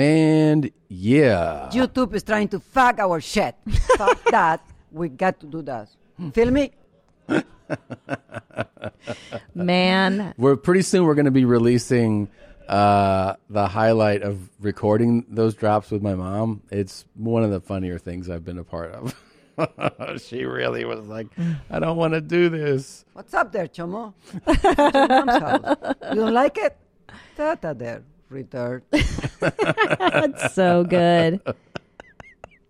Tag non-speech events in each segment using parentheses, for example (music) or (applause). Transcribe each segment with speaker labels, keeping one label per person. Speaker 1: And yeah.
Speaker 2: YouTube is trying to fuck our shit.
Speaker 3: (laughs)
Speaker 2: fuck that. We got to do that. Feel me?
Speaker 3: Man,
Speaker 1: We're pretty soon we're going to be releasing uh, the highlight of recording those drops with my mom. It's one of the funnier things I've been a part of. (laughs) she really was like, I don't want to do this.
Speaker 2: What's up there, Chomo? It's at your mom's house. You don't like it? Tata there, retard.
Speaker 3: (laughs) that's so good.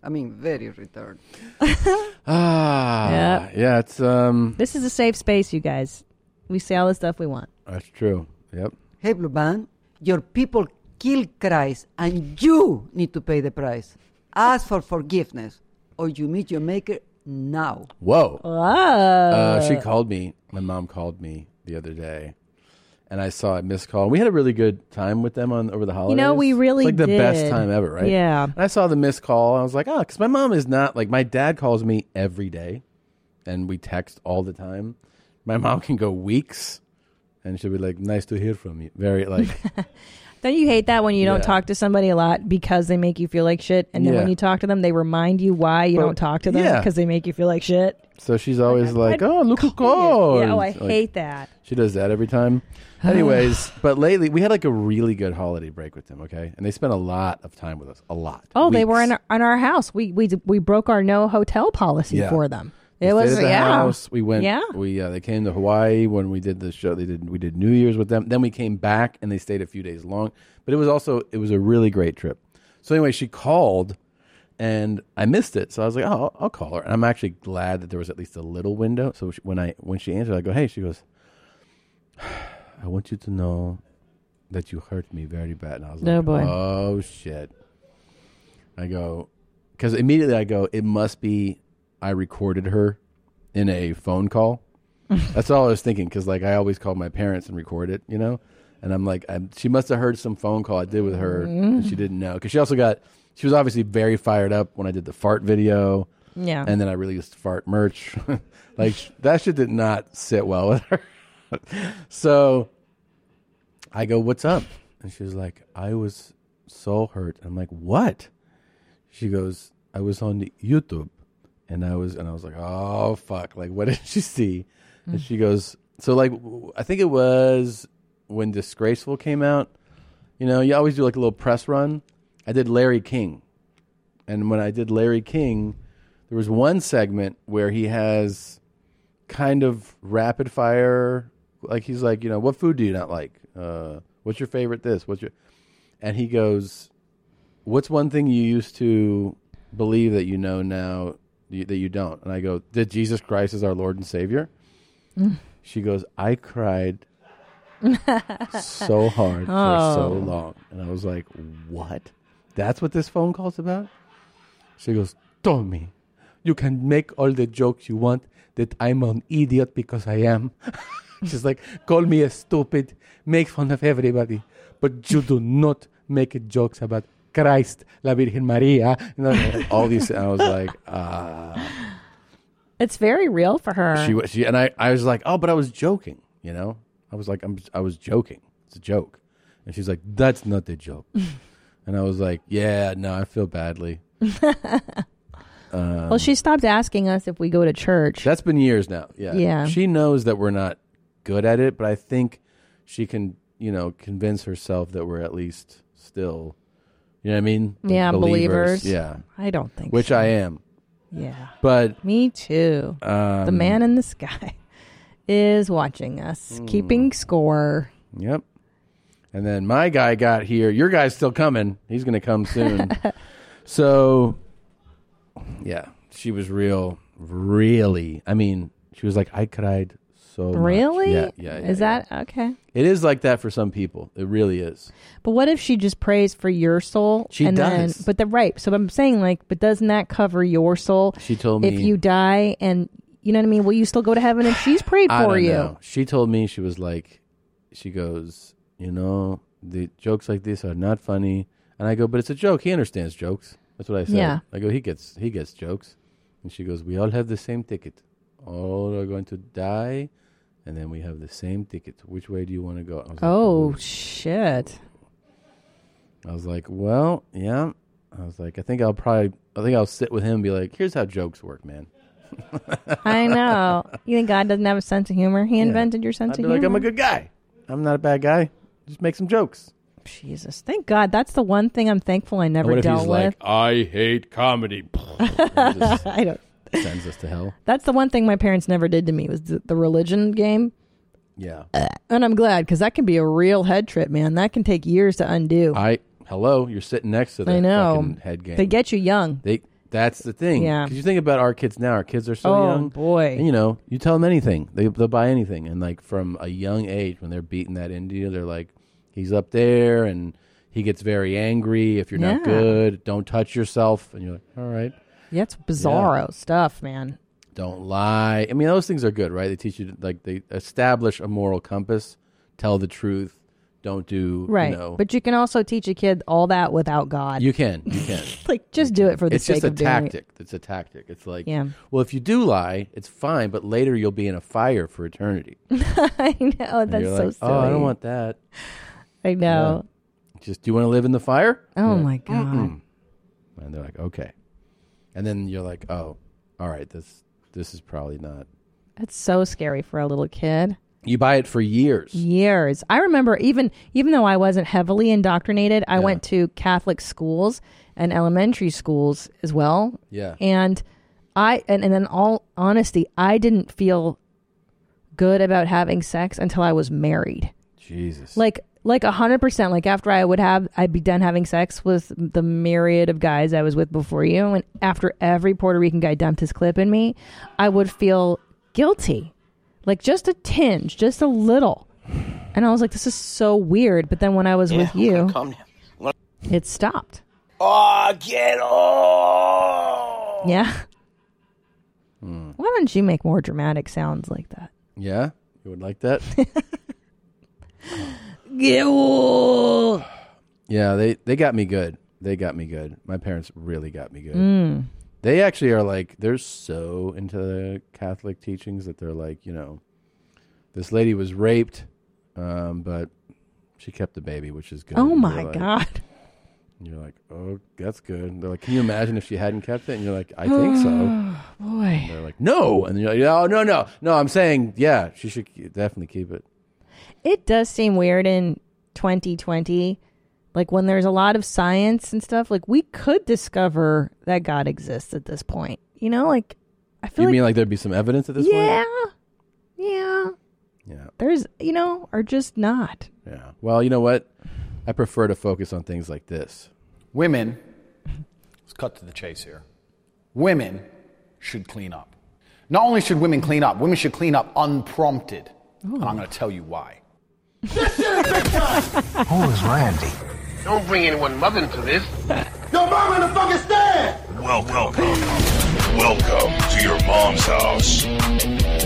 Speaker 2: I mean, very retard.
Speaker 1: (laughs) Ah, yeah,
Speaker 3: Yeah.
Speaker 1: it's um,
Speaker 3: This is a safe space, you guys. We say all the stuff we want.
Speaker 1: that's true. Yep.
Speaker 2: Hey, Blue Band, your people kill Christ, and you need to pay the price. Ask for forgiveness, or you meet your maker now.
Speaker 1: Whoa.
Speaker 3: Whoa.
Speaker 1: Uh, she called me. My mom called me the other day, and I saw a missed call. We had a really good time with them on over the holidays.
Speaker 3: we
Speaker 1: It's
Speaker 3: really
Speaker 1: like the best
Speaker 3: did.
Speaker 1: time ever, right?
Speaker 3: Yeah.
Speaker 1: And I saw the missed call. I was like, oh, because my mom is not like my dad calls me every day, and we text all the time. My mom can go weeks, and she'll be like, "Nice to hear from you." Very
Speaker 3: (laughs)
Speaker 1: like,
Speaker 3: Don't you hate that when you don't
Speaker 1: Yeah.
Speaker 3: talk to somebody a lot because they make you feel like shit, and then
Speaker 1: Yeah.
Speaker 3: when you talk to them, they remind you why you
Speaker 1: But-
Speaker 3: don't talk to them
Speaker 1: yeah.
Speaker 3: because they make you feel like shit.
Speaker 1: so she's always like,
Speaker 3: I'd
Speaker 1: "Oh, look who
Speaker 3: Oh,
Speaker 1: called."
Speaker 3: (laughs) yeah, oh, I
Speaker 1: Like,
Speaker 3: hate that.
Speaker 1: She does that every
Speaker 3: (sighs)
Speaker 1: time. Anyways, but lately we had like a really good holiday break with them, okay? And they spent a lot of time with us, a lot.
Speaker 3: Oh, they were in
Speaker 1: Weeks.
Speaker 3: our, in our house. We we we broke our no hotel policy
Speaker 1: Yeah.
Speaker 3: for them.
Speaker 1: We
Speaker 3: It
Speaker 1: stayed
Speaker 3: was
Speaker 1: at the
Speaker 3: yeah.
Speaker 1: house. We went.
Speaker 3: Yeah.
Speaker 1: We uh, they came to Hawaii when we did the show. They did we did New Year's with them. Then we came back and they stayed a few days long. But it was also it was a really great trip. So anyway, she called and I missed it. So I was like, oh, I'll, I'll call her. And I'm actually glad that there was at least a little window. So she, when I when she answered, I go, hey. She goes, I want you to know that you hurt me very bad. And I was like,
Speaker 3: Oh, boy.
Speaker 1: oh shit. I go, because immediately I go, it must be I recorded her in a phone call. That's all I was thinking because like I always call my parents and record it, you know. And I'm like, i she must have heard some phone call I did with her, and she didn't know because she also got she was obviously very fired up when I did the fart video,
Speaker 3: Yeah.
Speaker 1: and then I released fart merch. (laughs) like that shit did not sit well with her. (laughs) so I go, "What's up?" And she was like, "I was so hurt." I'm like, "What?" She goes, "I was on YouTube, and I was," and I was like, "Oh fuck!" Like, what (laughs) did she see? And she goes, "So like, w- I think it was when Disgraceful came out. You know, you always do like a little press run. I did Larry King, and when I did Larry King, there was one segment where he has." kind of rapid fire. Like he's like, you know, what food do you not like? Uh, what's your favorite? This? What's your? And he goes, "What's one thing you used to believe that you know now you, that you don't?" And I go, "That Jesus Christ is our Lord and Savior." she goes, "I cried so hard for so long," and I was like, "What? That's what this phone call's about?" She goes, "Tommy, you can make all the jokes you want that I'm an idiot because I am. (laughs) She's like, call me a stupid, make fun of everybody, but you do not make jokes about Christ, La Virgen Maria, (laughs) and I- all these. And I was like, ah.
Speaker 3: it's very real for her.
Speaker 1: She, wa- she, and I, I was like, oh, but I was joking, you know? I was like, I'm, I was joking. It's a joke. And she's like, that's not a
Speaker 3: (laughs)
Speaker 1: joke. and I was like, yeah, no, I feel badly. um,
Speaker 3: well, she stopped asking us if we go to church.
Speaker 1: That's been years now. Yeah.
Speaker 3: Yeah.
Speaker 1: She knows that we're not good at it, but I think she can, you know, convince herself that we're at least still, you know what I mean?
Speaker 3: yeah, believers.
Speaker 1: Yeah.
Speaker 3: I don't think.
Speaker 1: Which
Speaker 3: so.
Speaker 1: I am.
Speaker 3: yeah.
Speaker 1: But
Speaker 3: Me too.
Speaker 1: um,
Speaker 3: the man in the sky (laughs) is watching
Speaker 1: Hmm.
Speaker 3: us, keeping score.
Speaker 1: Yep. And then my guy got here. Your guy's still coming. He's going to come
Speaker 3: (laughs)
Speaker 1: soon. so, yeah, she was real, really. I mean, she was like, I cried so much.
Speaker 3: Really?
Speaker 1: Yeah, yeah. yeah,
Speaker 3: is
Speaker 1: yeah.
Speaker 3: that okay?
Speaker 1: It is like that for some people. It really is.
Speaker 3: But what if she just prays for your soul?
Speaker 1: She
Speaker 3: and
Speaker 1: does.
Speaker 3: Then, but the right. So I'm saying like, but doesn't that cover your soul?
Speaker 1: She told
Speaker 3: if
Speaker 1: me-
Speaker 3: you die and you know what I mean, will you still go to heaven? if she's
Speaker 1: (laughs)
Speaker 3: prayed
Speaker 1: I
Speaker 3: for
Speaker 1: don't
Speaker 3: you.
Speaker 1: know. She told me she was like, she goes, you know, the jokes like this are not funny. And I go, but it's a joke. He understands jokes. That's what I said.
Speaker 3: Yeah.
Speaker 1: I go, he gets he gets jokes. And she goes, we all have the same ticket. All are going to die, and then we have the same ticket. Which way do you want to go? I was like,
Speaker 3: Oh shit!
Speaker 1: I was like, well, yeah. I was like, I think I'll probably, I think I'll sit with him and be like, here's how jokes work, man. (laughs)
Speaker 3: I know. You think God doesn't have a sense of humor? He invented your sense
Speaker 1: I'd be
Speaker 3: of
Speaker 1: like,
Speaker 3: humor.
Speaker 1: I'm a good guy. I'm not a bad guy. Just make some jokes.
Speaker 3: Jesus, thank God. That's the one thing I'm thankful I never
Speaker 1: what if he's
Speaker 3: dealt with.
Speaker 1: like, I hate comedy.
Speaker 3: (laughs)
Speaker 1: And just
Speaker 3: I don't.
Speaker 1: sends us to
Speaker 3: (laughs)
Speaker 1: hell.
Speaker 3: That's the one thing my parents never did to me was th- the religion game,
Speaker 1: Yeah.
Speaker 3: and I'm glad because that can be a real head trip, man. That can take years to undo.
Speaker 1: I, hello, you're sitting next to the
Speaker 3: I know.
Speaker 1: fucking head game.
Speaker 3: They get you young.
Speaker 1: They that's the thing.
Speaker 3: Yeah.
Speaker 1: Because you think about our kids now. Our kids are so
Speaker 3: Oh,
Speaker 1: young.
Speaker 3: boy.
Speaker 1: And, you know, you tell them anything, they they'll buy anything. And like from a young age, when they're beating that into you, they're like, he's up there, and he gets very angry if you're
Speaker 3: Yeah.
Speaker 1: not good. Don't touch yourself. And you're like, all right.
Speaker 3: Yeah, it's bizarro stuff, man.
Speaker 1: Don't lie. I mean, those things are good, right? They teach you like they establish a moral compass. Tell the truth. Don't do
Speaker 3: Right.
Speaker 1: You know,
Speaker 3: But you can also teach a kid all that without God.
Speaker 1: you can. You can.
Speaker 3: (laughs) like just do it for the
Speaker 1: it's
Speaker 3: sake
Speaker 1: just a
Speaker 3: of doing it. (laughs)
Speaker 1: tactic. It's a tactic. It's like,
Speaker 3: Yeah.
Speaker 1: well, if you do lie, it's fine, but later you'll be in a fire for eternity. And
Speaker 3: I know (laughs) that's
Speaker 1: you're
Speaker 3: so
Speaker 1: like,
Speaker 3: silly.
Speaker 1: oh, I don't want that.
Speaker 3: I know.
Speaker 1: Just do you want to live in the fire?
Speaker 3: Oh
Speaker 1: Yeah.
Speaker 3: my god.
Speaker 1: And they're like, okay. And then you're like, oh, all right, this this is probably not.
Speaker 3: That's so scary for a little kid.
Speaker 1: You buy it for years.
Speaker 3: Years. I remember even even though I wasn't heavily indoctrinated, I went to Catholic schools and elementary schools as well.
Speaker 1: Yeah.
Speaker 3: And I and, and in all honesty, I didn't feel good about having sex until I was married.
Speaker 1: Jesus.
Speaker 3: like like a hundred percent like after i would have i'd be done having sex with the myriad of guys i was with before you and after every puerto rican guy dumped his clip in me i would feel guilty like just a tinge just a little and i was like this is so weird but then when i was with you it stopped
Speaker 4: Oh, get off!
Speaker 3: yeah
Speaker 1: Hmm.
Speaker 3: why don't you make more dramatic sounds like that
Speaker 1: yeah. You would like that?
Speaker 3: (laughs)
Speaker 1: yeah. They they got me good. They got me good. My parents really got me good.
Speaker 3: Mm.
Speaker 1: They actually are like they're so into the Catholic teachings that they're like, you know, this lady was raped, um, but she kept the baby, which is good.
Speaker 3: oh
Speaker 1: And
Speaker 3: my
Speaker 1: you're like-
Speaker 3: god
Speaker 1: and You're like, oh, that's good. And they're like, can you imagine if she hadn't kept it? And you're like, I think so. (sighs)
Speaker 3: (sighs) boy
Speaker 1: They're like, no. And then you're like, no, no, no, no. I'm saying, yeah, she should ke- definitely keep it.
Speaker 3: It does seem weird in 2020, like when there's a lot of science and stuff, like we could discover that God exists at this point. You know, like I
Speaker 1: You
Speaker 3: feel
Speaker 1: mean
Speaker 3: like,
Speaker 1: like there'd be some evidence at this
Speaker 3: yeah,
Speaker 1: point?
Speaker 3: yeah,
Speaker 1: Yeah.
Speaker 3: there's, you know, or just not.
Speaker 1: Yeah. Well, you know what? I prefer to focus on things like this.
Speaker 5: Women, let's cut to the chase here. Women should clean up. Not only should women clean up, women should clean up unprompted. And I'm going to tell you why.
Speaker 6: Don't bring anyone mother into this.
Speaker 7: Welcome. Welcome to your mom's house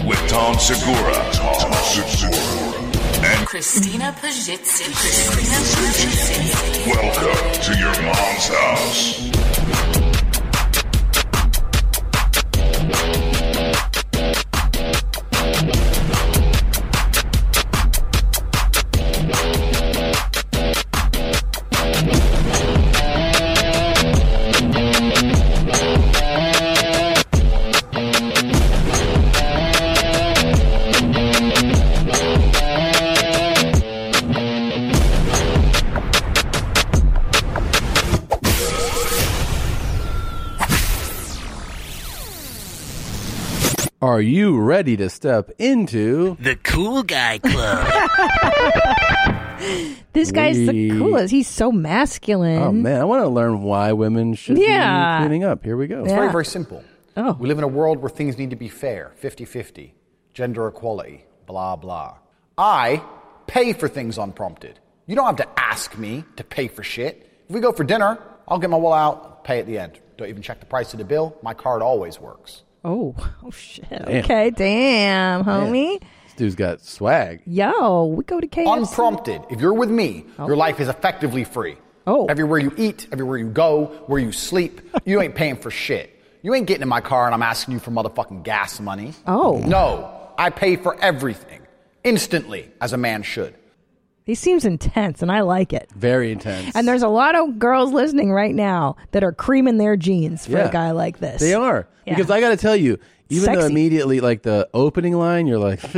Speaker 7: with Tom Segura. Tom Segura. And
Speaker 8: Christina Pajitsin. Christina Pajitsin.
Speaker 7: welcome to your mom's house.
Speaker 1: Are you ready to step into? Oh,
Speaker 4: The Cool Guy Club.
Speaker 1: (laughs)
Speaker 3: This guy's
Speaker 1: We-
Speaker 3: the coolest. He's so masculine.
Speaker 1: Oh man, I want to learn why women should
Speaker 3: Mm-hmm. Yeah.
Speaker 1: be cleaning up. Here we go.
Speaker 3: Yeah.
Speaker 5: Very, very simple.
Speaker 3: Oh.
Speaker 5: We live in a world where things need to be fair 50 50, gender equality, blah, blah. I pay for things unprompted. You don't have to ask me to pay for shit. If we go for dinner, I'll get my wallet out, pay at the end. Don't even check the price of the bill. My card always works.
Speaker 3: Oh, (laughs) oh shit. Okay, damn, homie.
Speaker 1: This dude's got swag.
Speaker 3: Yo, we go to KFC.
Speaker 5: Unprompted. If you're with me, your life is effectively free.
Speaker 3: Oh.
Speaker 5: Everywhere you eat, everywhere you go, where you sleep, you ain't paying for shit. You ain't getting in my car and I'm asking you for motherfucking gas money.
Speaker 3: Oh.
Speaker 5: No, I pay for everything instantly, as a man should.
Speaker 3: He seems intense, and I like it.
Speaker 1: Very intense.
Speaker 3: And there's a lot of girls listening right now that are creaming their jeans for
Speaker 1: Yeah.
Speaker 3: a guy like this.
Speaker 1: They are
Speaker 3: Yeah.
Speaker 1: because I
Speaker 3: (laughs)
Speaker 1: got to tell you, even though
Speaker 3: Sexy.
Speaker 1: immediately like the opening line, you're
Speaker 3: (laughs)
Speaker 1: like, (laughs)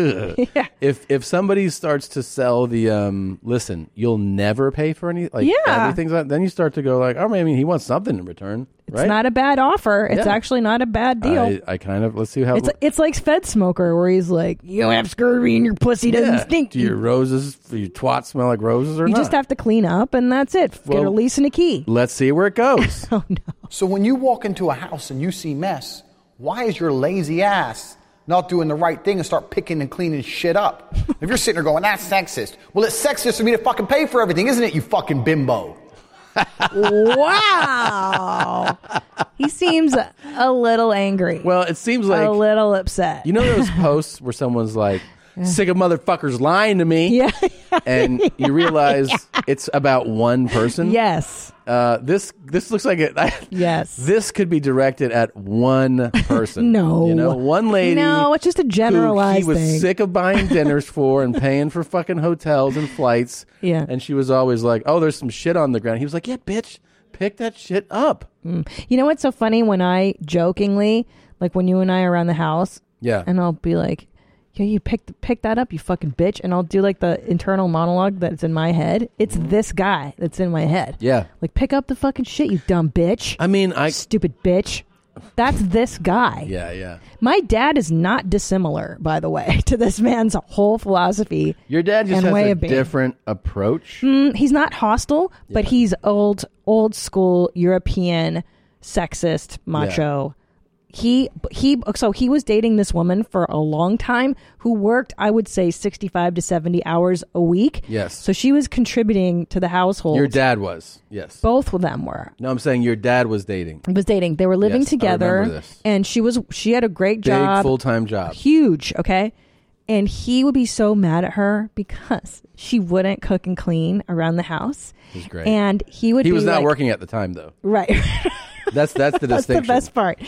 Speaker 1: if if somebody starts to sell the um, listen, you'll never pay for any like
Speaker 3: Yeah.
Speaker 1: everything's on, then you start to go like, oh, I mean, he wants something in return,
Speaker 3: It's
Speaker 1: right?
Speaker 3: not a bad offer. It's
Speaker 1: Yeah.
Speaker 3: actually not a bad deal.
Speaker 1: I, I kind of let's see how
Speaker 3: it's it's like Fed Smoker, where he's like, "You have scurvy and your pussy doesn't
Speaker 1: Yeah.
Speaker 3: stink.
Speaker 1: Do your roses, do your twat smell like roses or
Speaker 3: you
Speaker 1: not?
Speaker 3: just have to clean up, and that's it. Get
Speaker 1: Well- (laughs)
Speaker 3: a lease and a key."
Speaker 1: let's see where it
Speaker 3: (laughs)
Speaker 1: goes.
Speaker 3: Oh,
Speaker 5: So when you walk into a house and you see mess, why is your lazy ass not doing the right thing and start picking and cleaning shit up? if you're sitting there going, that's sexist. Well, it's sexist for me to fucking pay for everything, isn't it, you fucking bimbo?
Speaker 3: wow, he seems a little angry.
Speaker 1: well, it seems
Speaker 3: a
Speaker 1: like
Speaker 3: little upset.
Speaker 1: you know those posts where someone's like, sick of motherfuckers lying to me.
Speaker 3: yeah. (laughs)
Speaker 1: and you realize it's about one person.
Speaker 3: yes.
Speaker 1: Uh, this this looks like it. (laughs)
Speaker 3: Yes.
Speaker 1: This could be directed at one person.
Speaker 3: (laughs) No.
Speaker 1: you know, one lady.
Speaker 3: No, it's just a
Speaker 1: who
Speaker 3: generalized
Speaker 1: He was
Speaker 3: thing.
Speaker 1: sick of
Speaker 3: (laughs)
Speaker 1: buying dinners for and paying for fucking hotels and flights.
Speaker 3: Yeah.
Speaker 1: and she was always like, "Oh, there's some shit on the ground." He was like, "Yeah, bitch, pick that shit up."
Speaker 3: Mm. You know what's so funny when I jokingly, like when you and I are around the house,
Speaker 1: Yeah.
Speaker 3: and I'll be like, "Yeah, you picked pick that up, you fucking bitch," and I'll do like the internal monologue that's in my head. It's this guy that's in my head.
Speaker 1: Mm-hmm. Yeah.
Speaker 3: like pick up the fucking shit, you dumb bitch,
Speaker 1: I mean, I.
Speaker 3: stupid bitch. That's this guy.
Speaker 1: Yeah, yeah.
Speaker 3: My dad is not dissimilar, by the way, (laughs) to this man's whole philosophy.
Speaker 1: Your dad just
Speaker 3: and
Speaker 1: has
Speaker 3: way
Speaker 1: a
Speaker 3: of being.
Speaker 1: different approach.
Speaker 3: Mm, he's not hostile, but he's old, old school European sexist macho. He he. So he was dating this woman for a long time who worked, I would say, sixty-five to seventy hours a week.
Speaker 1: Yes.
Speaker 3: So she was contributing to the household.
Speaker 1: Your dad was yes.
Speaker 3: Both of them were.
Speaker 1: No, I'm saying your dad was dating.
Speaker 3: Was dating. They were living
Speaker 1: Yes, I
Speaker 3: together,
Speaker 1: remember this.
Speaker 3: and she was she had a great
Speaker 1: Big
Speaker 3: job,
Speaker 1: full time job.
Speaker 3: huge. Okay. And he would be so mad at her because (laughs) she wouldn't cook and clean around the house.
Speaker 1: He's great.
Speaker 3: And he would
Speaker 1: he
Speaker 3: be
Speaker 1: was not
Speaker 3: like-
Speaker 1: working at the time though.
Speaker 3: Right.
Speaker 1: (laughs) That's that's the
Speaker 3: (laughs) That's the
Speaker 1: distinction.
Speaker 3: best part.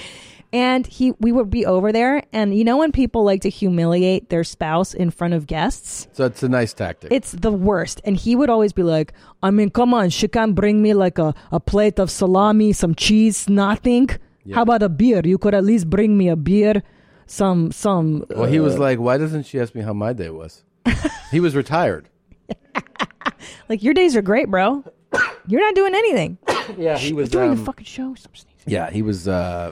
Speaker 3: And he we would be over there and you know when people like to humiliate their spouse in front of guests?
Speaker 1: So it's a nice tactic.
Speaker 3: It's the worst. And he would always be like, I mean, come on, she can bring me like a, a plate of salami, some cheese, nothing. How about a beer? You could at least bring me a beer, some some uh,
Speaker 1: well, he was like, "Why doesn't she ask me how my day
Speaker 3: (laughs)
Speaker 1: was?" he was retired.
Speaker 3: Like your days are great, bro. You're not doing anything.
Speaker 1: (coughs) Yeah, he was. um,
Speaker 3: Doing a fucking show. Stop sneezing.
Speaker 1: yeah, he was. Uh,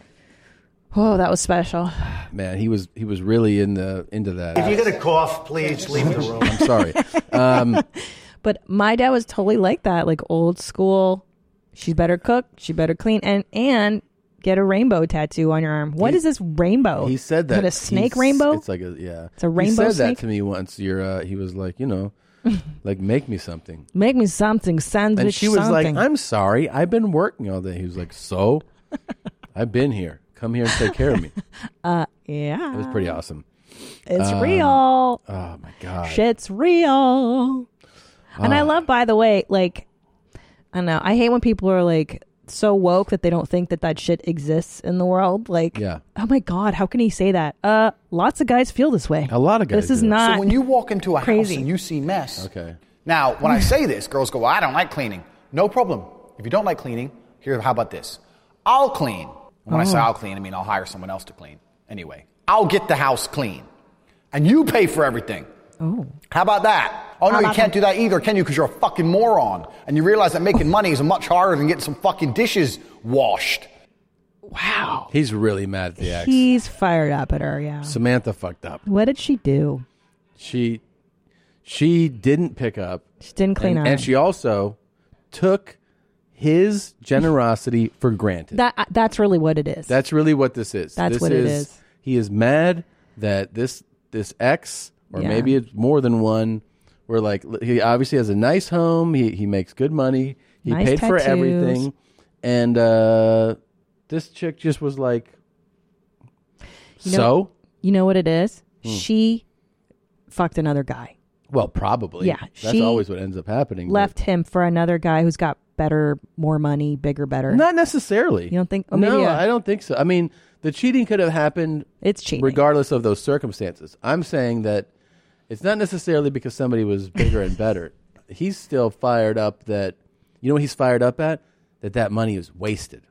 Speaker 3: Oh, that was special.
Speaker 1: man, he was. He was really in the into that. If
Speaker 9: You're gonna cough, please leave the room.
Speaker 1: I'm (laughs) sorry. Um,
Speaker 3: (laughs) But my dad was totally like that, like old school. She better cook. She better clean, and and get a rainbow tattoo on your arm. What
Speaker 1: He-
Speaker 3: is this rainbow?
Speaker 1: He said
Speaker 3: Is
Speaker 1: that
Speaker 3: it a snake
Speaker 1: he's-
Speaker 3: rainbow.
Speaker 1: It's like a yeah.
Speaker 3: It's a rainbow
Speaker 1: He said
Speaker 3: snake?
Speaker 1: that to me once. You're. Uh, he was like, you know,
Speaker 3: (laughs)
Speaker 1: like make me something.
Speaker 3: Make me something sandwich.
Speaker 1: And she was like,
Speaker 3: something.
Speaker 1: "I'm sorry, I've been working all day." He was like,
Speaker 3: (laughs)
Speaker 1: "So, I've been here. Come here and take care of me." It
Speaker 3: Uh, yeah,
Speaker 1: was
Speaker 3: (laughs)
Speaker 1: pretty awesome.
Speaker 3: it's real.
Speaker 1: Um, Oh my god. Oh.
Speaker 3: Shit's real. And I love, by the way, like, I don't know. I hate when people are like so woke that they don't think that that shit exists in the world. Like,
Speaker 1: Yeah.
Speaker 3: oh my God, how can he say that? Uh, lots of guys feel this way.
Speaker 1: A lot of guys
Speaker 3: This is
Speaker 1: do. So
Speaker 3: not.
Speaker 5: So when you walk into a
Speaker 3: Crazy.
Speaker 5: house and you see mess.
Speaker 1: Okay.
Speaker 5: Now, when I say this, girls go, well, I don't like cleaning. No problem. If you don't like cleaning, here, how about this? I'll clean. When
Speaker 1: Oh.
Speaker 5: I say I'll clean, I mean I'll hire someone else to clean. Anyway, I'll get the house clean. And you pay for everything. Oh. How about that? Oh, no, you can't do that either, can you? Because you're a fucking moron. And you realize that making money is much harder than getting some fucking dishes washed.
Speaker 3: wow,
Speaker 1: He's really mad at the ex.
Speaker 3: he's fired up at her. Yeah.
Speaker 1: Samantha fucked up.
Speaker 3: what did she do?
Speaker 1: She she didn't pick up
Speaker 3: She didn't clean
Speaker 1: and,
Speaker 3: up.
Speaker 1: and she also took his generosity for granted.
Speaker 3: that uh, that's really what it is.
Speaker 1: That's really what this is.
Speaker 3: That's
Speaker 1: this
Speaker 3: what it is.
Speaker 1: He is mad that this this ex or
Speaker 3: Yeah.
Speaker 1: maybe it's more than one where like l- he obviously has a nice home, he he makes good money, he
Speaker 3: Nice
Speaker 1: paid for
Speaker 3: tattoos.
Speaker 1: everything and uh this chick just was like
Speaker 3: know-
Speaker 1: so Hmm.
Speaker 3: you know what it is? She fucked another guy.
Speaker 1: well probably
Speaker 3: Yeah,
Speaker 1: that's
Speaker 3: she
Speaker 1: always what ends up happening but-
Speaker 3: Left him for another guy who's got better, more money, bigger, better.
Speaker 1: Not necessarily. You
Speaker 3: don't think- oh,
Speaker 1: no,
Speaker 3: maybe, uh,
Speaker 1: I don't think so. I mean, the cheating could have happened
Speaker 3: It's cheating.
Speaker 1: regardless of those circumstances. I'm saying that it's not necessarily because somebody was bigger and better. (laughs) he's still fired up that you know what he's fired up at that that money is wasted.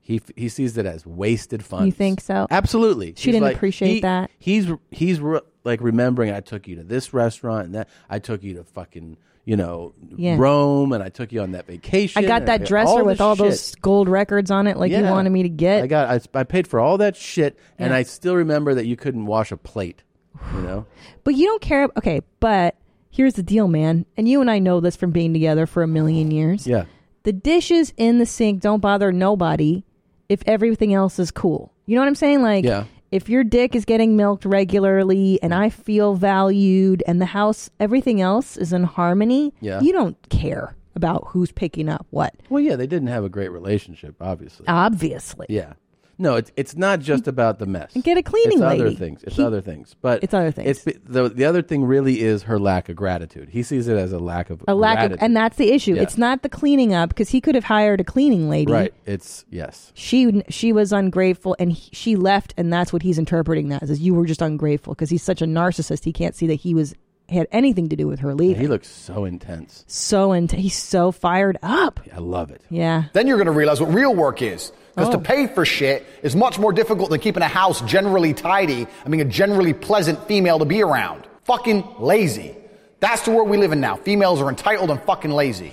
Speaker 1: He he sees it as wasted funds.
Speaker 3: You think so?
Speaker 1: Absolutely.
Speaker 3: She didn't appreciate
Speaker 1: he-
Speaker 3: that.
Speaker 1: He's he's re- like remembering I took you to this restaurant and that I took you to fucking you know
Speaker 3: Yeah.
Speaker 1: Rome and I took you on that vacation.
Speaker 3: I got
Speaker 1: and
Speaker 3: that
Speaker 1: did
Speaker 3: dresser
Speaker 1: this
Speaker 3: with all
Speaker 1: shit.
Speaker 3: those gold records on it, like you
Speaker 1: Yeah.
Speaker 3: wanted me to get.
Speaker 1: I got I, I paid for all that shit and
Speaker 3: Yeah.
Speaker 1: I still remember that you couldn't wash a plate.
Speaker 3: (sighs)
Speaker 1: You know.
Speaker 3: But you don't care. Okay, but here's the deal, man. And you and I know this from being together for a million years.
Speaker 1: Yeah.
Speaker 3: The dishes in the sink don't bother nobody if everything else is cool. You know what I'm saying? Like,
Speaker 1: Yeah.
Speaker 3: if your dick is getting milked regularly and I feel valued and the house, everything else is in harmony,
Speaker 1: Yeah.
Speaker 3: you don't care about who's picking up what.
Speaker 1: Well, yeah, they didn't have a great relationship, obviously.
Speaker 3: Obviously.
Speaker 1: Yeah. No, it's it's not just about the mess.
Speaker 3: And get a cleaning
Speaker 1: it's other
Speaker 3: lady.
Speaker 1: things. It's
Speaker 3: He-
Speaker 1: other things. But
Speaker 3: It's other things.
Speaker 1: It's the the other thing really is her lack of gratitude. He sees it as a lack of
Speaker 3: A lack of,
Speaker 1: gratitude.
Speaker 3: and that's the issue.
Speaker 1: Yeah.
Speaker 3: It's not the cleaning up because he could have hired a cleaning lady.
Speaker 1: right. It's yes.
Speaker 3: she she was ungrateful and he, she left and that's what he's interpreting that as is you were just ungrateful because he's such a narcissist he can't see that he was had anything to do with her leaving
Speaker 1: He looks so intense.
Speaker 3: so and he's so fired up
Speaker 1: I love it.
Speaker 3: yeah Oh.
Speaker 5: Then you're going to realize what real work is. Because to pay for shit is much more difficult than keeping a house generally tidy and being a generally pleasant female to be around. Fucking lazy. That's the world we live in now. Females are entitled and fucking lazy.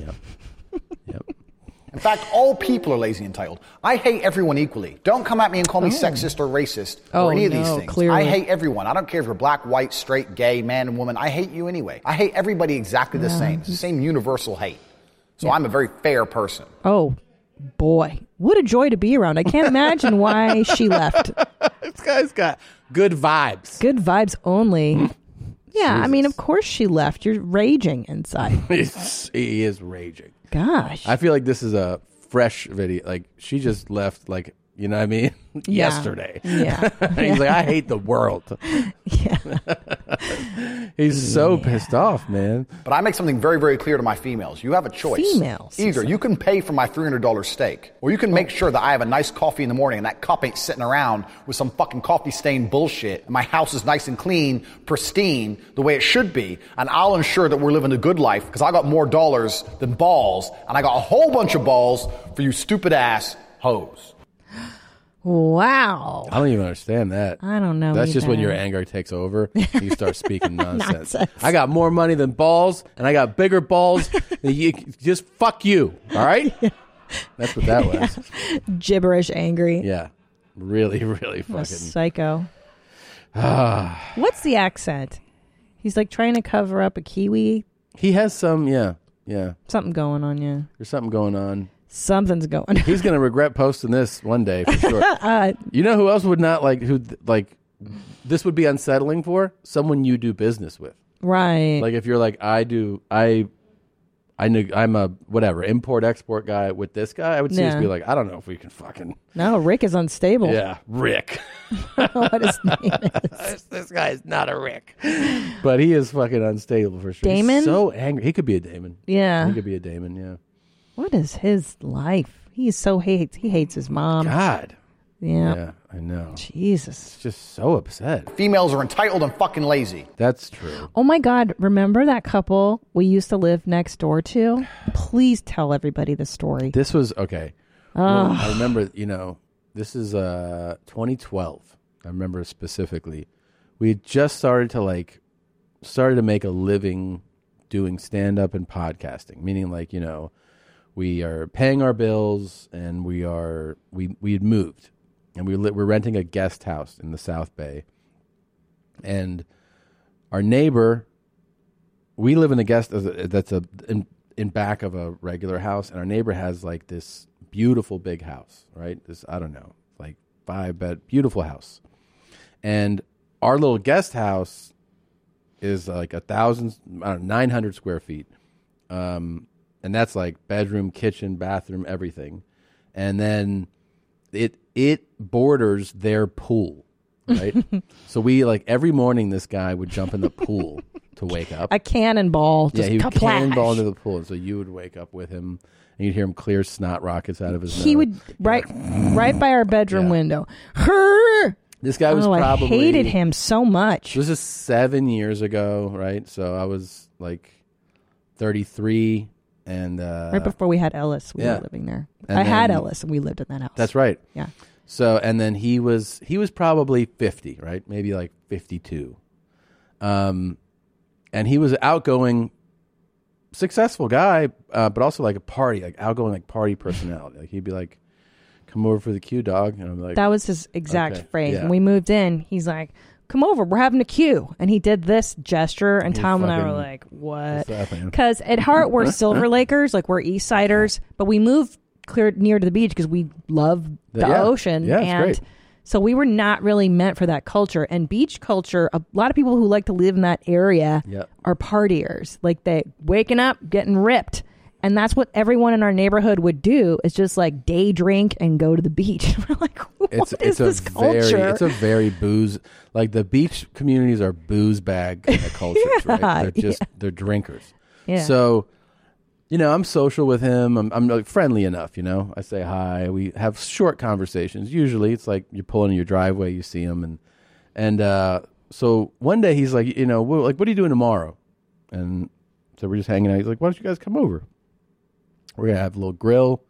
Speaker 1: Yeah. yep.
Speaker 5: In fact, all people are lazy and entitled. I hate everyone equally. Don't come at me and call me sexist or racist
Speaker 3: Oh,
Speaker 5: or any of these
Speaker 3: no,
Speaker 5: things.
Speaker 3: clearly.
Speaker 5: I hate everyone. I don't care if you're black, white, straight, gay, man, and woman. I hate you anyway. I hate everybody exactly the same. It's the same universal hate. So I'm a very fair person.
Speaker 3: oh boy what a joy to be around i can't
Speaker 1: (laughs)
Speaker 3: imagine why she left
Speaker 1: This guy's got good vibes. Hmm.
Speaker 3: good vibes only yeah i mean of course she left you're raging
Speaker 1: (laughs)
Speaker 3: inside
Speaker 1: He's- he is raging.
Speaker 3: gosh
Speaker 1: I feel like this is a fresh video. Like she just left like you know what I mean? (laughs)
Speaker 3: Yeah.
Speaker 1: Yesterday.
Speaker 3: yeah
Speaker 1: (laughs) He's like, I hate the world.
Speaker 3: (laughs) yeah
Speaker 1: (laughs) He's so pissed off, man.
Speaker 5: But I make something very, very clear to my females. You have a choice.
Speaker 3: Females, Oh.
Speaker 5: Either you can pay for my $300 steak, or you can make sure that I have a nice coffee in the morning and that cup ain't sitting around with some fucking coffee stained bullshit. And my house is nice and clean, pristine, the way it should be. And I'll ensure that we're living a good life because I got more dollars than balls. And I got a whole bunch of balls for you stupid ass hoes.
Speaker 3: wow
Speaker 1: I don't even understand that.
Speaker 3: I don't know
Speaker 1: That's just when
Speaker 3: either.
Speaker 1: your anger takes
Speaker 3: (laughs)
Speaker 1: over. You start speaking nonsense.
Speaker 3: Nonsense.
Speaker 1: I got more money than balls, and I got bigger
Speaker 3: (laughs)
Speaker 1: balls. than you, just fuck you. All right. That's what that
Speaker 3: (laughs)
Speaker 1: was.
Speaker 3: gibberish angry
Speaker 1: Yeah. (sighs) Really, really
Speaker 3: A
Speaker 1: fucking. (sighs) Ah.
Speaker 3: psycho. What's the accent? He's like trying to cover up a Kiwi.
Speaker 1: He has some. Yeah. Yeah.
Speaker 3: Something going on, yeah.
Speaker 1: There's something going on.
Speaker 3: Something's going. on.
Speaker 1: He's gonna regret posting this one day for
Speaker 3: (laughs)
Speaker 1: sure.
Speaker 3: Uh,
Speaker 1: you know who else would not like who like this would be unsettling for someone you do business with.
Speaker 3: right.
Speaker 1: like if you're like i do i i knew i'm a whatever import export guy with this guy i would seriously
Speaker 3: Yeah.
Speaker 1: be like i don't know if we can fucking
Speaker 3: no, Rick is unstable.
Speaker 1: yeah rick (laughs)
Speaker 3: I don't know (laughs) what his name is.
Speaker 1: this, this guy is not a
Speaker 3: (laughs)
Speaker 1: rick but he is fucking unstable for sure He's
Speaker 3: Damon?
Speaker 1: so angry he could be a damon
Speaker 3: Yeah.
Speaker 1: he could be a damon yeah
Speaker 3: What is his life? He so hates. He hates his mom.
Speaker 1: god
Speaker 3: Yeah.
Speaker 1: yeah i know He's
Speaker 3: Jesus.
Speaker 1: just so upset
Speaker 5: Females are entitled and fucking lazy.
Speaker 1: that's true
Speaker 3: Oh my God. Remember that couple we used to live next door to?
Speaker 1: (sighs)
Speaker 3: Please tell everybody the story.
Speaker 1: this was okay Well, i remember you know this is uh 2012 i remember specifically we had just started to like started to make a living doing stand up and podcasting, meaning like, you know, we are paying our bills and we are we we had moved and we li- we're renting a guest house in the South Bay. And our neighbor we live in a guest that's a in, in back of a regular house and our neighbor has like this beautiful big house, right? This I don't know, like five bed beautiful house. And our little guest house is like a thousand, I don't know, 900 square feet. Um, and that's like bedroom, kitchen, bathroom, everything. And then it, it borders their pool, right? (laughs) so we like every morning, this guy would jump in the pool to wake up.
Speaker 3: A cannonball. Just
Speaker 1: yeah, he would
Speaker 3: kaplash.
Speaker 1: cannonball into the pool. And so you would wake up with him and you'd hear him clear snot rockets out of his
Speaker 3: He
Speaker 1: nose.
Speaker 3: would right right by our bedroom
Speaker 1: Yeah.
Speaker 3: window. Her.
Speaker 1: This guy was
Speaker 3: oh,
Speaker 1: probably
Speaker 3: I hated him so much.
Speaker 1: This is seven years ago, right? So I was like, 33, and uh,
Speaker 3: right before we had Ellis, we
Speaker 1: yeah.
Speaker 3: were living there.
Speaker 1: And
Speaker 3: I had
Speaker 1: then-
Speaker 3: Ellis, and we lived in that house.
Speaker 1: That's right.
Speaker 3: Yeah.
Speaker 1: So and then he was he was probably fifty, right? Maybe like fifty two. Um, and he was an outgoing, successful guy, uh, but also like a party, like outgoing, like party personality. Like he'd be like, "Come over for the Q, dog," and I'm like,
Speaker 3: that was his exact
Speaker 1: okay,
Speaker 3: phrase.
Speaker 1: yeah.
Speaker 3: When we moved in, he's like, "Come over, we're having a queue," and he did this gesture, and
Speaker 1: He
Speaker 3: Tom and I were
Speaker 1: fucking-
Speaker 3: like, "What?"
Speaker 1: What's happening?
Speaker 3: Because at
Speaker 1: (laughs)
Speaker 3: heart we're Silver Lakers, like we're East Siders, but we moved clear near to the beach because we love the
Speaker 1: Yeah.
Speaker 3: ocean,
Speaker 1: Yeah, it's
Speaker 3: and
Speaker 1: great.
Speaker 3: so we were not really meant for that culture. And beach culture, a lot of people who like to live in that area
Speaker 1: Yep.
Speaker 3: are partiers. Like they waking up, getting ripped. And that's what everyone in our neighborhood would do is just like day drink and go to the beach. (laughs) We're like, what is
Speaker 1: it's it's
Speaker 3: this
Speaker 1: a
Speaker 3: culture?
Speaker 1: very it's a very booze like the beach communities are booze bag kind
Speaker 3: (laughs)
Speaker 1: of cultures, right?
Speaker 3: Yeah,
Speaker 1: They're just they're drinkers.
Speaker 3: Yeah.
Speaker 1: So, you know, I'm social with him. I'm I'm like friendly enough. You know, I say hi. We have short conversations. Usually, it's like you're pulling in your driveway, you see him, and and uh, so one day he's like, you know, we're like, what are you doing tomorrow? And so we're just hanging out. He's like, why don't you guys come over? We're gonna have a little grill,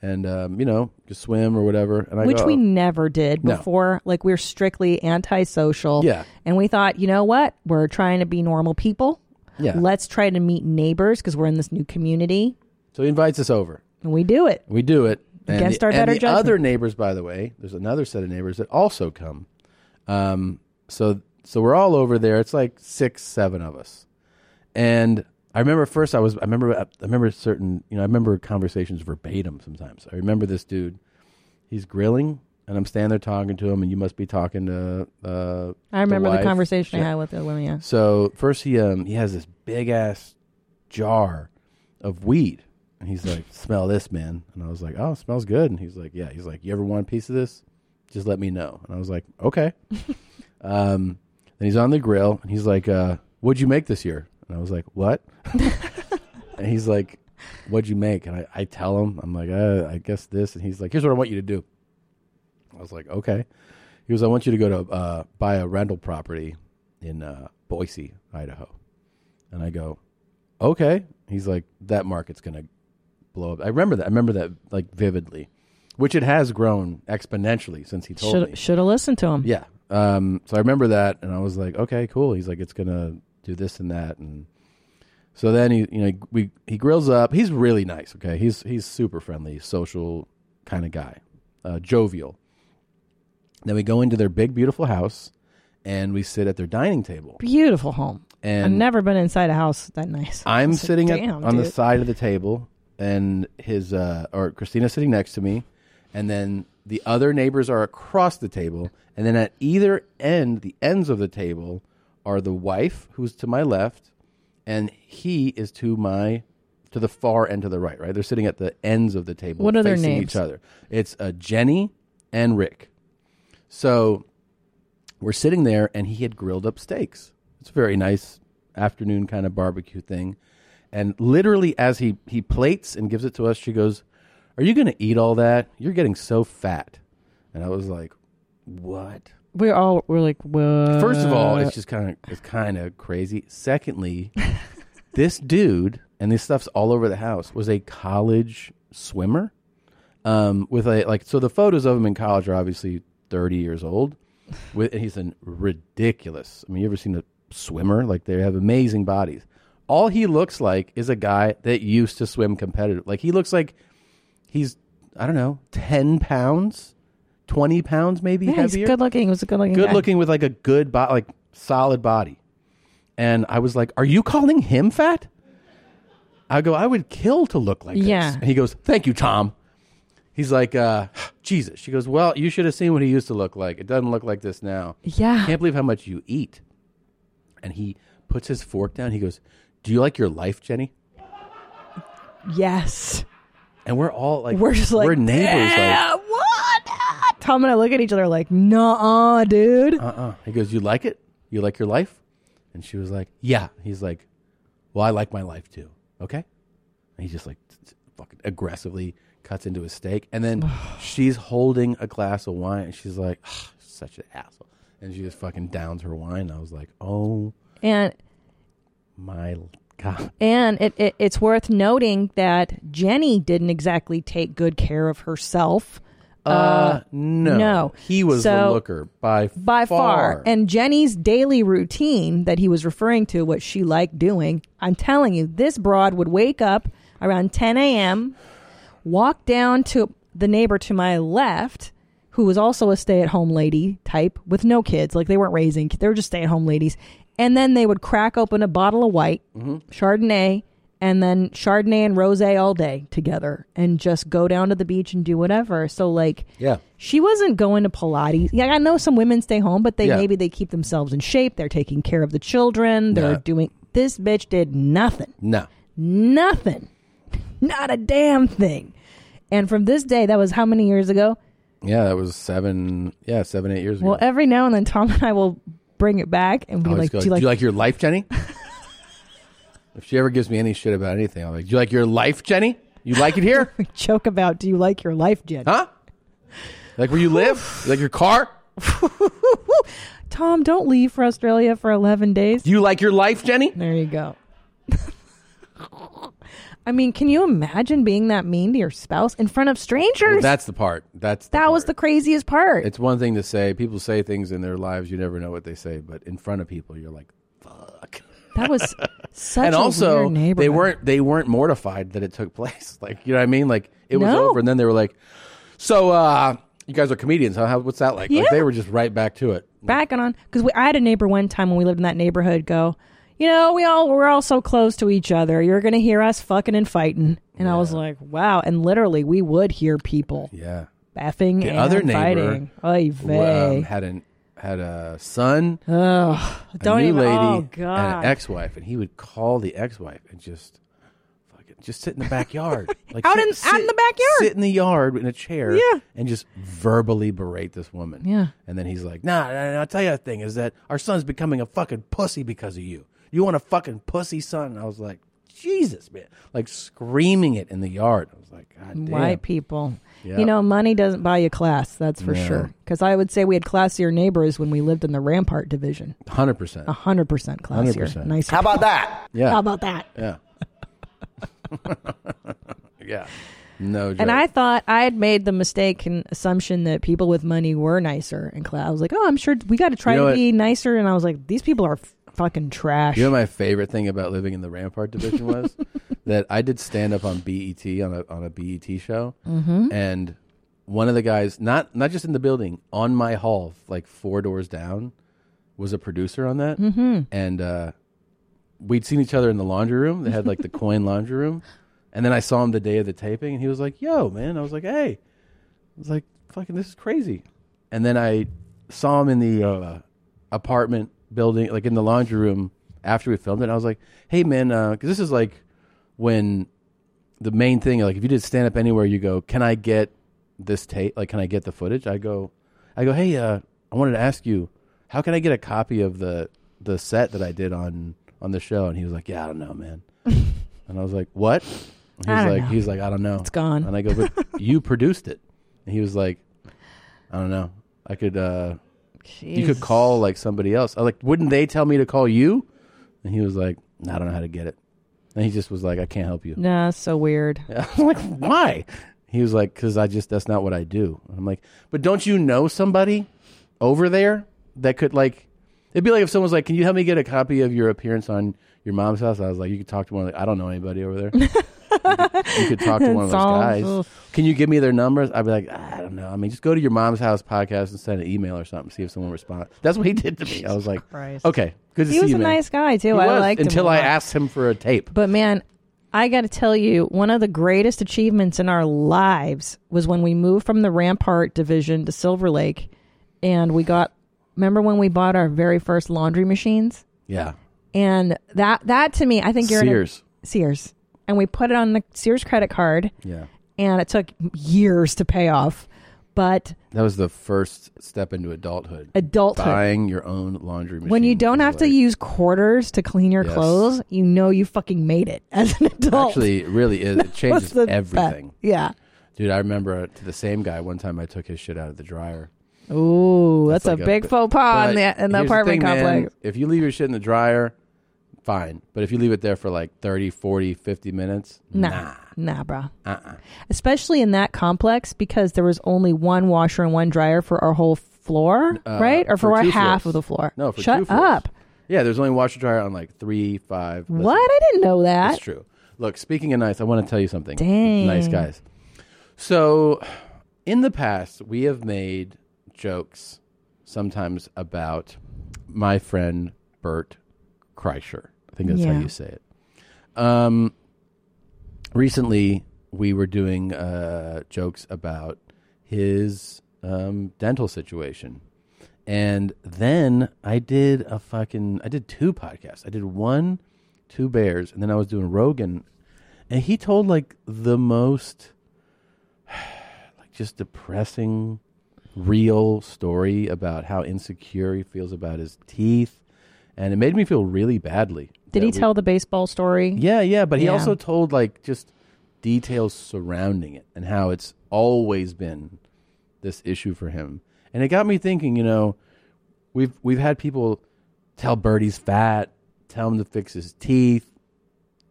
Speaker 1: and um, you know, just swim or whatever. And I
Speaker 3: which
Speaker 1: go,
Speaker 3: we never did
Speaker 1: uh, No.
Speaker 3: before. Like we're strictly antisocial.
Speaker 1: Yeah.
Speaker 3: And we thought, you know what? We're trying to be normal people.
Speaker 1: Yeah.
Speaker 3: Let's try to meet neighbors because we're in this new community,
Speaker 1: So he invites us over.
Speaker 3: and we do it.
Speaker 1: We do it. And
Speaker 3: Against
Speaker 1: the,
Speaker 3: our
Speaker 1: and
Speaker 3: better
Speaker 1: the
Speaker 3: judgment.
Speaker 1: other neighbors, by the way, there's another set of neighbors that also come. Um, so so we're all over there. It's like six, seven of us. And I remember first I was I remember I remember certain you know I remember conversations verbatim sometimes. I remember this dude. He's grilling, and I'm standing there talking to him, and you must be talking to. Uh,
Speaker 3: I remember the,
Speaker 1: wife.
Speaker 3: conversation
Speaker 1: Yeah.
Speaker 3: I had with the women. Yeah.
Speaker 1: So first he um he has this big ass jar of weed, and he's like, "Smell this, man." And I was like, "Oh, it smells good." And he's like, "Yeah." He's like, "You ever want a piece of this? Just let me know." And I was like,
Speaker 3: (laughs)
Speaker 1: "Okay." um, then he's on the grill, and he's like, uh, "What'd you make this year?" And I was like,
Speaker 3: (laughs)
Speaker 1: "What?" and he's like, "What'd you make?" And I, I tell him, I'm like, uh, "I guess this." And he's like, "Here's what I want you to do." I was like, okay. He goes, I want you to go to uh, buy a rental property in uh, Boise, Idaho. And I go, okay. He's like, that market's going to blow up. I remember that. I remember that like vividly, which it has grown exponentially since he told me.
Speaker 3: Should should have listened to him.
Speaker 1: Yeah. Um, so I remember that, and I was like, okay, cool. He's like, it's gonna do this and that, and so then he, you know, we he grills up. He's really nice. Okay, he's he's super friendly, social kind of guy, uh, jovial. Then we go into their big, beautiful house, and we sit at their dining table.
Speaker 3: Beautiful home.
Speaker 1: And-
Speaker 3: I've never been inside a house that nice.
Speaker 1: I'm
Speaker 3: It's like,
Speaker 1: sitting at,
Speaker 3: "Damn,
Speaker 1: on the
Speaker 3: dude."
Speaker 1: side of the table, and his uh, or Christina's sitting next to me, and then the other neighbors are across the table, and then at either end, the ends of the table are the wife who's to my left, and he is to my to the far end to the right. Right, they're sitting at the ends of the table,
Speaker 3: What are their
Speaker 1: facing
Speaker 3: names?
Speaker 1: Each other. It's uh, Jenny and Rick. So we're sitting there and he had grilled up steaks. It's a very nice afternoon kind of barbecue thing. And literally as he he plates and gives it to us, she goes, "Are you going to eat all that? You're getting so fat." And I was like, "What?"
Speaker 3: We're all we're like, what?
Speaker 1: First of all, it's just kind of it's kind of crazy. Secondly, (laughs) this dude and this stuff's all over the house was a college swimmer. Um, with a like, so the photos of him in college are obviously thirty years old. With and he's in ridiculous. I mean, you ever seen a swimmer? Like they have amazing bodies. All he looks like is a guy that used to swim competitive. Like he looks like he's I don't know ten pounds, twenty pounds maybe
Speaker 3: yeah, he's
Speaker 1: heavier
Speaker 3: good looking. He was a good looking.
Speaker 1: good
Speaker 3: guy.
Speaker 1: looking with like a good body, like solid body. And I was like, "Are you calling him fat?" I go, "I would kill to look like this."
Speaker 3: Yeah.
Speaker 1: And he goes, "Thank you, Tom." He's like, uh, "Jesus." She goes, "Well, you should have seen what he used to look like. It doesn't look like this now."
Speaker 3: Yeah.
Speaker 1: Can't believe how much you eat. And he puts his fork down. He goes, "Do you like your life, Jenny?"
Speaker 3: Yes.
Speaker 1: And we're all like,
Speaker 3: We're just like,
Speaker 1: we're neighbors. Like,
Speaker 3: "Damn, what? Ah." Tom and I look at each other like, nah, dude.
Speaker 1: uh-uh. He goes, you like it? You like your life? And she was like, yeah. He's like, well, I like my life too. Okay. And he just like t- t- fucking aggressively cuts into his steak. And then she's holding a glass of wine and she's like, "Ah, such an asshole. And she just fucking downs her wine. I was like, oh
Speaker 3: and
Speaker 1: my God.
Speaker 3: And it, it, it's worth noting that Jenny didn't exactly take good care of herself.
Speaker 1: Uh, no.
Speaker 3: no.
Speaker 1: He was the
Speaker 3: So-
Speaker 1: looker by
Speaker 3: by far. And Jenny's daily routine that he was referring to, what she liked doing, I'm telling you, this broad would wake up around 10 a.m., walk down to the neighbor to my left, who was also a stay at home lady type with no kids. Like they weren't raising, they were just stay at home ladies. And then they would crack open a bottle of white, Chardonnay, and then Chardonnay and rose all day together and just go down to the beach and do whatever. So, like,
Speaker 1: Yeah.
Speaker 3: she wasn't going to Pilates. Yeah, I know some women stay home, but they
Speaker 1: Yeah.
Speaker 3: maybe they keep themselves in shape. They're taking care of the children. They're
Speaker 1: Yeah.
Speaker 3: doing. This bitch did nothing.
Speaker 1: no.
Speaker 3: Nothing. (laughs) Not a damn thing. And from this day, that was how many years ago?
Speaker 1: Yeah, that was seven. Yeah, seven eight years ago.
Speaker 3: Well, every now and then, Tom and I will bring it back and
Speaker 1: I
Speaker 3: be
Speaker 1: always
Speaker 3: like,
Speaker 1: go,
Speaker 3: "Do you like?"
Speaker 1: your life,
Speaker 3: (laughs)
Speaker 1: Jenny?" if she ever gives me any shit about anything, I'm like, "Do you like your life, Jenny? You like it here,
Speaker 3: we (laughs) joke about, "Do you like your life, Jen?"
Speaker 1: huh? Like where you live? You like your car?
Speaker 3: Tom, don't leave for Australia for eleven days.
Speaker 1: Do you like your life, Jenny?"
Speaker 3: There you go. (laughs) I mean, can you imagine being that mean to your spouse in front of strangers?
Speaker 1: Well, that's the part. That's the
Speaker 3: that was the
Speaker 1: part.
Speaker 3: craziest part.
Speaker 1: It's one thing to say people say things in their lives you never know what they say, but in front of people, you're like, "Fuck."
Speaker 3: that
Speaker 1: (laughs)
Speaker 3: was such
Speaker 1: and
Speaker 3: a
Speaker 1: also
Speaker 3: weird neighborhood.
Speaker 1: they weren't they weren't mortified that it took place (laughs) like you know what i mean like it was
Speaker 3: No.
Speaker 1: over and then they were like so uh you guys are comedians huh How, what's that like
Speaker 3: Yeah.
Speaker 1: like they were just right back to it
Speaker 3: backing on because I had a neighbor one time when we lived in that neighborhood go, you know, we all we're all so close to each other. You're gonna hear us fucking and fighting. And I was like, wow. And literally, we would hear people
Speaker 1: yeah
Speaker 3: baffing
Speaker 1: the
Speaker 3: and
Speaker 1: other neighbor
Speaker 3: fighting.
Speaker 1: w-
Speaker 3: Oy
Speaker 1: um,
Speaker 3: vey.
Speaker 1: had an had a son
Speaker 3: Ugh,
Speaker 1: a
Speaker 3: don't
Speaker 1: new
Speaker 3: even.
Speaker 1: lady
Speaker 3: oh
Speaker 1: and
Speaker 3: god.
Speaker 1: an ex-wife and he would call the ex-wife and just fucking just sit in the
Speaker 3: (laughs)
Speaker 1: backyard like
Speaker 3: Out
Speaker 1: sit-
Speaker 3: in- out in
Speaker 1: sit-
Speaker 3: the backyard.
Speaker 1: sit in the yard in a chair
Speaker 3: Yeah.
Speaker 1: and just verbally berate this woman
Speaker 3: Yeah.
Speaker 1: and then he's like nah, nah, nah, i'll tell you a thing is that our son's becoming a fucking pussy because of you you want a fucking pussy son and i was like jesus man like screaming it in the yard i was like god damn
Speaker 3: White people.
Speaker 1: Yep.
Speaker 3: You know, money doesn't buy you class, that's for
Speaker 1: No.
Speaker 3: sure. Because I would say we had classier neighbors when we lived in the Rampart division.
Speaker 1: 100%
Speaker 3: 100% classier.
Speaker 1: 100%.
Speaker 3: Nice.
Speaker 5: How about that?
Speaker 1: yeah
Speaker 3: How about that? (laughs)
Speaker 1: yeah yeah no joke.
Speaker 3: And I thought I had made the mistake and assumption that people with money were nicer in class. I was like, oh, I'm sure we got to try
Speaker 1: You know
Speaker 3: to
Speaker 1: what?
Speaker 3: be nicer. And I was like, these people are f- fucking trash.
Speaker 1: You know, what my favorite thing about living in the Rampart Division
Speaker 3: (laughs)
Speaker 1: was that I did stand up on BET on a on a BET show,
Speaker 3: Mm-hmm.
Speaker 1: and one of the guys, not not just in the building, on my hall, like four doors down, was a producer on that, mm-hmm. and uh, we'd seen each other in the laundry room. They had
Speaker 3: (laughs)
Speaker 1: like the coin laundry room, and then I saw him the day of the taping, and he was like, "Yo, man," I was like, "Hey," I was like, "Fucking, this is crazy," and then I saw him in the uh, apartment building, like in the laundry room after we filmed it. And I was like, hey, man, because this is like when the main thing, like if you did stand up anywhere, you go, can I get this tape? Like, can I get the footage? I go, I go, hey, uh, I wanted to ask you, how can I get a copy of the the set that I did on on the show? And he was like, yeah, I don't know, (laughs) man. and I was like, what? And he
Speaker 3: I
Speaker 1: was
Speaker 3: don't
Speaker 1: like,
Speaker 3: know.
Speaker 1: he's like, I don't know. It's
Speaker 3: gone.
Speaker 1: And I go,
Speaker 3: (laughs)
Speaker 1: but you produced it. And he was like, I don't know. I could. uh you could
Speaker 3: Jeez.
Speaker 1: call like somebody else. I was like, wouldn't they tell me to call you? And he was like, I don't know how to get it. And he just was like, I can't help you.
Speaker 3: Nah, it's so weird.
Speaker 1: (laughs) I was like, why? He was like, because I just, that's not what I do. And I'm like, but don't you know somebody over there that could like, it'd be like if someone's like, can you help me get a copy of your appearance on your mom's house? I was like, you could talk to one of the, I don't know anybody over there. you, could, you could talk to one of those
Speaker 3: Sounds-
Speaker 1: guys.
Speaker 3: ugh.
Speaker 1: Can you give me their numbers? I'd be like, I don't know. I mean, just go to your mom's house podcast and send an email or something, see if someone responds. That's what he did to me. I was like,
Speaker 3: Christ.
Speaker 1: okay, good to
Speaker 3: He
Speaker 1: see
Speaker 3: was
Speaker 1: you,
Speaker 3: a
Speaker 1: man.
Speaker 3: nice guy, too.
Speaker 1: He
Speaker 3: I
Speaker 1: was,
Speaker 3: liked him.
Speaker 1: until
Speaker 3: a
Speaker 1: I
Speaker 3: lot.
Speaker 1: asked him for a tape.
Speaker 3: But man, I got to tell you, one of the greatest achievements in our lives was when we moved from the Rampart division to Silver Lake and we got remember when we bought our very first laundry machines?
Speaker 1: Yeah.
Speaker 3: And that that to me, I think you're in a-
Speaker 1: Sears.
Speaker 3: Sears. And we put it on the Sears credit card
Speaker 1: Yeah.
Speaker 3: and it took years to pay off, but
Speaker 1: That was the first step into adulthood.
Speaker 3: adulthood
Speaker 1: Buying your own laundry machine.
Speaker 3: when you don't
Speaker 1: is
Speaker 3: have to
Speaker 1: like-
Speaker 3: use quarters to clean your
Speaker 1: Yes.
Speaker 3: clothes, you know you fucking made it as an adult.
Speaker 1: Actually, it really
Speaker 3: (laughs)
Speaker 1: is. It
Speaker 3: What's
Speaker 1: changes
Speaker 3: the be-
Speaker 1: everything.
Speaker 3: Yeah.
Speaker 1: Dude, I remember uh, to the same guy one time I took his shit out of the dryer.
Speaker 3: Ooh, that's,
Speaker 1: like
Speaker 3: a big
Speaker 1: bi-
Speaker 3: faux pas in
Speaker 1: But
Speaker 3: the, in the
Speaker 1: here's
Speaker 3: apartment
Speaker 1: thing, man.
Speaker 3: complex.
Speaker 1: if you leave your shit in the dryer, fine. But if you leave it there for like 30, 40, 50 minutes,
Speaker 3: Nah, nah, bruh.
Speaker 1: Uh-uh.
Speaker 3: Especially in that complex because there was only one washer and one dryer for our whole floor,
Speaker 1: Uh,
Speaker 3: right? Or for, our
Speaker 1: two
Speaker 3: half
Speaker 1: floors.
Speaker 3: of the floor.
Speaker 1: No, for
Speaker 3: shut
Speaker 1: two floors.
Speaker 3: up.
Speaker 1: Yeah, there's only washer dryer on like three, five. listen,
Speaker 3: What? I didn't know that.
Speaker 1: That's true. Look, speaking of nice, I want to tell you something.
Speaker 3: Dang.
Speaker 1: Nice guys. So, in the past, we have made jokes sometimes about my friend Bert Kreischer. I think that's how
Speaker 10: Yeah.
Speaker 1: you say it. Um, recently, we were doing uh, jokes about his um, dental situation. And then I did a fucking, I did two podcasts. I did one, two bears, and then I was doing Rogan. And he told like the most, like just depressing, real story about how insecure he feels about his teeth. And it made me feel really badly.
Speaker 3: Did he
Speaker 1: that we-
Speaker 3: tell the baseball story?
Speaker 1: yeah, yeah, but he
Speaker 3: Yeah.
Speaker 1: also told like just details surrounding it and how it's always been this issue for him. And it got me thinking, you know, we've we've had people tell Birdie's fat, tell him to fix his teeth,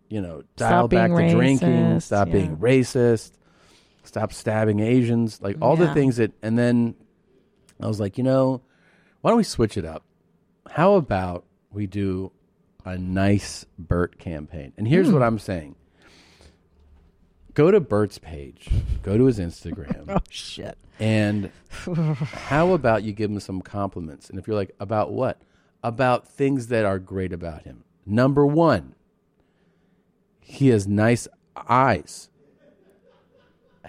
Speaker 1: you know, dial
Speaker 10: Stop
Speaker 1: back
Speaker 10: being
Speaker 1: to drinking,
Speaker 10: racist,
Speaker 1: stop
Speaker 10: yeah.
Speaker 1: being racist, stop stabbing Asians, like all the
Speaker 10: Yeah.
Speaker 1: things that and then I was like, you know, why don't we switch it up? How about we do a nice Bert campaign? And here's
Speaker 10: Hmm.
Speaker 1: what I'm saying. Go to Bert's page. Go to his Instagram.
Speaker 3: (laughs) Oh, shit. (sighs)
Speaker 1: And how about you give him some compliments? And if you're like, about what? About things that are great about him. Number one, he has nice eyes.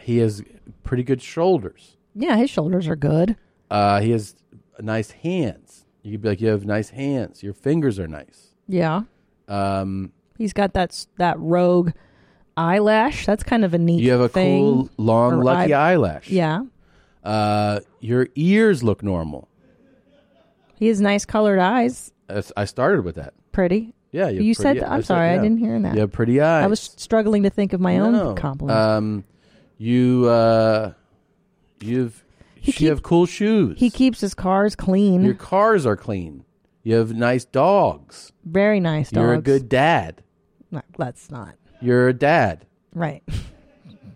Speaker 1: He has pretty good shoulders.
Speaker 3: Yeah, his shoulders are good.
Speaker 1: Uh, he has nice hands. You could be like, you have nice hands. Your fingers are nice.
Speaker 3: Yeah.
Speaker 1: Um,
Speaker 3: He's got that s- that rogue eyelash. That's kind of a neat.
Speaker 1: you have a
Speaker 3: thing.
Speaker 1: cool, long,
Speaker 3: Or
Speaker 1: lucky
Speaker 3: eye-
Speaker 1: eyelash.
Speaker 3: Yeah,
Speaker 1: Uh, your ears look normal.
Speaker 3: he has nice colored eyes.
Speaker 1: That's- I started with that.
Speaker 3: Pretty.
Speaker 1: Yeah, have
Speaker 3: you,
Speaker 1: pretty
Speaker 3: said.
Speaker 1: eye-
Speaker 3: that.
Speaker 1: I
Speaker 3: I'm
Speaker 1: said-
Speaker 3: sorry,
Speaker 1: yeah.
Speaker 3: I didn't hear that.
Speaker 1: You have pretty eyes.
Speaker 3: I was struggling to think of my own
Speaker 1: No.
Speaker 3: compliment.
Speaker 1: Um, you uh, you've you have cool shoes.
Speaker 3: he keeps his cars clean.
Speaker 1: Your cars are clean. You have nice dogs.
Speaker 3: Very nice dogs.
Speaker 1: You're a good dad.
Speaker 3: No, let's not.
Speaker 1: You're a dad.
Speaker 3: Right.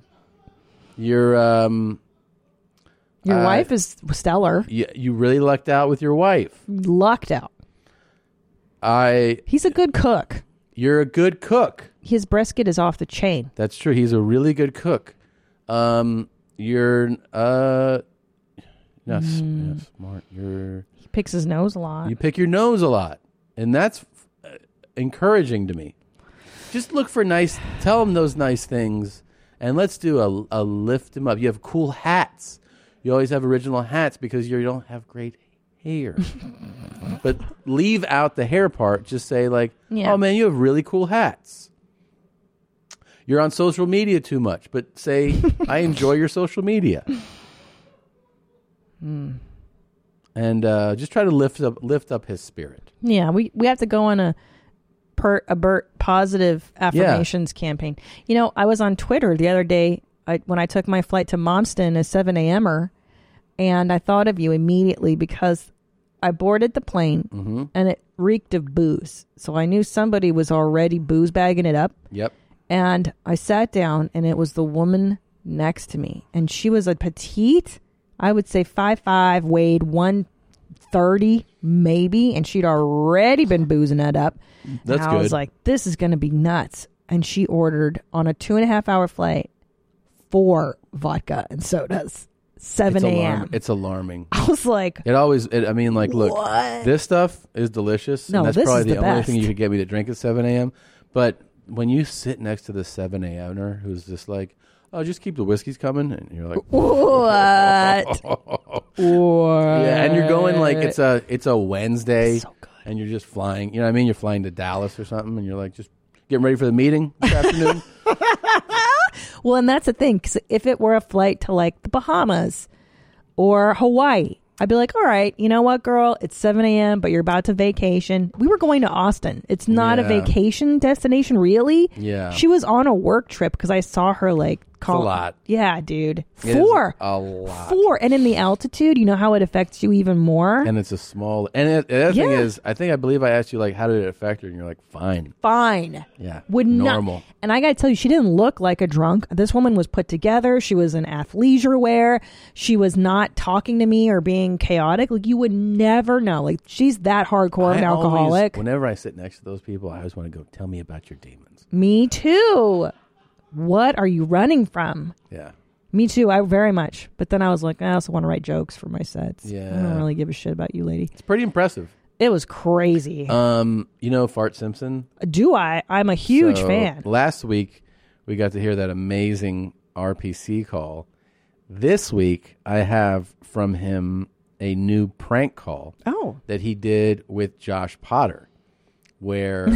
Speaker 3: (laughs)
Speaker 1: You're um.
Speaker 3: Your
Speaker 1: uh,
Speaker 3: wife is stellar.
Speaker 1: You, you really lucked out with your wife.
Speaker 3: Lucked out.
Speaker 1: I.
Speaker 3: He's a good cook.
Speaker 1: You're a good cook.
Speaker 3: His brisket is off the chain.
Speaker 1: That's true. He's a really good cook. Um, you're uh, no, s- yeah, smart. You're
Speaker 3: Mm. He picks his nose a lot.
Speaker 1: You pick your nose a lot, and that's uh, encouraging to me. Just look for nice. Tell him those nice things, and let's do a, a lift him up. You have cool hats. You always have original hats because you don't have great hair. but leave out the hair part. Just say like,
Speaker 10: Yeah.
Speaker 1: "Oh man, you have really cool hats." You're on social media too much, but say, "I enjoy your social media."
Speaker 3: Mm.
Speaker 1: and uh, just try to lift up lift up his spirit.
Speaker 3: Yeah, we, we have to go on a per a Bert positive affirmations campaign. You know, I was on Twitter the other day I, when I took my flight to Momston at seven a.m.er, and I thought of you immediately because I boarded the plane
Speaker 10: Mhm.
Speaker 3: and it reeked of booze. So I knew somebody was already booze bagging it up.
Speaker 1: Yep.
Speaker 3: And I sat down, and it was the woman next to me, and she was a petite, I would say five five, weighed one thirty maybe, and she'd already been boozing that up. and
Speaker 10: That's
Speaker 3: I was
Speaker 10: good.
Speaker 3: like, this is going to be nuts. And she ordered on a two and a half hour flight four vodka and sodas, seven
Speaker 1: it's alarm-
Speaker 3: a.m.
Speaker 1: It's alarming.
Speaker 3: I was like,
Speaker 1: It always. It, I mean, like, look,
Speaker 3: What?
Speaker 1: this stuff is delicious.
Speaker 3: No,
Speaker 1: and that's
Speaker 3: this
Speaker 1: probably
Speaker 3: is
Speaker 1: the,
Speaker 3: the
Speaker 1: only
Speaker 3: best.
Speaker 1: thing you could get me to drink at seven a.m. But when you sit next to the seven a.m.er who's just like, "Oh, just keep the whiskeys coming," and you're like,
Speaker 10: (laughs)
Speaker 3: what?
Speaker 1: (laughs) "Yeah," and you're going like it's a it's a Wednesday, and you're just flying. You know what I mean? You're flying to Dallas or something, and you're like just getting ready for the meeting this afternoon.
Speaker 3: Well, and that's the thing. 'cause if it were a flight to like the Bahamas or Hawaii, I'd be like, all right, you know what, girl? It's 7 a.m., but you're about to vacation. We were going to Austin. It's not a
Speaker 10: Yeah.
Speaker 3: vacation destination, really.
Speaker 10: Yeah.
Speaker 3: She was on a work trip because I saw her like Call
Speaker 1: lot.
Speaker 3: Yeah, dude.
Speaker 1: It is
Speaker 3: (laughs) Four.
Speaker 1: a lot.
Speaker 3: Four. And in the altitude, you know how it affects you even more.
Speaker 1: and it's a small. And it, the other thing
Speaker 3: Yeah.
Speaker 1: is, I think I believe I asked you like, how did it affect her, and you're like, fine.
Speaker 3: fine.
Speaker 1: Yeah,
Speaker 3: Would
Speaker 1: normal.
Speaker 3: not. And I got to tell you, she didn't look like a drunk. This woman was put together. She was in athleisure wear. She was not talking to me or being chaotic. Like, you would never know. Like, she's that hardcore
Speaker 1: I
Speaker 3: an
Speaker 1: always-
Speaker 3: alcoholic.
Speaker 1: whenever I sit next to those people, I always want to go. Tell me about your demons.
Speaker 3: me too. What are you running from?
Speaker 1: Yeah.
Speaker 3: Me too. I very much. But then I was like, I also want to write jokes for my sets. I
Speaker 1: Yeah.
Speaker 3: don't really give a shit about you, lady.
Speaker 1: It's pretty impressive.
Speaker 3: It was crazy.
Speaker 1: Um, you know Fart Simpson?
Speaker 3: Do I? I'm a huge
Speaker 1: So,
Speaker 3: fan.
Speaker 1: Last week we got to hear that amazing RPC call. This week I have from him a new prank call.
Speaker 3: Oh.
Speaker 1: That he did with Josh Potter
Speaker 3: (laughs)
Speaker 1: where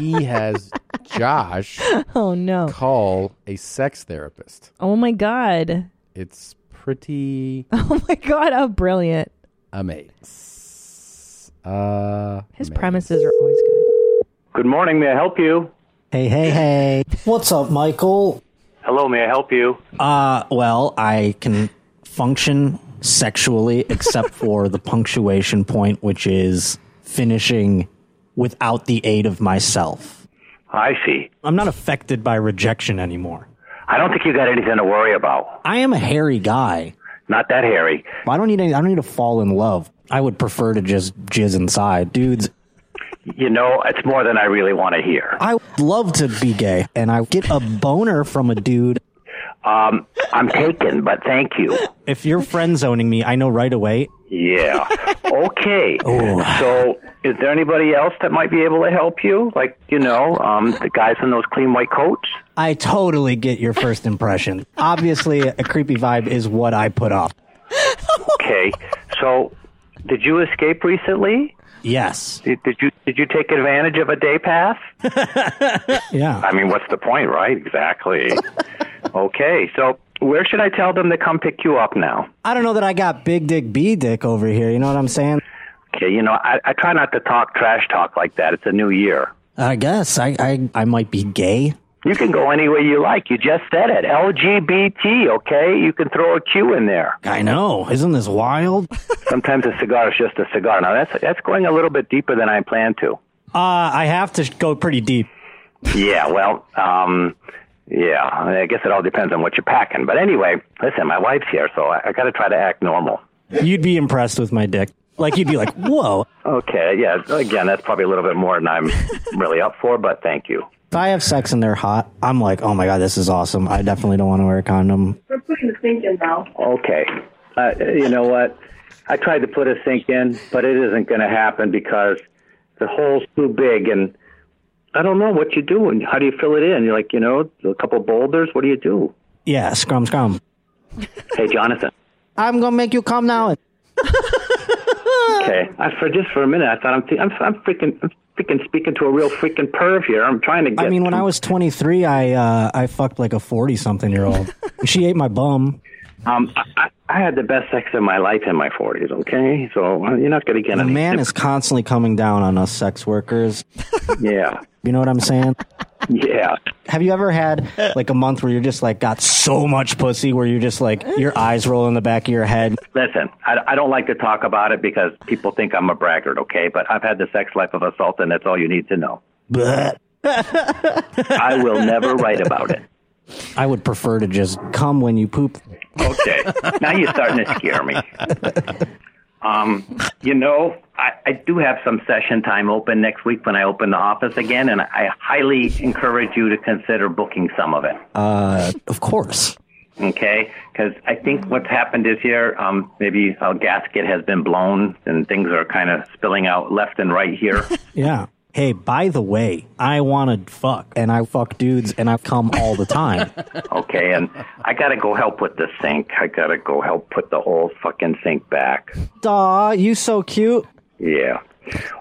Speaker 1: he has Josh
Speaker 3: Oh, no.
Speaker 1: call a sex therapist.
Speaker 3: Oh, my God. (laughs)
Speaker 1: It's pretty
Speaker 3: Oh, my God. How brilliant.
Speaker 1: amazing. Uh
Speaker 3: His premises are always good.
Speaker 10: Good morning. May I help you?
Speaker 11: Hey, hey, hey. What's up, Michael?
Speaker 10: Hello. May I help you?
Speaker 11: Uh, well, I can function sexually (laughs) except for the punctuation point, which is finishing without the aid of myself.
Speaker 10: I see.
Speaker 11: I'm not affected by rejection anymore.
Speaker 10: I don't think you got anything to worry about.
Speaker 11: I am a hairy guy.
Speaker 10: Not that hairy.
Speaker 11: I don't need any, I don't need to fall in love. I would prefer to just jizz inside. Dudes,
Speaker 10: You know, it's more than I really want to hear.
Speaker 11: I would love to be gay and I get a boner from a dude.
Speaker 10: Um, I'm taken, but thank you.
Speaker 11: If you're friend zoning me, I know right away. (laughs)
Speaker 10: Yeah. Okay.
Speaker 11: Oh.
Speaker 10: So, is there anybody else that might be able to help you? Like, you know, um, the guys in those clean white coats?
Speaker 11: I totally get your first impression. Obviously, a creepy vibe is what I put off.
Speaker 10: Okay. So, did you escape recently?
Speaker 11: Yes.
Speaker 10: Did, did you did you take advantage of a day
Speaker 11: (laughs)
Speaker 10: pass?
Speaker 11: Yeah.
Speaker 10: I mean, what's the point, right? Exactly. okay. So, where should I tell them to come pick you up now?
Speaker 11: I don't know that I got big dick B dick over here. You know what I'm saying?
Speaker 10: Okay, you know, I, I try not to talk trash talk like that. It's a new year.
Speaker 11: I guess I I, I might be gay.
Speaker 10: You can go any way you like. You just said it. LGBT, okay? You can throw a Q in there.
Speaker 11: I know. Isn't this wild?
Speaker 10: Sometimes a cigar is just a cigar. Now, that's, that's going a little bit deeper than I planned to.
Speaker 11: Uh, I have to go pretty deep.
Speaker 10: Yeah, well, um, yeah, I guess it all depends on what you're packing. But anyway, listen, my wife's here, so I, I got to try to act normal.
Speaker 11: You'd be impressed with my dick. Like you'd be like, whoa.
Speaker 10: (laughs) Okay, yeah, again, that's probably a little bit more than
Speaker 11: (laughs)
Speaker 10: I'm really up for, but thank you.
Speaker 11: If I have sex and they're hot, I'm like, oh my god, this is awesome. I definitely don't want to wear a condom.
Speaker 10: We're putting the sink in now. Okay. Uh, you know what? I tried to put a sink in, but it isn't going to happen because the hole's too big and I don't know what you do and how do you fill it in? You're like, you know, a couple boulders. What do you do?
Speaker 11: Yeah, scrum scrum.
Speaker 10: Hey, Jonathan.
Speaker 11: I'm gonna make you come now.
Speaker 10: Okay. I, for just for a minute, I thought I'm, th- I'm, I'm freaking, I'm freaking speaking to a real freaking perv here. I'm trying to get.
Speaker 11: I mean, when I was 23, I uh, I fucked like a 40 something year old. she ate my bum.
Speaker 10: um, I, I- I had the best sex of my life in my 40s. Okay, so uh, you're not going to get
Speaker 11: The
Speaker 10: any.
Speaker 11: man is constantly coming down on us sex workers.
Speaker 10: Yeah.
Speaker 11: You know what I'm saying?
Speaker 10: Yeah.
Speaker 11: Have you ever had like a month where you're just like got so much pussy where you're just like your eyes roll in the back of your head?
Speaker 10: Listen, I, I don't like to talk about it because people think I'm a braggart, okay? But I've had the sex life of a sultan. That's all you need to
Speaker 11: (laughs)
Speaker 10: know.
Speaker 11: Bleh.
Speaker 10: I will never write about it.
Speaker 11: I would prefer to just come when you poop.
Speaker 10: Okay. now you're starting to scare me. Um, you know, I, I do have some session time open next week when I open the office again, and I highly encourage you to consider booking some of it.
Speaker 11: Uh, of course.
Speaker 10: Okay, because I think what's happened is here, um, maybe a gasket has been blown and things are kind of spilling out left and right
Speaker 11: (laughs)
Speaker 10: here.
Speaker 11: Yeah. Hey, by the way, I want to fuck and I fuck dudes and I come all the time.
Speaker 10: Okay, and I gotta go help with the sink. I gotta go help put the whole fucking sink back.
Speaker 11: Aw, you so cute.
Speaker 10: Yeah.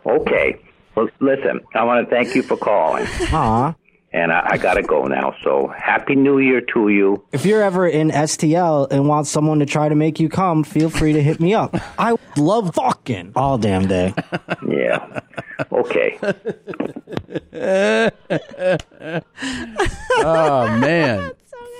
Speaker 10: Okay. Well, listen, I want to thank you for calling,
Speaker 11: Aw.
Speaker 10: and I, I gotta go now. So, happy New Year to you.
Speaker 11: If you're ever in STL and want someone to try to make you come, feel free to hit me (laughs) up. I love fucking all damn day.
Speaker 10: Yeah.
Speaker 1: (laughs)
Speaker 10: Okay.
Speaker 1: Oh man,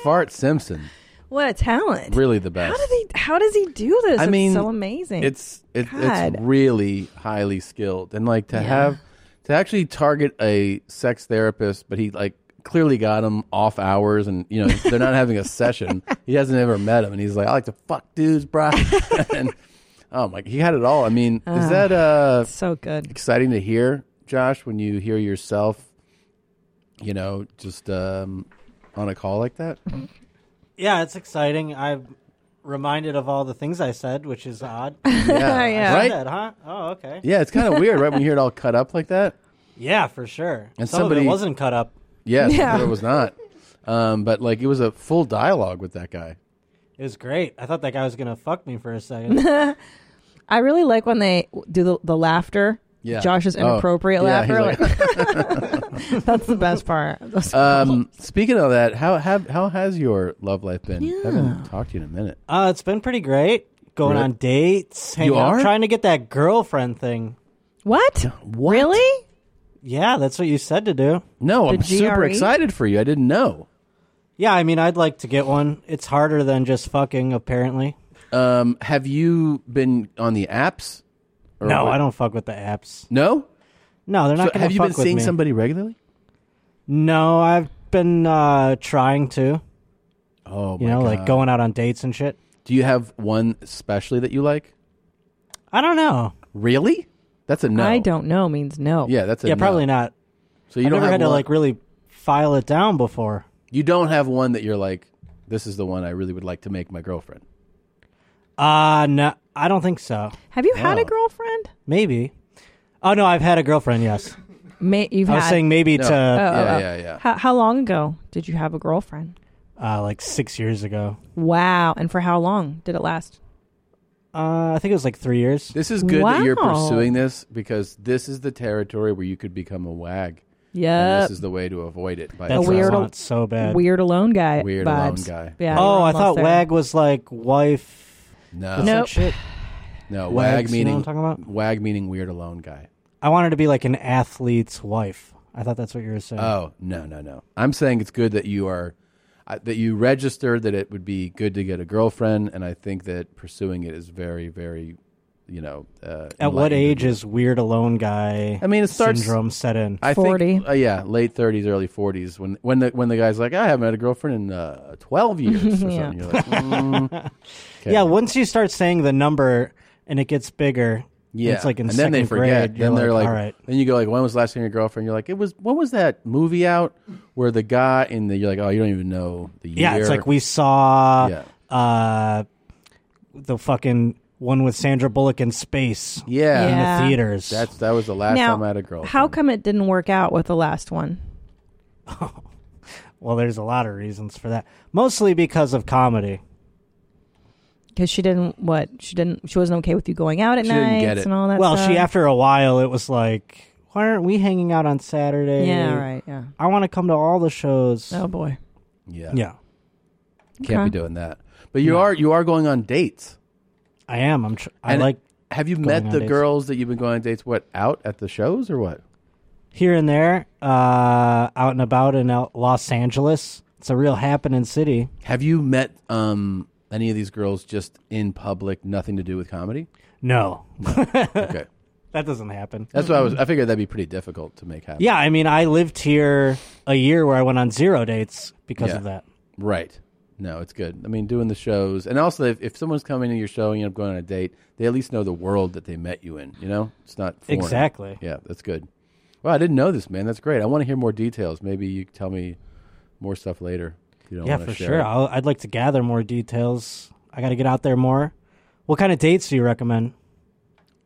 Speaker 1: Fart Simpson,
Speaker 3: What a talent!
Speaker 1: really the best.
Speaker 3: How does he? How does he do this?
Speaker 1: I
Speaker 3: It's
Speaker 1: mean,
Speaker 3: so amazing.
Speaker 1: It's it,
Speaker 3: God.
Speaker 1: it's really highly skilled, and like to
Speaker 3: Yeah.
Speaker 1: have to actually target a sex therapist, but he like clearly got him off hours, and
Speaker 3: (laughs)
Speaker 1: you know they're not having a session. He hasn't ever met him, and he's like, "I like to fuck dudes,
Speaker 3: (laughs)
Speaker 1: bro." and oh my, he had it all. I mean,
Speaker 3: Ah,
Speaker 1: is that uh
Speaker 3: so good?
Speaker 1: Exciting to hear, Josh, when you hear yourself, you know, just um on a call like
Speaker 3: (laughs)
Speaker 1: that.
Speaker 11: (laughs) Yeah, it's exciting. I'm reminded of all the things I said, which is odd.
Speaker 1: (laughs) Yeah. Yeah.
Speaker 11: I
Speaker 1: Right?
Speaker 11: said that, huh? Oh, okay.
Speaker 1: Yeah, it's kind of weird, right? When you
Speaker 12: (laughs)
Speaker 1: hear it all cut up like that.
Speaker 11: Yeah, for sure.
Speaker 1: And
Speaker 11: Some
Speaker 1: somebody
Speaker 11: of it wasn't cut up.
Speaker 1: Yes,
Speaker 11: Yeah.
Speaker 1: it was not. Um, but like it was a full dialogue with that
Speaker 3: (laughs)
Speaker 1: guy.
Speaker 11: It was great. I thought that guy was gonna fuck me for
Speaker 1: (laughs)
Speaker 11: a second.
Speaker 3: (laughs) I really like when they do the, the laughter.
Speaker 1: Yeah.
Speaker 3: Josh's
Speaker 1: Oh,
Speaker 3: inappropriate
Speaker 1: yeah,
Speaker 3: laughter.
Speaker 1: he's
Speaker 3: like- (laughs) that's the best part.
Speaker 1: Um, speaking of that, how have how has your love life been?
Speaker 3: Yeah.
Speaker 1: Haven't talked to you in a minute.
Speaker 11: uh, it's been pretty great. Going
Speaker 1: Really?
Speaker 11: on dates, hanging
Speaker 1: You
Speaker 11: out,
Speaker 1: are?
Speaker 11: trying to get that girlfriend thing.
Speaker 3: What? Really?
Speaker 11: Yeah, that's what you said to do.
Speaker 1: No,
Speaker 11: The
Speaker 1: I'm super
Speaker 3: E?
Speaker 11: GRE?
Speaker 1: excited for you. I didn't know.
Speaker 11: Yeah, I mean, I'd like to get one. It's harder than just fucking, apparently.
Speaker 1: Um, have you been on the apps? Or
Speaker 11: no,
Speaker 1: what-
Speaker 11: I don't fuck with the apps.
Speaker 1: No,
Speaker 11: no, they're not.
Speaker 1: So
Speaker 11: gonna
Speaker 1: have you been
Speaker 11: fuck with
Speaker 1: seeing
Speaker 11: me.
Speaker 1: somebody regularly?
Speaker 11: No, I've been uh, trying to.
Speaker 1: Oh,
Speaker 11: you
Speaker 1: my
Speaker 11: know,
Speaker 1: God.
Speaker 11: like going out on dates and shit.
Speaker 1: Do you have one especially that you like?
Speaker 11: I don't know.
Speaker 1: Really? That's a no.
Speaker 3: I don't know means no.
Speaker 1: Yeah, that's a
Speaker 11: yeah,
Speaker 1: no.
Speaker 11: probably not.
Speaker 1: So you
Speaker 11: I've
Speaker 1: don't
Speaker 11: never
Speaker 1: have
Speaker 11: had to
Speaker 1: one-
Speaker 11: like really file it down before.
Speaker 1: You don't have one that you're like, this is the one I really would like to make my girlfriend.
Speaker 11: Uh no, I don't think so.
Speaker 3: Have you had
Speaker 11: Oh.
Speaker 3: a girlfriend?
Speaker 11: Maybe. Oh no, I've had a girlfriend. Yes.
Speaker 3: May, you've
Speaker 11: I was
Speaker 3: had-
Speaker 11: saying maybe No. to- Yeah,
Speaker 3: oh.
Speaker 11: yeah, yeah.
Speaker 3: How, how long ago did you have a girlfriend?
Speaker 11: Uh, like six years ago.
Speaker 3: Wow. And for how long did it last?
Speaker 11: Uh, I think it was like three years.
Speaker 1: This is good that you're
Speaker 3: Wow.
Speaker 1: pursuing this because this is the territory where you could become a wag. And
Speaker 3: Yep.
Speaker 1: this is the way to avoid it. By
Speaker 11: That's
Speaker 1: trying.
Speaker 11: what I Weird- want so bad.
Speaker 3: Weird alone guy.
Speaker 1: Weird alone
Speaker 3: vibes.
Speaker 1: guy.
Speaker 3: Yeah.
Speaker 11: oh, I
Speaker 3: we're almost
Speaker 11: thought
Speaker 3: there.
Speaker 11: wag was like wife.
Speaker 1: No.
Speaker 11: That's like
Speaker 3: Nope.
Speaker 11: shit.
Speaker 1: No, wag
Speaker 11: Wags, you know
Speaker 1: meaning
Speaker 11: what I'm talking about?
Speaker 1: wag meaning weird alone guy.
Speaker 11: I wanted to be like an athlete's wife. I thought that's what you were saying.
Speaker 1: Oh no no no! I'm saying it's good that you are I- that you registered that it would be good to get a girlfriend, and I think that pursuing it is very very, you know. Uh,
Speaker 11: At what
Speaker 1: enlightened.
Speaker 11: age is weird alone guy?
Speaker 1: I mean, it starts
Speaker 11: syndrome set in.
Speaker 1: I Think, uh, yeah, late 30s, early 40s. When when the when the guy's like, I haven't had a girlfriend in uh, 12 years
Speaker 11: (laughs)
Speaker 1: or something.
Speaker 11: Yeah.
Speaker 1: You're like, (laughs)
Speaker 11: (laughs)
Speaker 1: mm, okay.
Speaker 11: Yeah, once you start saying the number and it gets bigger,
Speaker 1: Yeah,
Speaker 11: it's like in
Speaker 1: and then they
Speaker 11: second
Speaker 1: forget.
Speaker 11: grade,
Speaker 1: then
Speaker 11: you're
Speaker 1: they're like,
Speaker 11: all right.
Speaker 1: then you go like, when was the last time your girlfriend? You're like, it was. When was that movie out where the guy and the you're like, oh, you don't even know the year.
Speaker 11: Yeah, it's like we saw
Speaker 1: Yeah.
Speaker 11: uh, the fucking one with Sandra Bullock in space.
Speaker 1: yeah,
Speaker 11: in
Speaker 3: Yeah.
Speaker 11: the theaters.
Speaker 1: That's that was the last
Speaker 3: now,
Speaker 1: time I had a girlfriend.
Speaker 3: How come it didn't work out with the last one?
Speaker 11: well, there's a lot of reasons for that. Mostly because of comedy.
Speaker 3: Because she didn't what she didn't she wasn't okay with you going out at
Speaker 11: She
Speaker 3: night
Speaker 11: didn't
Speaker 3: nights
Speaker 11: get it.
Speaker 3: and all that.
Speaker 11: well,
Speaker 3: stuff.
Speaker 11: she after a while it was like, why aren't we hanging out on Saturday?
Speaker 3: Yeah, right, yeah.
Speaker 11: I want to come to all the shows.
Speaker 3: Oh boy.
Speaker 1: Yeah,
Speaker 11: Yeah.
Speaker 1: can't be
Speaker 11: Okay.
Speaker 1: doing that. But you are you are going on dates.
Speaker 11: I am. I'm. Tr- I
Speaker 1: And
Speaker 11: like.
Speaker 1: Have you
Speaker 11: going
Speaker 1: met
Speaker 11: on
Speaker 1: the
Speaker 11: dates.
Speaker 1: girls that you've been going on dates? What out at the shows or what?
Speaker 11: here and there, uh, out and about in L- Los Angeles. It's a real happening city.
Speaker 1: Have you met um, any of these girls just in public, nothing to do with comedy?
Speaker 11: No.
Speaker 1: (laughs) okay.
Speaker 11: (laughs) That doesn't happen.
Speaker 1: That's what I was. I figured that'd be pretty difficult to make happen.
Speaker 11: Yeah, I mean, I lived here a year where I went on zero dates because
Speaker 1: Yeah.
Speaker 11: of that.
Speaker 1: Right. No, it's good. I mean, doing the shows, and also if, if someone's coming to your show and you end up going on a date, they at least know the world that they met you in. You know, it's not foreign.
Speaker 11: Exactly.
Speaker 1: Yeah, that's good. Wow, I didn't know this, man. That's great. I want to hear more details. Maybe you can tell me more stuff later. If you don't
Speaker 11: yeah,
Speaker 1: want
Speaker 11: for
Speaker 1: to share
Speaker 11: sure.
Speaker 1: it.
Speaker 11: I'll, I'd like to gather more details. I got to get out there more. What kind of dates do you recommend?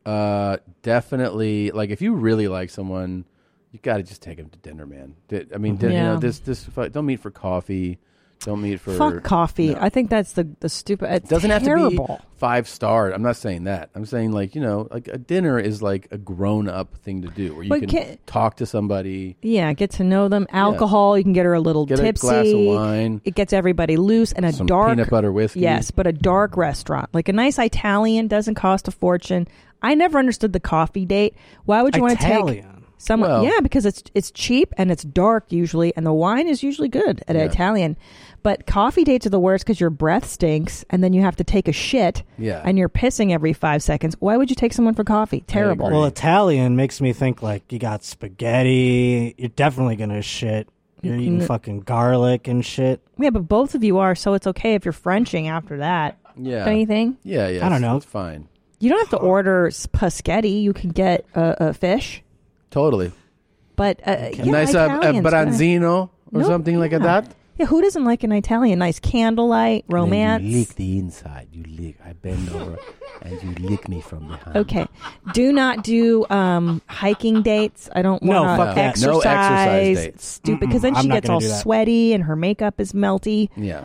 Speaker 1: Uh, definitely. Like, if you really like someone, you got to just take them to dinner, man. Di- I mean,
Speaker 3: Mhm.
Speaker 1: di- you
Speaker 3: Yeah.
Speaker 1: know, this this fu- don't meet for coffee. Don't meet for
Speaker 3: Fuck coffee. I think that's the the stupid. It
Speaker 1: doesn't have to
Speaker 3: terrible.
Speaker 1: be five star. I'm not saying that. I'm saying like you know, like a dinner is like a grown up thing to do where you
Speaker 3: But
Speaker 1: can,
Speaker 3: can-
Speaker 1: talk to somebody.
Speaker 3: Yeah, get to know them. Alcohol, you can get her a little
Speaker 1: Get a
Speaker 3: tipsy.
Speaker 1: glass of wine.
Speaker 3: It gets everybody loose and a
Speaker 1: Some
Speaker 3: dark
Speaker 1: peanut butter whiskey.
Speaker 3: Yes, but a dark restaurant, like a nice Italian, doesn't cost a fortune. I never understood the coffee date. Why would you want to take
Speaker 11: Italian.
Speaker 13: Someone,
Speaker 14: Well-
Speaker 13: yeah, because it's it's cheap and it's dark usually, and the wine is usually good at
Speaker 14: Yeah.
Speaker 13: Italian. But coffee dates are the worst because your breath stinks, and then you have to take a shit.
Speaker 11: Yeah.
Speaker 13: and you're pissing every five seconds. Why would you take someone for coffee? Terrible.
Speaker 11: Well, Italian makes me think like you got spaghetti. You're definitely gonna shit. You're eating
Speaker 13: Mm.
Speaker 11: fucking garlic and shit.
Speaker 13: yeah, but both of you are, so it's okay if you're Frenching after that.
Speaker 1: Yeah.
Speaker 13: don't you think?
Speaker 1: Yeah, yeah.
Speaker 11: I don't know.
Speaker 1: It's fine.
Speaker 13: You don't have to order paschetti. You can get a, a fish,
Speaker 1: Totally.
Speaker 13: but uh,
Speaker 1: A
Speaker 13: yeah,
Speaker 1: nice uh, uh,
Speaker 13: Italian's good.
Speaker 1: branzino or
Speaker 13: Nope,
Speaker 1: something like
Speaker 13: yeah.
Speaker 1: that.
Speaker 13: Yeah, who doesn't like an Italian? Nice candlelight, romance.
Speaker 1: You lick the inside. You lick. I bend over and you lick me from behind.
Speaker 13: Okay. Do not do um, hiking dates. I don't
Speaker 1: No,
Speaker 13: want
Speaker 1: fuck that.
Speaker 13: exercise.
Speaker 1: No exercise dates.
Speaker 13: Stupid. Because then
Speaker 1: Mm-mm, I'm
Speaker 13: she
Speaker 1: not
Speaker 13: gets
Speaker 1: gonna
Speaker 13: all
Speaker 1: do that.
Speaker 13: sweaty and her makeup is melty.
Speaker 1: Yeah.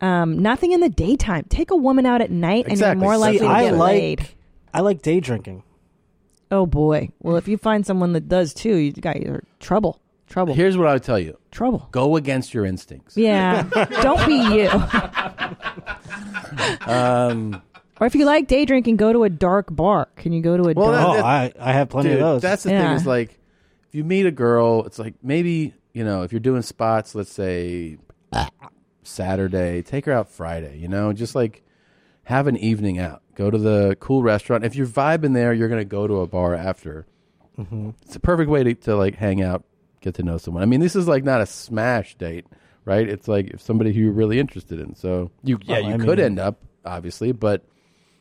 Speaker 13: Um, nothing in the daytime. Take a woman out at night and you're more likely
Speaker 11: See,
Speaker 13: to
Speaker 11: I
Speaker 13: get
Speaker 11: like
Speaker 13: laid.
Speaker 11: I like day drinking.
Speaker 13: Oh boy. Well, if you find someone that does too, you got your trouble. Trouble.
Speaker 1: Here's what I'll tell you.
Speaker 13: Trouble.
Speaker 1: Go against your
Speaker 3: (laughs)
Speaker 1: instincts. (laughs)
Speaker 13: Yeah. don't be you.
Speaker 1: Um,
Speaker 13: Or if you like day drinking, go to a dark bar. Can you go to a
Speaker 1: Well,
Speaker 13: dark?
Speaker 1: that-
Speaker 11: oh, I have plenty of
Speaker 1: Dude,
Speaker 11: those.
Speaker 1: That's the
Speaker 13: Yeah.
Speaker 1: thing is like, if you meet a girl, it's like maybe you know if you're doing spots, let's say Saturday, take her out Friday. You know, just like have an evening out. Go to the cool restaurant. If you're vibing there, you're gonna go to a bar after.
Speaker 12: Mm-hmm.
Speaker 11: Mhm.
Speaker 1: It's a perfect way to, to like hang out, get to know someone. I mean, this is like not a smash date, right? It's like if somebody who you're really interested in. So you yeah,
Speaker 11: Well,
Speaker 1: you
Speaker 11: I
Speaker 1: could
Speaker 11: mean-
Speaker 1: end up obviously, but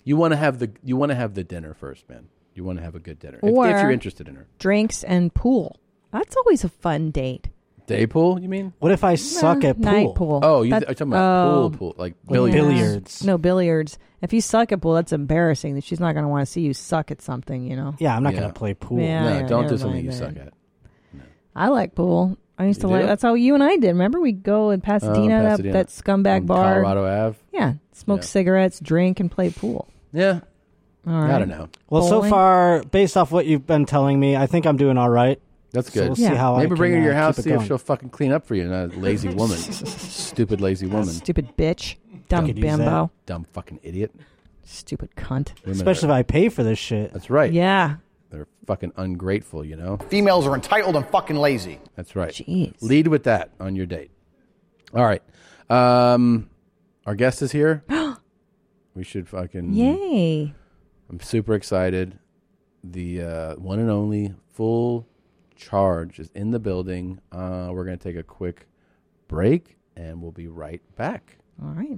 Speaker 1: you want to have the you want to have the dinner first, man. You want to have a good dinner if, if you're
Speaker 13: Or
Speaker 1: interested in her.
Speaker 13: Drinks and pool. That's always a fun date.
Speaker 1: Day pool, you mean?
Speaker 11: What if I suck at
Speaker 13: night pool? pool.
Speaker 1: Oh, you th-
Speaker 13: That-
Speaker 1: are talking about
Speaker 13: oh.
Speaker 1: pool, pool, like
Speaker 13: Yeah.
Speaker 1: billiards.
Speaker 13: No billiards. If you suck at pool, that's embarrassing. That she's not going to want to see you suck at something. You know.
Speaker 11: Yeah, I'm not
Speaker 1: Yeah.
Speaker 11: gonna play pool.
Speaker 13: Yeah,
Speaker 1: no,
Speaker 13: yeah,
Speaker 1: don't do
Speaker 13: never
Speaker 1: something
Speaker 13: mind
Speaker 1: you
Speaker 13: then.
Speaker 1: suck at.
Speaker 13: I like pool. I used
Speaker 1: You
Speaker 13: to like.
Speaker 1: do? Oh,
Speaker 13: That's how you and I did. Remember, we go in Pasadena, that-
Speaker 1: Pasadena.
Speaker 13: that scumbag
Speaker 1: On
Speaker 13: bar,
Speaker 1: Colorado Ave?
Speaker 13: Yeah, smoke
Speaker 1: Yeah.
Speaker 13: cigarettes, drink, and play pool.
Speaker 1: Yeah.
Speaker 13: All right.
Speaker 11: Well, so
Speaker 13: Bowling?
Speaker 11: far, based off what you've been telling me, I think I'm doing all right.
Speaker 1: That's
Speaker 11: So
Speaker 1: good.
Speaker 11: we'll see how I
Speaker 1: Maybe bring her
Speaker 11: can,
Speaker 1: to your
Speaker 11: uh,
Speaker 1: house,
Speaker 11: keep it
Speaker 1: see if
Speaker 11: going.
Speaker 1: she'll fucking clean up for you. Not a lazy
Speaker 13: (laughs)
Speaker 1: woman, stupid lazy woman,
Speaker 13: Stupid bitch, dumb
Speaker 1: Could use that.
Speaker 13: bimbo,
Speaker 1: dumb fucking idiot,
Speaker 13: stupid cunt.
Speaker 11: Especially if I pay for this shit.
Speaker 1: That's right.
Speaker 13: Yeah.
Speaker 1: They're fucking ungrateful, you know.
Speaker 5: Females are entitled and fucking lazy.
Speaker 1: That's right.
Speaker 13: Jeez.
Speaker 1: Lead with that on your date. All right. Um, our guest is
Speaker 13: (gasps)
Speaker 1: here. we should fucking
Speaker 13: Yay.
Speaker 1: I'm super excited. The uh, one and only full charge is in the building. Uh, we're gonna take a quick break, and we'll be right back.
Speaker 13: All right.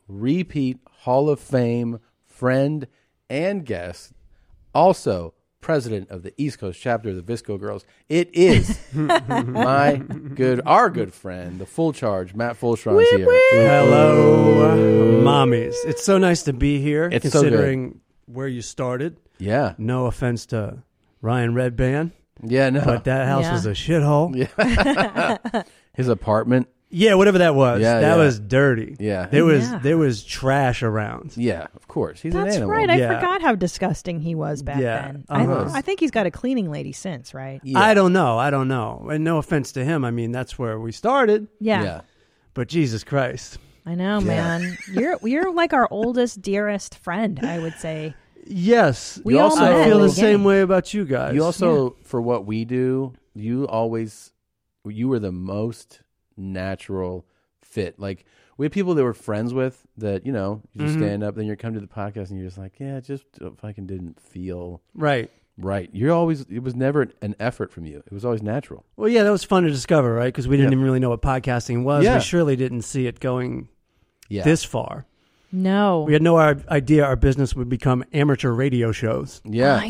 Speaker 1: repeat Hall of Fame friend and guest, also president of the East Coast chapter of the Visco Girls. It is my good, our good friend, the Full Charge, Matt Fullstrom's here.
Speaker 12: Hello, mommies. It's so nice to be here.
Speaker 1: It's so good.
Speaker 12: considering where you started.
Speaker 1: Yeah.
Speaker 12: No offense to Ryan Redband.
Speaker 1: Yeah, no.
Speaker 12: But that house
Speaker 1: Yeah.
Speaker 12: was a shithole.
Speaker 1: (laughs)
Speaker 12: (laughs)
Speaker 1: Yeah. His apartment.
Speaker 12: Yeah, whatever that was.
Speaker 1: Yeah,
Speaker 12: that
Speaker 1: yeah.
Speaker 12: was dirty.
Speaker 1: Yeah.
Speaker 12: There was
Speaker 3: Yeah.
Speaker 12: there was trash around.
Speaker 1: Yeah, of course. He's
Speaker 3: That's right. I
Speaker 12: yeah.
Speaker 3: forgot how disgusting he was back
Speaker 12: Yeah,
Speaker 3: then.
Speaker 12: uh-huh.
Speaker 3: I, I think he's got a cleaning lady since, right?
Speaker 12: I don't know. I don't know. And no offense to him. I mean, that's where we started.
Speaker 3: Yeah. Yeah.
Speaker 12: But Jesus Christ.
Speaker 3: I know,
Speaker 12: Yeah.
Speaker 3: man. You're you're like our oldest, dearest friend. I would say.
Speaker 12: Yes.
Speaker 3: We You all also- met
Speaker 12: I
Speaker 3: at
Speaker 12: feel
Speaker 3: the
Speaker 12: the
Speaker 3: beginning.
Speaker 12: same way about you guys.
Speaker 1: You also, for what we do, you always, you were the most natural fit. Like we had people that were friends with that, you know, you just
Speaker 3: Mm-hmm.
Speaker 12: Mhm.
Speaker 1: stand up, then you come to the podcast and you're just like, yeah, it just uh, fucking didn't feel
Speaker 12: Right.
Speaker 1: Right. You're always, it was never an effort from you. It was always natural.
Speaker 12: Well, yeah, that was fun to discover, right? Because we didn't
Speaker 1: Yeah.
Speaker 12: even really know what podcasting was.
Speaker 1: Yeah.
Speaker 12: We surely didn't see it going
Speaker 1: Yeah.
Speaker 12: this far.
Speaker 3: No.
Speaker 12: We had no i- idea our business would become amateur radio shows.
Speaker 1: Yeah.
Speaker 3: I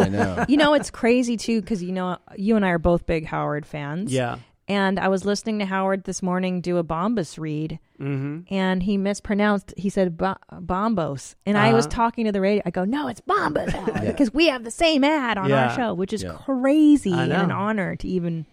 Speaker 1: (laughs)
Speaker 12: (laughs) I know.
Speaker 3: You know, it's crazy too because you know you and I are both big Howard fans.
Speaker 12: Yeah.
Speaker 3: And I was listening to Howard this morning do a Bombas read,
Speaker 12: Mhm.
Speaker 3: and he mispronounced. He said bo- Bombos, and I was
Speaker 12: Uh-huh.
Speaker 3: talking to the radio. I go, "No, it's
Speaker 12: (laughs)
Speaker 3: Bombas, Howard,"
Speaker 12: Yeah.
Speaker 3: because we have the same ad on
Speaker 12: Yeah.
Speaker 3: our show, which is
Speaker 12: Yeah.
Speaker 3: crazy
Speaker 12: I
Speaker 3: and an
Speaker 12: know.
Speaker 3: honor to even.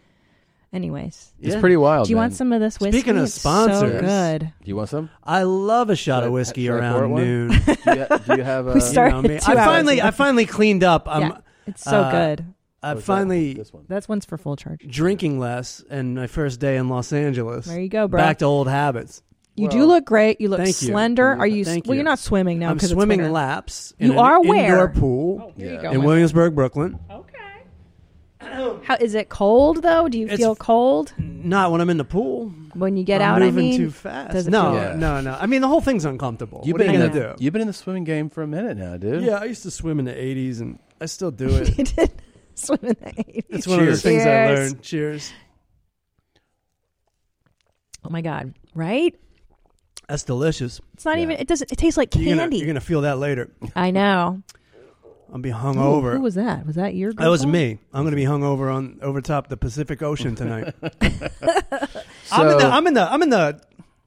Speaker 3: Anyways,
Speaker 12: It's Yeah. pretty wild,
Speaker 3: Do you want
Speaker 12: man.
Speaker 3: some of this whiskey?
Speaker 12: Speaking of
Speaker 3: It's so
Speaker 12: sponsors.
Speaker 3: good.
Speaker 1: Do you want some?
Speaker 12: I love a shot of whiskey
Speaker 1: should I pour
Speaker 12: around
Speaker 1: one? (laughs)
Speaker 12: noon.
Speaker 1: Do you ha- do you have a- We started
Speaker 12: me.
Speaker 1: two
Speaker 12: I
Speaker 1: hours
Speaker 12: finally,
Speaker 1: ago.
Speaker 12: I finally cleaned up. I'm,
Speaker 3: Yeah, it's so
Speaker 12: uh,
Speaker 3: good.
Speaker 12: I
Speaker 3: What's that one?
Speaker 12: finally
Speaker 3: That's one's for full charge.
Speaker 12: drinking less, and my first day in Los Angeles.
Speaker 3: There you go, bro.
Speaker 12: Back to old habits.
Speaker 3: You do look great. You look
Speaker 12: thank you.
Speaker 3: slender. Are you?
Speaker 12: Thank
Speaker 3: well,
Speaker 12: you.
Speaker 3: you're not swimming now.
Speaker 12: I'm
Speaker 3: 'cause it's
Speaker 12: swimming
Speaker 3: winter.
Speaker 12: laps. In
Speaker 3: You
Speaker 12: an
Speaker 3: are
Speaker 12: indoor
Speaker 3: where?
Speaker 12: pool
Speaker 3: here you Yeah. go,
Speaker 12: in
Speaker 3: my
Speaker 12: Williamsburg, Brooklyn.
Speaker 3: How is it cold though? Do you feel cold
Speaker 12: Not when I'm in the pool.
Speaker 3: when you get
Speaker 12: I'm
Speaker 3: out? I
Speaker 12: Moving
Speaker 3: mean,
Speaker 12: too fast.
Speaker 3: Does it
Speaker 12: no,
Speaker 3: feel-
Speaker 1: feel-
Speaker 12: no, no. I mean, the whole thing's uncomfortable.
Speaker 1: You've
Speaker 12: what
Speaker 1: been
Speaker 12: are you
Speaker 1: in
Speaker 12: gonna
Speaker 1: the,
Speaker 12: do?
Speaker 1: You've been in the swimming game for a minute now, dude.
Speaker 12: Yeah, I used to swim in the '80s, and I still do it.
Speaker 3: (laughs) you did swim in the 80s.
Speaker 12: It's one of the things I learned. Cheers.
Speaker 3: Oh my god! Right?
Speaker 12: That's delicious.
Speaker 3: It's not even. It doesn't. It tastes like
Speaker 12: You're gonna,
Speaker 3: candy.
Speaker 12: you're gonna feel that later.
Speaker 3: I know.
Speaker 12: I'll be
Speaker 3: Ooh,
Speaker 12: hungover. Oh,
Speaker 3: Who was that? Was that your? Group
Speaker 12: That was
Speaker 3: home?
Speaker 12: me. I'm gonna be hungover on over top the Pacific Ocean
Speaker 1: (laughs)
Speaker 12: tonight.
Speaker 3: (laughs)
Speaker 12: I'm in
Speaker 1: So-
Speaker 12: the. I'm in the. I'm in the.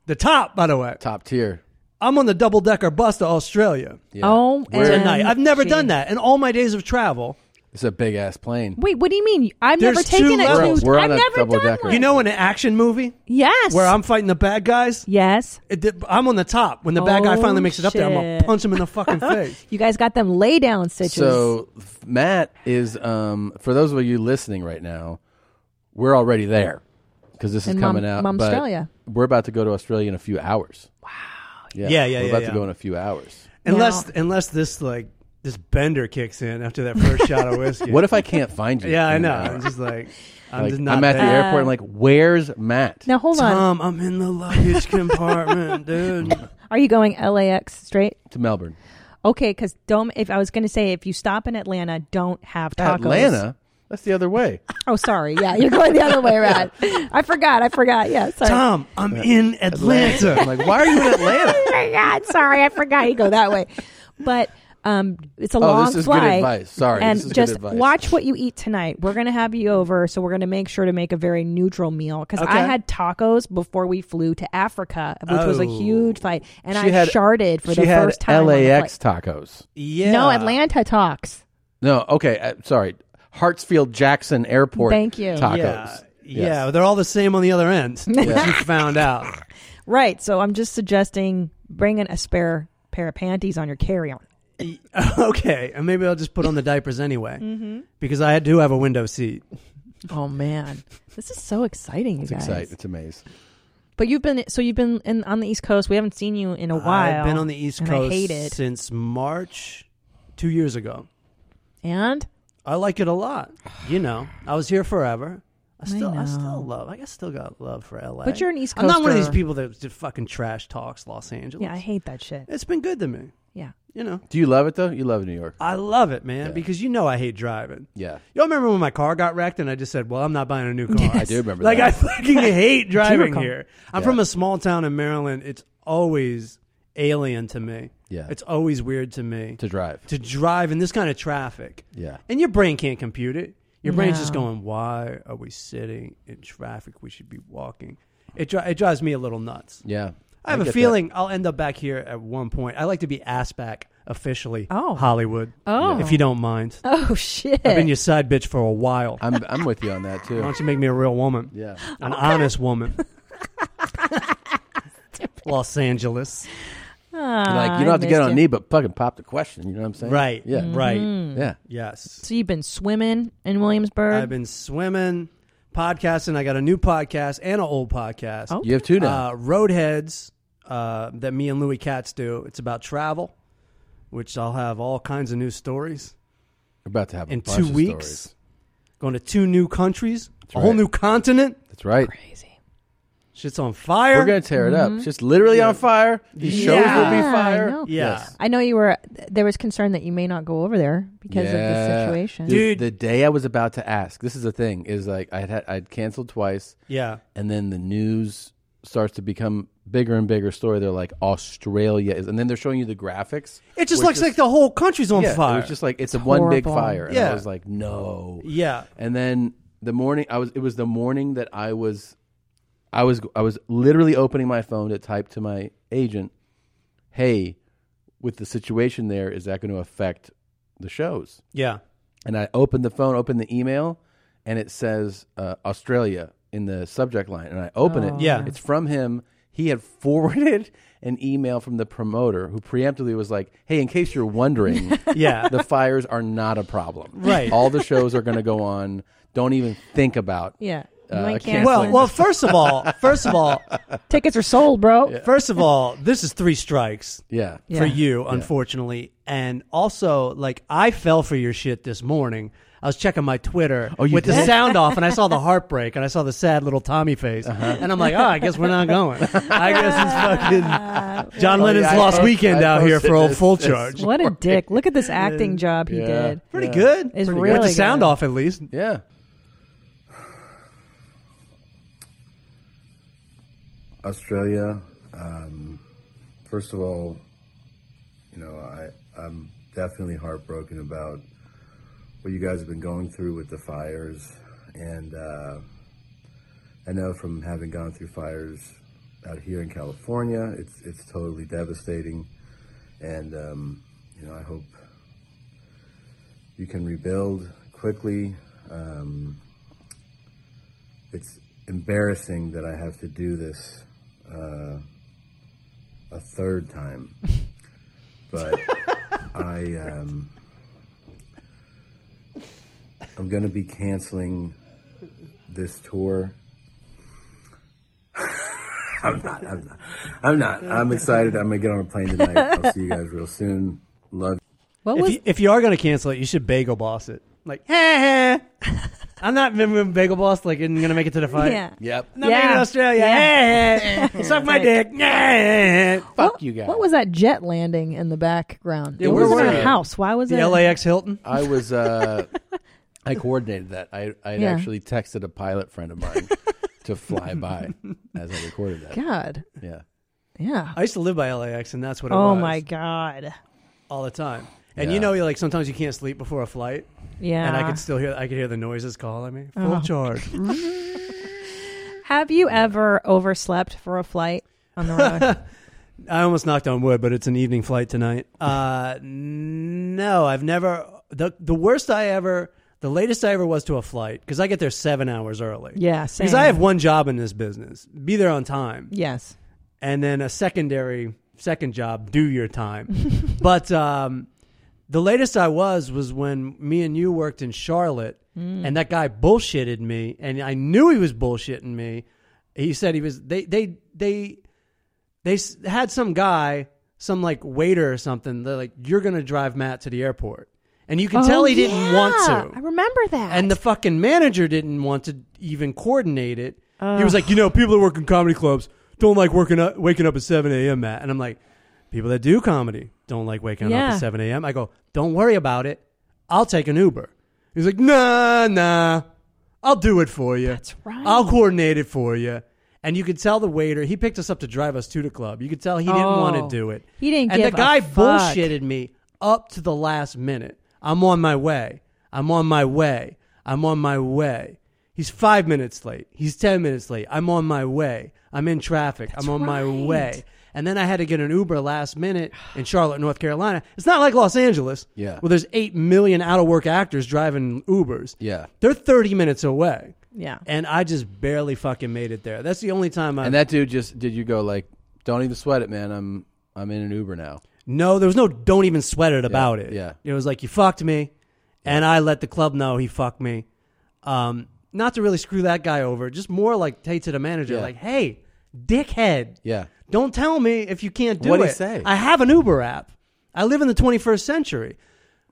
Speaker 12: The top, by the way.
Speaker 1: Top tier.
Speaker 12: I'm on the double decker bus to Australia.
Speaker 1: Yeah. Oh, Where-
Speaker 12: tonight. I've never
Speaker 1: OMG.
Speaker 12: done that in all my days of travel.
Speaker 1: It's a big ass plane.
Speaker 3: Wait, what do you mean? I've never
Speaker 12: There's
Speaker 3: taken
Speaker 12: two
Speaker 3: a
Speaker 12: levels.
Speaker 3: two.
Speaker 1: We're
Speaker 3: I've
Speaker 1: on a
Speaker 3: never
Speaker 1: double
Speaker 3: done
Speaker 1: decker.
Speaker 3: one.
Speaker 12: You know, in an action movie.
Speaker 3: Yes.
Speaker 12: Where I'm fighting the bad guys.
Speaker 3: Yes.
Speaker 12: I'm on the top. When the bad guy
Speaker 3: Oh,
Speaker 12: finally makes it up there, I'm gonna
Speaker 3: shit.
Speaker 12: punch him in the
Speaker 1: (laughs)
Speaker 12: fucking
Speaker 3: (laughs)
Speaker 12: face.
Speaker 3: You guys got them lay down stitches.
Speaker 1: So f- Matt is um, for those of you listening right now, we're already there because this is
Speaker 3: In Mom-
Speaker 1: coming out.
Speaker 3: Mom
Speaker 1: but
Speaker 3: Australia.
Speaker 1: We're about to go to Australia in a few hours. Wow. Yeah,
Speaker 12: Yeah, yeah,
Speaker 1: We're
Speaker 12: yeah,
Speaker 1: about
Speaker 12: yeah.
Speaker 1: to go in a few hours.
Speaker 12: Unless, unless this like this bender kicks in after that first
Speaker 1: (laughs)
Speaker 12: shot of whiskey.
Speaker 1: What if I can't find you?
Speaker 12: (laughs) Yeah, I
Speaker 1: in an
Speaker 12: know.
Speaker 1: hour?
Speaker 12: I'm just like, I'm
Speaker 1: Like,
Speaker 12: just not.
Speaker 1: at the
Speaker 12: there.
Speaker 1: airport. I'm like, where's Matt?
Speaker 3: now hold on.
Speaker 12: Tom, I'm in the luggage compartment, (laughs) dude.
Speaker 1: (laughs)
Speaker 3: Are you going LAX straight?
Speaker 1: To Melbourne.
Speaker 3: Okay, because don't. If I was going to say, if you stop in Atlanta, don't have tacos.
Speaker 1: Atlanta. That's the other way.
Speaker 3: (laughs) Oh, sorry. Yeah, you're going the
Speaker 1: (laughs)
Speaker 3: other way around. I forgot. I forgot. Yeah, sorry.
Speaker 12: Tom, I'm in Atlanta.
Speaker 1: I'm like, why are you in Atlanta?
Speaker 3: oh my God, sorry. I forgot you go that way. But um, it's a
Speaker 1: Oh, this
Speaker 3: long
Speaker 1: is good
Speaker 3: flight.
Speaker 1: advice. Sorry, this
Speaker 3: and
Speaker 1: is good
Speaker 3: just
Speaker 1: advice.
Speaker 3: watch what you eat tonight. We're gonna have you over, so we're gonna make sure to make a very neutral meal. Because I
Speaker 1: Okay.
Speaker 3: had tacos before we flew to Africa, which was a
Speaker 1: Oh.
Speaker 3: huge flight, and
Speaker 1: She
Speaker 3: I
Speaker 1: had-
Speaker 3: sharded (laughs) for
Speaker 1: she
Speaker 3: the
Speaker 1: had
Speaker 3: first time. on the
Speaker 1: LAX
Speaker 3: flight.
Speaker 1: tacos.
Speaker 3: No Atlanta talks.
Speaker 1: No, okay. Uh, sorry. Hartsfield Jackson Airport.
Speaker 3: Thank you.
Speaker 1: Tacos.
Speaker 12: Yeah,
Speaker 1: Yes.
Speaker 12: yeah, they're all the same on the other
Speaker 1: (laughs)
Speaker 12: end. which
Speaker 3: Yeah.
Speaker 12: you found out. (laughs)
Speaker 3: Right. So I'm just suggesting bringing a spare pair of panties on your carry-on.
Speaker 1: E- (laughs)
Speaker 12: Okay, and maybe I'll just put on the diapers anyway
Speaker 3: Mhm.
Speaker 12: because I do have a window seat.
Speaker 3: Oh man, this is so exciting, you
Speaker 1: It's
Speaker 3: guys.
Speaker 1: exciting. It's amazing.
Speaker 3: But you've been so you've been in, on the East Coast. We haven't seen you in a while.
Speaker 12: I've been on the East
Speaker 3: and
Speaker 12: Coast
Speaker 3: I hate it.
Speaker 12: since March, two years ago.
Speaker 3: And
Speaker 12: I like it a lot. You know, I was here forever. I still, I, still
Speaker 3: know.
Speaker 12: love. I guess still got love for LA.
Speaker 3: But you're an East
Speaker 12: I'm not one of these
Speaker 3: Coaster.
Speaker 12: people that just fucking trash talks Los Angeles.
Speaker 3: yeah, I hate that shit.
Speaker 12: It's been good to me.
Speaker 3: Yeah,
Speaker 12: you know.
Speaker 1: Do you love it though? You love New York.
Speaker 12: I love it, man,
Speaker 1: Yeah.
Speaker 12: because you know I hate driving.
Speaker 1: Yeah.
Speaker 12: Y'all remember when my car got wrecked and I just said, "Well, I'm not buying a
Speaker 1: (laughs)
Speaker 12: new car."
Speaker 1: I do remember
Speaker 12: Like
Speaker 1: that.
Speaker 12: I
Speaker 1: (laughs)
Speaker 12: fucking hate driving here. I'm
Speaker 1: Yeah.
Speaker 12: from a small town in Maryland. It's always alien to me.
Speaker 1: Yeah.
Speaker 12: It's always weird to me
Speaker 1: to drive.
Speaker 12: To drive in this kind of traffic.
Speaker 1: Yeah.
Speaker 12: And your brain can't compute it. Your brain's just
Speaker 1: No.
Speaker 12: going, "Why are we sitting in traffic? We should be walking." It dri- it drives me a little nuts.
Speaker 1: Yeah.
Speaker 12: I have
Speaker 1: a
Speaker 12: a feeling I'll end up back here at one point. I like to be ass back officially.
Speaker 3: Oh.
Speaker 12: Hollywood.
Speaker 3: Oh.
Speaker 12: if you don't mind.
Speaker 3: (laughs) Oh shit!
Speaker 12: I've been your side bitch for a while.
Speaker 1: I'm I'm with you on that too.
Speaker 12: Why don't you make me a real woman?
Speaker 1: Yeah.
Speaker 12: An honest
Speaker 3: (laughs)
Speaker 12: woman. Los Angeles.
Speaker 3: Ah,
Speaker 1: like you
Speaker 3: I
Speaker 1: don't have to get
Speaker 3: missed Mm-hmm.
Speaker 1: on
Speaker 3: it.
Speaker 1: knee, but fucking pop the question. You know what I'm saying?
Speaker 12: Right,
Speaker 1: Yeah.
Speaker 12: right.
Speaker 1: Yeah.
Speaker 12: Yes.
Speaker 3: So you've been swimming in Williamsburg.
Speaker 12: I've been swimming, podcasting. I got a new podcast and an old podcast.
Speaker 1: Oh. You have two now.
Speaker 12: Uh, Roadheads uh, that me and Louis Katz do. It's about travel, which I'll have all kinds of new stories.
Speaker 1: About to have a
Speaker 12: in
Speaker 1: bunch
Speaker 12: two
Speaker 1: of
Speaker 12: weeks.
Speaker 1: stories.
Speaker 12: Going to two new countries, a whole
Speaker 1: right.
Speaker 12: new continent.
Speaker 1: That's right.
Speaker 12: Shit's on fire.
Speaker 1: We're gonna tear it up. It's just literally on fire. These shows will be fire.
Speaker 3: Mm-hmm. I know.
Speaker 1: Yes.
Speaker 3: I know you were. There was concern that you may not go over there because of the
Speaker 1: Yeah.
Speaker 3: situation.
Speaker 1: The- The, day I was about to ask, this is the thing, is like I had I'd canceled twice.
Speaker 12: Yeah.
Speaker 1: And then the news starts to become bigger and bigger story. They're like Australia is, and then they're showing you the graphics.
Speaker 12: It just
Speaker 1: which
Speaker 12: looks
Speaker 1: is-
Speaker 12: like the whole country's on
Speaker 1: yeah,
Speaker 12: fire.
Speaker 1: It was just like it's, a one big
Speaker 12: horrible.
Speaker 1: fire. And
Speaker 12: Yeah.
Speaker 1: I was like, no.
Speaker 12: Yeah.
Speaker 1: And then the morning I was it was the morning that I was I was I was literally opening my phone to type to my agent, hey, with the situation there, is that going to affect the shows?
Speaker 12: Yeah.
Speaker 1: And I opened the phone, opened the email, and it says uh, Australia in the subject line. And I open
Speaker 12: Oh.
Speaker 1: it.
Speaker 12: Yeah.
Speaker 1: It's from him. He had (laughs) forwarded an email from the promoter who preemptively was like, hey, in case you're wondering,
Speaker 12: (laughs) Yeah.
Speaker 1: the fires are not a problem.
Speaker 12: Right.
Speaker 1: All the shows are going to go on. Don't even think about
Speaker 3: Yeah.
Speaker 1: uh,
Speaker 3: You ain't
Speaker 1: canceling.
Speaker 12: Well, well. First of all,
Speaker 1: (laughs)
Speaker 12: first of all,
Speaker 3: tickets are sold, bro.
Speaker 12: First
Speaker 1: (laughs)
Speaker 12: of all, this is three strikes.
Speaker 1: Yeah.
Speaker 12: For
Speaker 3: Yeah.
Speaker 12: you, unfortunately. And also, like, I fell for your shit this morning. I was checking my Twitter
Speaker 1: Oh, you
Speaker 12: with the
Speaker 1: did?
Speaker 12: sound off, and I
Speaker 1: (laughs)
Speaker 12: saw the heartbreak, and I saw the sad little Tommy face,
Speaker 1: Uh-huh.
Speaker 12: and I'm like, oh, I guess we're not
Speaker 1: (laughs)
Speaker 12: going. I guess it's fucking John
Speaker 1: Oh, yeah,
Speaker 12: Lennon's
Speaker 1: I
Speaker 12: Lost
Speaker 1: post-
Speaker 12: Weekend
Speaker 1: I
Speaker 12: out here for
Speaker 1: posted
Speaker 12: old
Speaker 1: this-
Speaker 12: full
Speaker 1: this
Speaker 12: charge.
Speaker 3: What a dick! Look at this acting job he
Speaker 1: Yeah.
Speaker 3: did.
Speaker 12: Pretty good.
Speaker 3: It's
Speaker 12: Pretty good.
Speaker 3: really
Speaker 12: with the sound
Speaker 3: good.
Speaker 12: off at least.
Speaker 1: Yeah.
Speaker 15: Australia. Um, first of all, you know, I, I'm definitely heartbroken about what you guys have been going through with the fires. And uh, I know from having gone through fires out here in California, it's, it's totally devastating. And, um, you know, I hope you can rebuild quickly. Um, it's embarrassing that I have to do this uh, a third time, but I um, I'm going to be canceling this tour. (laughs) I'm not. I'm not. I'm not. I'm excited. I'm gonna get on a plane tonight. I'll see you guys real soon. Love.
Speaker 3: What
Speaker 12: if,
Speaker 3: was-
Speaker 12: you, if you are going to cancel it, you should bagel boss it. Like, hey,
Speaker 3: (laughs)
Speaker 12: I'm not remembering bagel boss. Like, isn't going to make it to the fight.
Speaker 3: Yeah.
Speaker 1: Yep.
Speaker 12: Not yeah.
Speaker 3: Yeah.
Speaker 12: in Australia.
Speaker 3: (laughs) Yeah.
Speaker 12: Hey, hey, Suck my
Speaker 3: Like-
Speaker 12: dick. Yeah.
Speaker 1: Fuck you guys.
Speaker 3: What was that jet landing in the background?
Speaker 1: Yeah,
Speaker 3: it
Speaker 1: where
Speaker 3: wasn't
Speaker 1: were
Speaker 3: a
Speaker 1: you?
Speaker 3: house. Why was
Speaker 12: The
Speaker 3: it
Speaker 12: LAX Hilton?
Speaker 1: (laughs) I was
Speaker 3: (laughs)
Speaker 1: uh I coordinated that. I I had
Speaker 3: Yeah.
Speaker 1: actually texted a pilot friend of mine to fly by as I recorded that.
Speaker 3: God.
Speaker 1: Yeah.
Speaker 3: Yeah.
Speaker 12: I used to live by LAX, and that's what it
Speaker 3: Oh
Speaker 12: was.
Speaker 3: my god.
Speaker 12: All the time. And
Speaker 1: Yeah.
Speaker 12: you know, you're like sometimes you can't sleep before a flight.
Speaker 3: Yeah.
Speaker 12: And I could still hear. I could hear the noises calling me. Full
Speaker 3: Oh.
Speaker 12: charge.
Speaker 3: (laughs) Have you ever overslept for a flight on
Speaker 12: (laughs)
Speaker 3: the road?
Speaker 12: I almost knocked on wood, but it's an evening flight tonight. Uh, no, I've never. The, the worst I ever, the latest I ever was to a flight, because I get there seven hours early.
Speaker 3: Yeah,
Speaker 12: Because
Speaker 3: same.
Speaker 12: I have one job in this business be there on time.
Speaker 3: yes.
Speaker 12: And then a secondary, second job, do your time. (laughs) but um, the latest I was was when me and you worked in Charlotte,
Speaker 13: Mm.
Speaker 12: and that guy bullshitted me, and I knew he was bullshitting me. He said he was, they, they, they, they s- had some guy, some like waiter or something. They're like, "You're gonna drive Matt to the airport," and you can
Speaker 3: Oh,
Speaker 12: tell he didn't want
Speaker 3: yeah.
Speaker 12: to.
Speaker 3: I remember that.
Speaker 12: And the fucking manager didn't want to even coordinate it. He
Speaker 3: Ugh.
Speaker 12: was like, "You know, people that work in comedy clubs don't like working up, waking up at seven a.m. Matt." And I'm like, "People that do comedy don't like waking up
Speaker 13: Yeah.
Speaker 12: at 7 a.m. I go, don't worry about it. I'll take an Uber. He's like, nah, nah. I'll do it for you. That's
Speaker 3: right.
Speaker 12: I'll coordinate it for you. And you could tell the waiter, he picked us up to drive us to the club. You could tell he didn't
Speaker 3: Oh.
Speaker 12: want to do it.
Speaker 3: He didn't
Speaker 12: And
Speaker 3: give
Speaker 12: the
Speaker 3: a
Speaker 12: guy
Speaker 3: fuck.
Speaker 12: bullshitted me up to the last minute. I'm on my way. I'm on my way. I'm on my way. He's five minutes late. He's 10 minutes late. I'm on my way. I'm in traffic. I'm on my
Speaker 13: right.
Speaker 12: way. And then I had to get an Uber last minute in Charlotte, North Carolina. It's not like Los Angeles.
Speaker 1: Yeah.
Speaker 12: Well, there's 8 million out of work actors driving Ubers.
Speaker 1: Yeah.
Speaker 12: They're 30 minutes away.
Speaker 3: Yeah.
Speaker 12: And I just barely fucking made it there. That's the only time I.
Speaker 1: And that dude just did you go like, don't even sweat it, man. I'm I'm in an Uber now.
Speaker 12: No, there was no don't even sweat it about it.
Speaker 1: yeah.
Speaker 12: It was like you fucked me and I let the club know he fucked me. Um not to really screw that guy over, just more like hey to the manager,
Speaker 1: Yeah.
Speaker 12: like, hey, dickhead.
Speaker 1: Yeah.
Speaker 12: Don't tell me if you can't do
Speaker 1: What'd
Speaker 12: it.
Speaker 1: he say?
Speaker 12: I have an Uber app. I live in the twenty first century.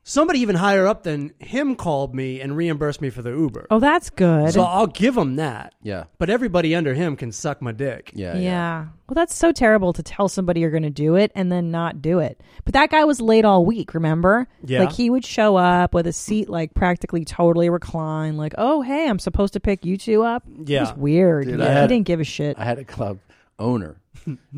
Speaker 12: Somebody even higher up than him called me and reimbursed me for the Uber.
Speaker 3: Oh, that's good.
Speaker 12: So I'll give him that.
Speaker 1: Yeah.
Speaker 12: But everybody under him can suck my dick.
Speaker 3: Yeah, Well, that's so terrible to tell somebody you're going to do it and then not do it. But that guy was late all week, remember?
Speaker 12: Yeah.
Speaker 3: Like he would show up with a seat like practically totally reclined, like, oh, hey, I'm supposed to pick you two up. It was weird.
Speaker 1: Dude,
Speaker 3: yeah.
Speaker 1: I had-
Speaker 3: he didn't give a shit.
Speaker 1: I had a club
Speaker 3: (laughs)
Speaker 1: owner,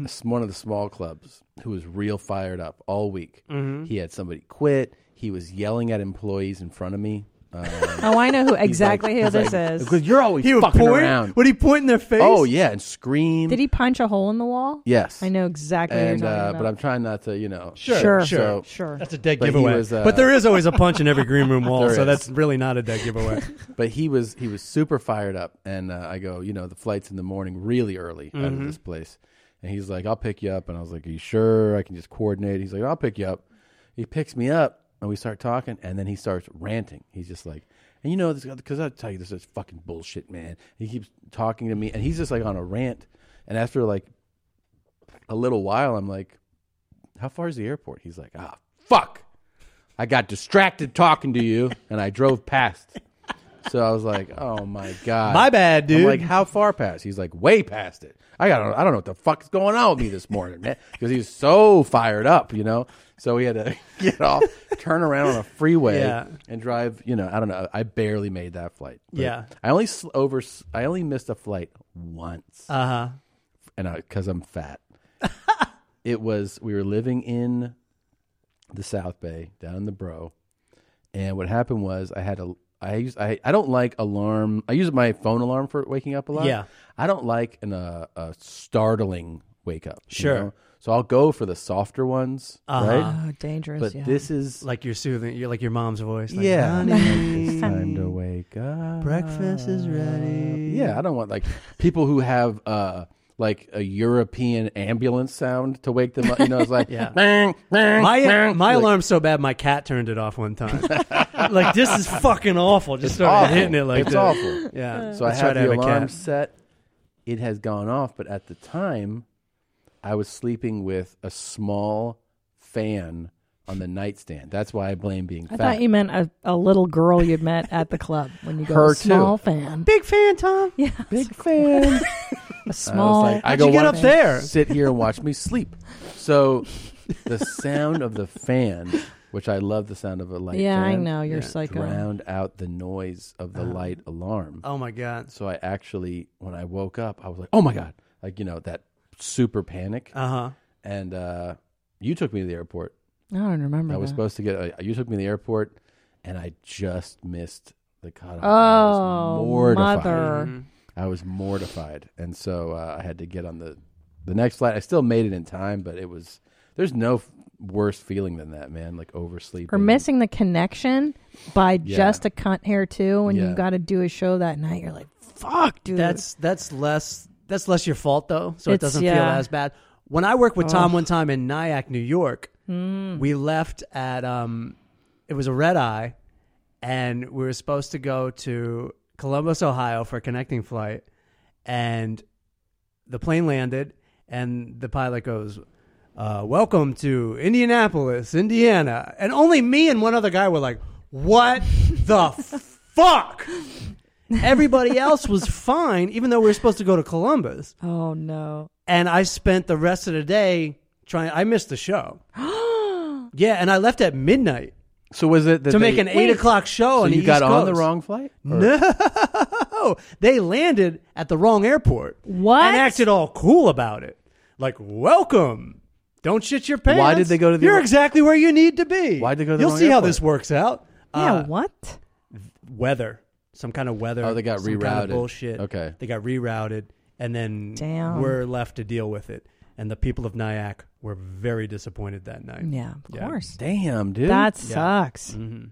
Speaker 1: s- one of the small clubs, who was real fired up all week.
Speaker 3: Mhm.
Speaker 1: He had somebody quit. He was yelling at employees in front of me. Um,
Speaker 3: (laughs) Oh, I know who-
Speaker 1: he's like-
Speaker 3: exactly who
Speaker 1: he's
Speaker 3: this
Speaker 1: like,
Speaker 3: is.
Speaker 1: Because you're always
Speaker 3: He would
Speaker 1: fucking
Speaker 3: point?
Speaker 1: around.
Speaker 12: Would he point in their face?
Speaker 1: Oh yeah, and scream.
Speaker 3: Did he punch a hole in the wall?
Speaker 1: Yes.
Speaker 3: I know exactly
Speaker 1: and,
Speaker 3: what you're talking
Speaker 1: uh,
Speaker 3: about.
Speaker 1: But I'm trying not to, you know.
Speaker 3: Sure, Sure,
Speaker 1: so-
Speaker 3: sure, sure. That's a
Speaker 12: dead
Speaker 1: but he
Speaker 12: giveaway.
Speaker 1: was, uh,
Speaker 12: but there is always a punch in every
Speaker 1: (laughs)
Speaker 12: green room wall,
Speaker 1: There
Speaker 12: so
Speaker 1: is.
Speaker 12: that's really not a dead giveaway.
Speaker 1: but he was he was super fired up, and uh, I go, you know, the flight's in the morning, really early out of
Speaker 12: Mhm.
Speaker 1: this place, and he's like, I'll pick you up, and I was like, Are you sure? I can just coordinate. He's like, I'll pick you up. He picks me up, and we start talking, and then he starts ranting. He's just like. And you know this because I tell you this is fucking bullshit, man. He keeps talking to me, and he's just like on a rant. And after like a little while, I'm like, "How far is the airport?" He's like, "Ah, fuck! I got distracted talking to you, and I drove past." So I was like, "Oh my god,
Speaker 12: My bad, dude."
Speaker 1: I'm like, "How far past?" He's like, "Way past it." I got, I don't know what the fuck's going on with me this morning, man, because he was so fired up, you know. So we had to (laughs) get off, turn around on a freeway,
Speaker 12: Yeah.
Speaker 1: and drive. You know, I don't know. I barely made that flight. But
Speaker 12: Yeah.
Speaker 1: I only sl- over, I only missed a flight once
Speaker 12: Uh-huh.
Speaker 1: and I because I'm
Speaker 12: (laughs)
Speaker 1: fat. it was we were living in the South Bay down in the Bro, and what happened was I had a I use I I don't like alarm. I use my phone alarm for waking up a lot.
Speaker 12: Yeah.
Speaker 1: I don't like an uh, a startling wake up. you
Speaker 12: Sure.
Speaker 1: know? So I'll go for the softer ones,
Speaker 12: Uh-huh.
Speaker 1: right?
Speaker 3: Oh, dangerous,
Speaker 1: But
Speaker 3: yeah.
Speaker 1: this is
Speaker 12: like your soothing, you're like your mom's voice. Like,
Speaker 1: yeah,
Speaker 12: "Honey, (laughs)
Speaker 1: it's
Speaker 3: (laughs)
Speaker 1: time to wake up.
Speaker 12: Breakfast is ready.
Speaker 1: Yeah, I don't want like people who have uh like a European ambulance sound to wake them up. You know, it's like
Speaker 12: (laughs) Yeah.
Speaker 1: (laughs) bang, bang,
Speaker 12: My uh,
Speaker 1: bang.
Speaker 12: my
Speaker 1: Like,
Speaker 12: alarm's so bad, my cat turned it off one
Speaker 1: (laughs)
Speaker 12: time. like this is fucking awful. Just started
Speaker 1: awful.
Speaker 12: hitting it like
Speaker 1: it's
Speaker 12: this.
Speaker 1: awful.
Speaker 3: Uh.
Speaker 12: Yeah.
Speaker 1: So I
Speaker 12: Let's try
Speaker 1: had
Speaker 12: to
Speaker 1: the
Speaker 12: have a
Speaker 1: alarm
Speaker 12: cat.
Speaker 1: set. It has gone off, but at the time, I was sleeping with a small fan on the nightstand. That's why I blame being
Speaker 3: I
Speaker 1: fat.
Speaker 3: thought you meant a, a little girl you'd met at the club when you go
Speaker 1: Her
Speaker 3: a small
Speaker 1: too.
Speaker 3: fan.
Speaker 12: Big fan, Tom.
Speaker 3: Yeah.
Speaker 1: Big fan.
Speaker 3: (laughs) a small.
Speaker 1: I was like, I go why don't you Sit here and watch me sleep. So, the sound of the fan, which I love the sound of a light.
Speaker 3: Yeah, I
Speaker 1: fan,
Speaker 3: know, you're Yeah. psycho.
Speaker 1: Drowned out the noise of the light alarm.
Speaker 12: Oh my god.
Speaker 1: So I actually, when I woke up, I was like, oh my god, like you know that super panic.
Speaker 12: Uh-huh.
Speaker 1: And uh, you took me to the airport.
Speaker 3: I don't remember
Speaker 1: I was
Speaker 3: that.
Speaker 1: supposed to get. Uh, you took me to the airport, and I just missed the cutoff. I
Speaker 3: Oh,
Speaker 1: was mortified.
Speaker 3: mother.
Speaker 12: Mm-hmm.
Speaker 3: Mhm.
Speaker 1: I was mortified, and so uh, I had to get on the the next flight. I still made it in time, but it was there's no f- worse feeling than that, man. Like oversleeping.
Speaker 3: Or missing the connection by
Speaker 1: Yeah.
Speaker 3: just a cunt hair too. When
Speaker 1: Yeah.
Speaker 3: you got to do a show that night, you're like, fuck, dude.
Speaker 12: That's that's less that's less your fault though, so it
Speaker 3: It's-
Speaker 12: doesn't feel
Speaker 3: yeah.
Speaker 12: as bad. When I worked with Tom
Speaker 3: Ugh.
Speaker 12: one time in Nyack, New York,
Speaker 3: Mm.
Speaker 12: we left at um, it was a red eye, and we were supposed to go to Columbus, Ohio for a connecting flight, and the plane landed, and the pilot goes. Uh, welcome to Indianapolis, Indiana. And only me and one other guy were like, What the (laughs) fuck? Everybody else was fine, even though we were supposed to go to Columbus.
Speaker 3: (laughs) Oh no! (gasps)
Speaker 12: And I spent the rest of the day trying. I missed the show. Yeah, and I left at midnight.
Speaker 1: So was it that
Speaker 12: to
Speaker 1: they-
Speaker 12: make an eight o'clock show?
Speaker 1: So
Speaker 12: on the
Speaker 1: you got
Speaker 12: East
Speaker 1: on the
Speaker 12: Coast.
Speaker 1: wrong flight? Or-
Speaker 12: No, (laughs) they landed at the wrong airport. What? And acted all cool about it, like welcome. Don't shit your pants.
Speaker 1: Why did they go to the?
Speaker 12: You're exactly where you need to be.
Speaker 1: Why did they go to the
Speaker 12: You'll
Speaker 1: wrong
Speaker 12: see how
Speaker 1: airport?
Speaker 12: this works out.
Speaker 1: Yeah,
Speaker 3: what?
Speaker 12: Uh, Weather. Some kind of weather.
Speaker 1: Oh, they got
Speaker 12: some kind of
Speaker 1: rerouted.
Speaker 12: bullshit.
Speaker 1: Okay.
Speaker 12: They got rerouted, and then
Speaker 3: Damn.
Speaker 12: we're left to deal with it. And the people of Nyack were very disappointed that night.
Speaker 3: Yeah, of course.
Speaker 1: Damn, dude.
Speaker 3: That
Speaker 12: Yeah.
Speaker 3: sucks.
Speaker 12: Mhm.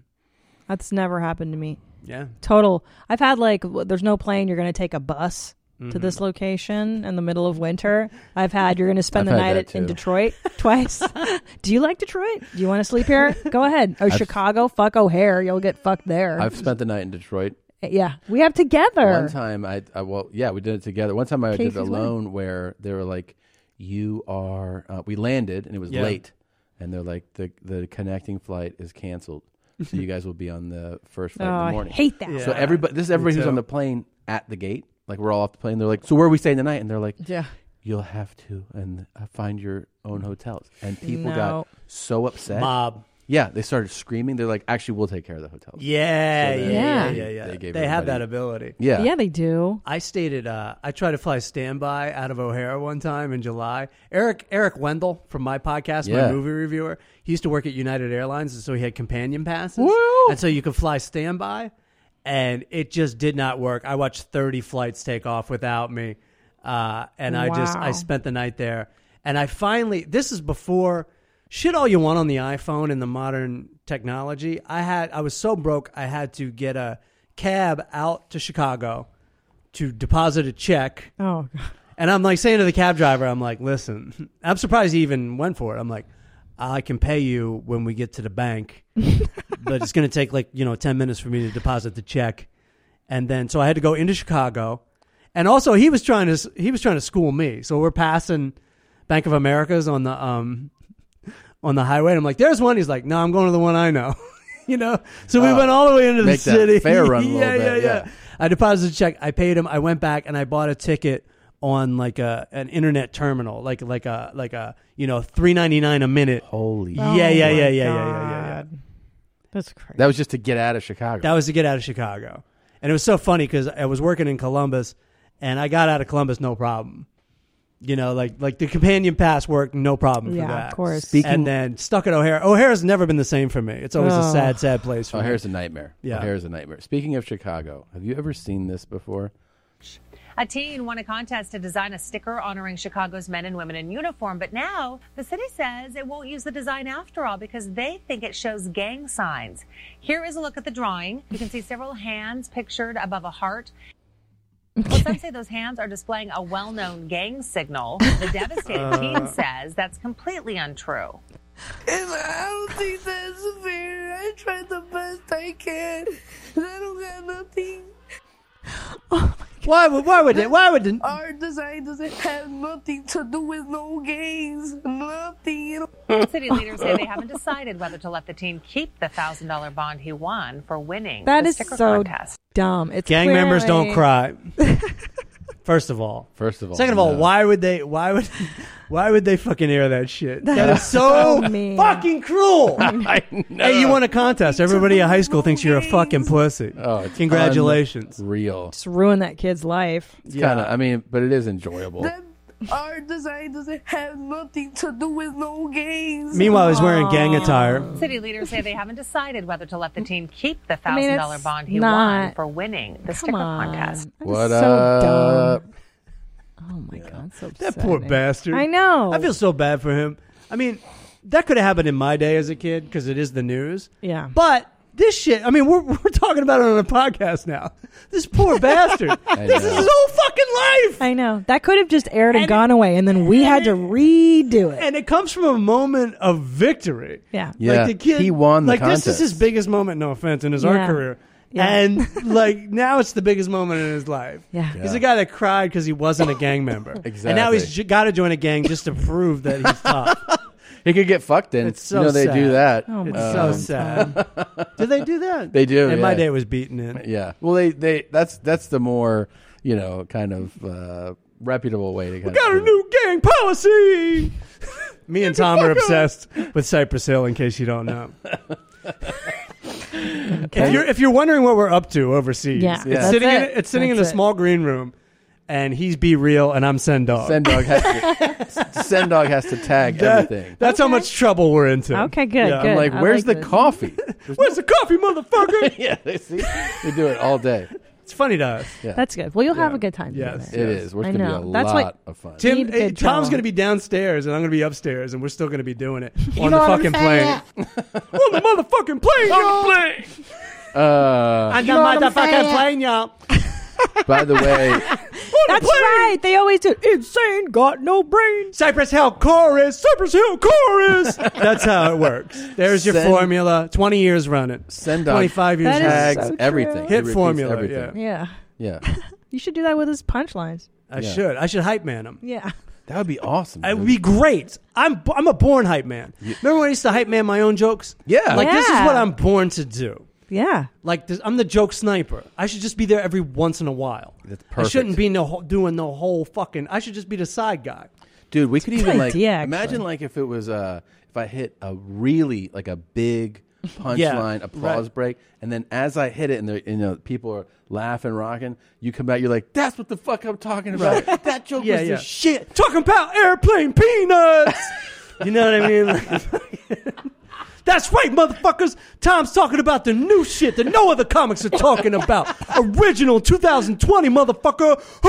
Speaker 3: That's never happened to me.
Speaker 12: Yeah.
Speaker 3: Total. I've had like, w- there's no plane. You're going to take a bus to
Speaker 12: Mhm.
Speaker 3: this location in the middle of winter. I've had, you're going to spend
Speaker 1: I've
Speaker 3: the
Speaker 1: had
Speaker 3: night
Speaker 1: that
Speaker 3: at, in
Speaker 1: too. (laughs)
Speaker 3: Detroit twice. Do you like Detroit? Do you want to
Speaker 1: (laughs)
Speaker 3: sleep here? Go ahead. Or
Speaker 1: I've-
Speaker 3: Chicago, fuck O'Hare. You'll get fucked there. Uh,
Speaker 1: I've spent the night in Detroit.
Speaker 3: yeah. We have together.
Speaker 1: One time, I, I well, yeah, we did it together. One time, I
Speaker 3: Casey's
Speaker 1: did it
Speaker 3: wedding.
Speaker 1: alone, where they were like, "You are." Uh, we landed, and it was
Speaker 12: Yeah.
Speaker 1: late, and they're like, "the The connecting flight is canceled, so you guys will be on the first flight
Speaker 3: Oh,
Speaker 1: in
Speaker 3: I
Speaker 1: the morning."
Speaker 3: hate that.
Speaker 1: So
Speaker 3: Yeah,
Speaker 1: everybody, this is
Speaker 12: me
Speaker 1: everybody who's
Speaker 12: too.
Speaker 1: on the plane at the gate. Like we're all off the plane. They're like, "So where are we staying tonight?" And they're like,
Speaker 3: Yeah.
Speaker 1: You'll have to and uh, find your own hotels. And people
Speaker 12: No.
Speaker 1: got so upset.
Speaker 12: Mob.
Speaker 1: Yeah, they started screaming. They're like, "Actually, we'll take care of the hotels."
Speaker 12: Yeah,
Speaker 1: So
Speaker 12: yeah,
Speaker 1: they-
Speaker 12: yeah,
Speaker 1: they-
Speaker 12: yeah, yeah. They,
Speaker 1: gave
Speaker 12: have that
Speaker 1: everybody-
Speaker 12: ability.
Speaker 1: Yeah.
Speaker 3: they do.
Speaker 12: I stated uh, I tried to fly standby out of O'Hara one time in July. Eric Eric Wendell from my podcast,
Speaker 1: Yeah.
Speaker 12: my movie reviewer, he used to work at United Airlines, and so he had companion passes, and so you could fly standby. And it just did not work. I watched thirty flights take off without me, uh, and I just I
Speaker 3: Wow.
Speaker 12: spent the night there. And I finally this is before shit all you want on the iPhone and the modern technology. I had I was so broke I had to get a cab out to Chicago to deposit a check.
Speaker 3: Oh,
Speaker 12: And I'm like saying to the cab driver, I'm like, listen, (laughs) I'm surprised he even went for it. I'm like, I can pay you when we get to the bank, but it's going to take like, you know, 10 minutes for me to deposit the check. And then, so I had to go into Chicago. And also he was trying to, he was trying to school me. So we're passing Bank of America's on the, um, on the highway. And I'm like, there's one. He's like, no, I'm going to the one I know. (laughs) you know? So we
Speaker 1: Oh,
Speaker 12: went all the way into the
Speaker 1: make that
Speaker 12: city.
Speaker 1: fare
Speaker 12: (laughs)
Speaker 1: run a little
Speaker 12: yeah,
Speaker 1: bit,
Speaker 12: yeah,
Speaker 1: yeah.
Speaker 12: yeah. I deposited a check. I paid him. I went back and I bought a ticket on like a an internet terminal, like like a like a you know three ninety nine a minute.
Speaker 1: Holy,
Speaker 12: yeah, yeah, yeah,
Speaker 3: my
Speaker 12: yeah, yeah, yeah, yeah, yeah.
Speaker 3: That's crazy.
Speaker 1: That was just to get out of Chicago.
Speaker 12: That was to get out of Chicago, and it was so funny because I was working in Columbus, and I got out of Columbus no problem. You know, like like the companion pass worked no problem
Speaker 3: Yeah,
Speaker 12: for
Speaker 3: of
Speaker 12: that.
Speaker 3: course.
Speaker 1: Speaking-
Speaker 12: and then stuck at O'Hare. O'Hare's never been the same for me. It's always a
Speaker 3: Ugh.
Speaker 12: sad, sad place for
Speaker 1: Oh,
Speaker 12: me.
Speaker 1: here's a nightmare.
Speaker 12: Yeah.
Speaker 1: Oh, here's a nightmare. Speaking of Chicago, have you ever seen this before?
Speaker 13: A teen won a contest to design a sticker honoring Chicago's men and women in uniform, but now the city says it won't use the design after all because they think it shows gang signs. Here is a look at the drawing. You can see several hands pictured above a heart. Well, some say those hands are displaying a well known gang signal. The devastated teen says that's completely untrue.
Speaker 16: And I don't think that's fair. I tried the best I can. And I don't got nothing.
Speaker 12: Why would why would it why would it,
Speaker 16: Our design doesn't have nothing to do with no gangs. Nothing. at all.
Speaker 13: City leaders say they haven't decided whether to let the teen keep the $1,000 bond he won for winning
Speaker 3: That
Speaker 13: the
Speaker 3: is
Speaker 13: sticker
Speaker 3: so
Speaker 13: contest.
Speaker 3: dumb. It's
Speaker 12: gang members don't
Speaker 3: clearly- (laughs)
Speaker 12: cry. First of all.
Speaker 1: First of all,
Speaker 12: Second of all,
Speaker 1: no.
Speaker 12: why would they? Why would? Why would they fucking air that shit?
Speaker 3: That
Speaker 12: that is
Speaker 3: is
Speaker 12: so
Speaker 3: so mean.
Speaker 12: fucking
Speaker 1: (laughs)
Speaker 12: cruel. Hey, you won a contest. Everybody in high school thinks you're a fucking pussy.
Speaker 1: Oh, it's
Speaker 12: Congratulations.
Speaker 1: Real.
Speaker 3: Just ruin that kid's life.
Speaker 1: It's kind of. I mean, but it is enjoyable.
Speaker 16: Our design doesn't have nothing to do with no gangs.
Speaker 12: Meanwhile, he's wearing gang attire.
Speaker 13: City leaders say they haven't decided whether to let the teen keep the
Speaker 3: I
Speaker 13: thousand
Speaker 3: mean,
Speaker 13: dollar
Speaker 3: it's
Speaker 13: bond he won
Speaker 3: not-
Speaker 13: for winning the
Speaker 3: Come
Speaker 13: sticker
Speaker 3: on.
Speaker 13: contest.
Speaker 3: That is
Speaker 1: What
Speaker 3: so
Speaker 1: up?
Speaker 3: Dumb. Oh my god, so
Speaker 12: That poor
Speaker 3: upsetting.
Speaker 12: bastard.
Speaker 3: I know.
Speaker 12: I feel so bad for him. I mean, that could have happened in my day as a kid because it is the news.
Speaker 3: Yeah.
Speaker 12: But this shit, I mean, we're, we're talking about it on a podcast now. This
Speaker 3: (laughs)
Speaker 12: poor bastard.
Speaker 1: I
Speaker 12: this is
Speaker 1: know.
Speaker 12: his whole fucking life.
Speaker 3: I know. That could have just aired and, gone away, and then we had to redo it.
Speaker 12: And it comes from a (laughs) moment of victory.
Speaker 3: Yeah.
Speaker 1: Yeah,
Speaker 12: Like the kid,
Speaker 1: he won the
Speaker 12: Like this is
Speaker 1: contest.
Speaker 12: his biggest moment. No offense, in his art
Speaker 3: Yeah.
Speaker 12: career,
Speaker 3: Yeah.
Speaker 12: and like now it's the biggest moment in his life.
Speaker 3: Yeah.
Speaker 12: he's a guy that cried because he wasn't a
Speaker 1: (laughs)
Speaker 12: gang member. And now
Speaker 1: Exactly.
Speaker 12: he's j- got to join a gang just to prove
Speaker 1: (laughs)
Speaker 12: that he's tough.
Speaker 1: He could get fucked in.
Speaker 12: It's so
Speaker 1: you know they
Speaker 12: sad.
Speaker 1: do that.
Speaker 3: Oh,
Speaker 12: It's
Speaker 3: my
Speaker 12: so
Speaker 1: (laughs)
Speaker 3: Um,
Speaker 12: sad. do they do that?
Speaker 1: They do,
Speaker 12: And my
Speaker 1: yeah.
Speaker 12: day was beaten in.
Speaker 1: Yeah. Well, they they that's that's the more you know kind of uh, reputable way to kind
Speaker 12: Got a
Speaker 1: of.
Speaker 12: new gang policy. (laughs) Me and Tom are obsessed with Cypress Hill. In case you don't (laughs) know, if you're if you're wondering what we're up to overseas,
Speaker 1: Yeah,
Speaker 12: it's
Speaker 1: Yeah.
Speaker 12: sitting in
Speaker 1: that's it.
Speaker 12: it's sitting in a
Speaker 1: That's it.
Speaker 12: small green room, and he's be real, and I'm send dog.
Speaker 1: Send dog has
Speaker 12: (laughs)
Speaker 1: to, send dog has to tag everything.
Speaker 12: That's how much trouble we're into.
Speaker 1: Okay, good, good. I'm like, I where's like the this. coffee?
Speaker 12: Where's the coffee, motherfucker?
Speaker 1: (laughs) yeah, they see. They do it all day.
Speaker 12: It's funny to us.
Speaker 1: Yeah.
Speaker 3: That's good. Well, you'll have a good time. doing
Speaker 12: Yes,
Speaker 1: It is. We're
Speaker 3: I
Speaker 1: going to be a
Speaker 3: know. That's
Speaker 1: lot
Speaker 3: what-
Speaker 1: of fun.
Speaker 3: Need
Speaker 12: Tim,
Speaker 3: good
Speaker 12: hey, Tom's
Speaker 3: drama.
Speaker 12: going to be downstairs, and I'm going to be upstairs, and we're still going to be doing it
Speaker 1: (laughs) You
Speaker 12: on
Speaker 1: know
Speaker 12: the
Speaker 1: what I'm
Speaker 12: fucking plane. on the motherfucking plane, y'all.
Speaker 3: Oh.
Speaker 1: Uh,
Speaker 12: (laughs) On the motherfucking plane, y'all.
Speaker 1: by the
Speaker 12: (laughs)
Speaker 1: way,
Speaker 3: That's right. They always do. Insane, got no brain.
Speaker 12: Cypress Hill chorus. Cypress Hill chorus. (laughs) That's how it works. There's your
Speaker 1: Send-
Speaker 12: formula. Twenty years running.
Speaker 1: Send dog
Speaker 12: 25 years
Speaker 3: That is
Speaker 1: tags
Speaker 3: so
Speaker 1: everything. He
Speaker 12: Hit
Speaker 1: repeats
Speaker 12: formula.
Speaker 1: everything.
Speaker 12: Yeah.
Speaker 3: (laughs) Yeah.
Speaker 1: Yeah.
Speaker 3: You should do that with his punchlines.
Speaker 12: (laughs) I
Speaker 1: Yeah.
Speaker 12: should. I should hype man him.
Speaker 3: Yeah.
Speaker 1: That would be awesome.
Speaker 12: It would be great. I'm I'm a born hype man. Remember when I used to hype man my own jokes?
Speaker 1: Yeah.
Speaker 12: Like this is
Speaker 3: Yeah.
Speaker 12: what I'm born to do.
Speaker 3: Yeah.
Speaker 12: Like this, I'm the joke sniper. I should just be there every once in a while. That's I
Speaker 1: perfect.
Speaker 12: shouldn't be no whole- doing the whole fucking. I should just be the side guy.
Speaker 1: Dude, we could
Speaker 12: It's a
Speaker 1: even
Speaker 12: good
Speaker 1: like
Speaker 12: idea, actually.
Speaker 1: imagine like if it was uh if I hit a really like a big punchline
Speaker 12: (laughs) Yeah,
Speaker 1: applause
Speaker 12: right.
Speaker 1: break, and then as I hit it and there you know people are laughing, rocking, you come back, you're like, That's what the fuck I'm talking about.
Speaker 12: (laughs)
Speaker 1: that joke
Speaker 12: Yeah,
Speaker 1: was
Speaker 12: yeah.
Speaker 1: the shit.
Speaker 12: Talking about airplane peanuts. you know what I mean? Like- (laughs) That's right, motherfuckers. Tom's talking about the new shit that no other comics are talking about. Original 2020, motherfucker. (laughs)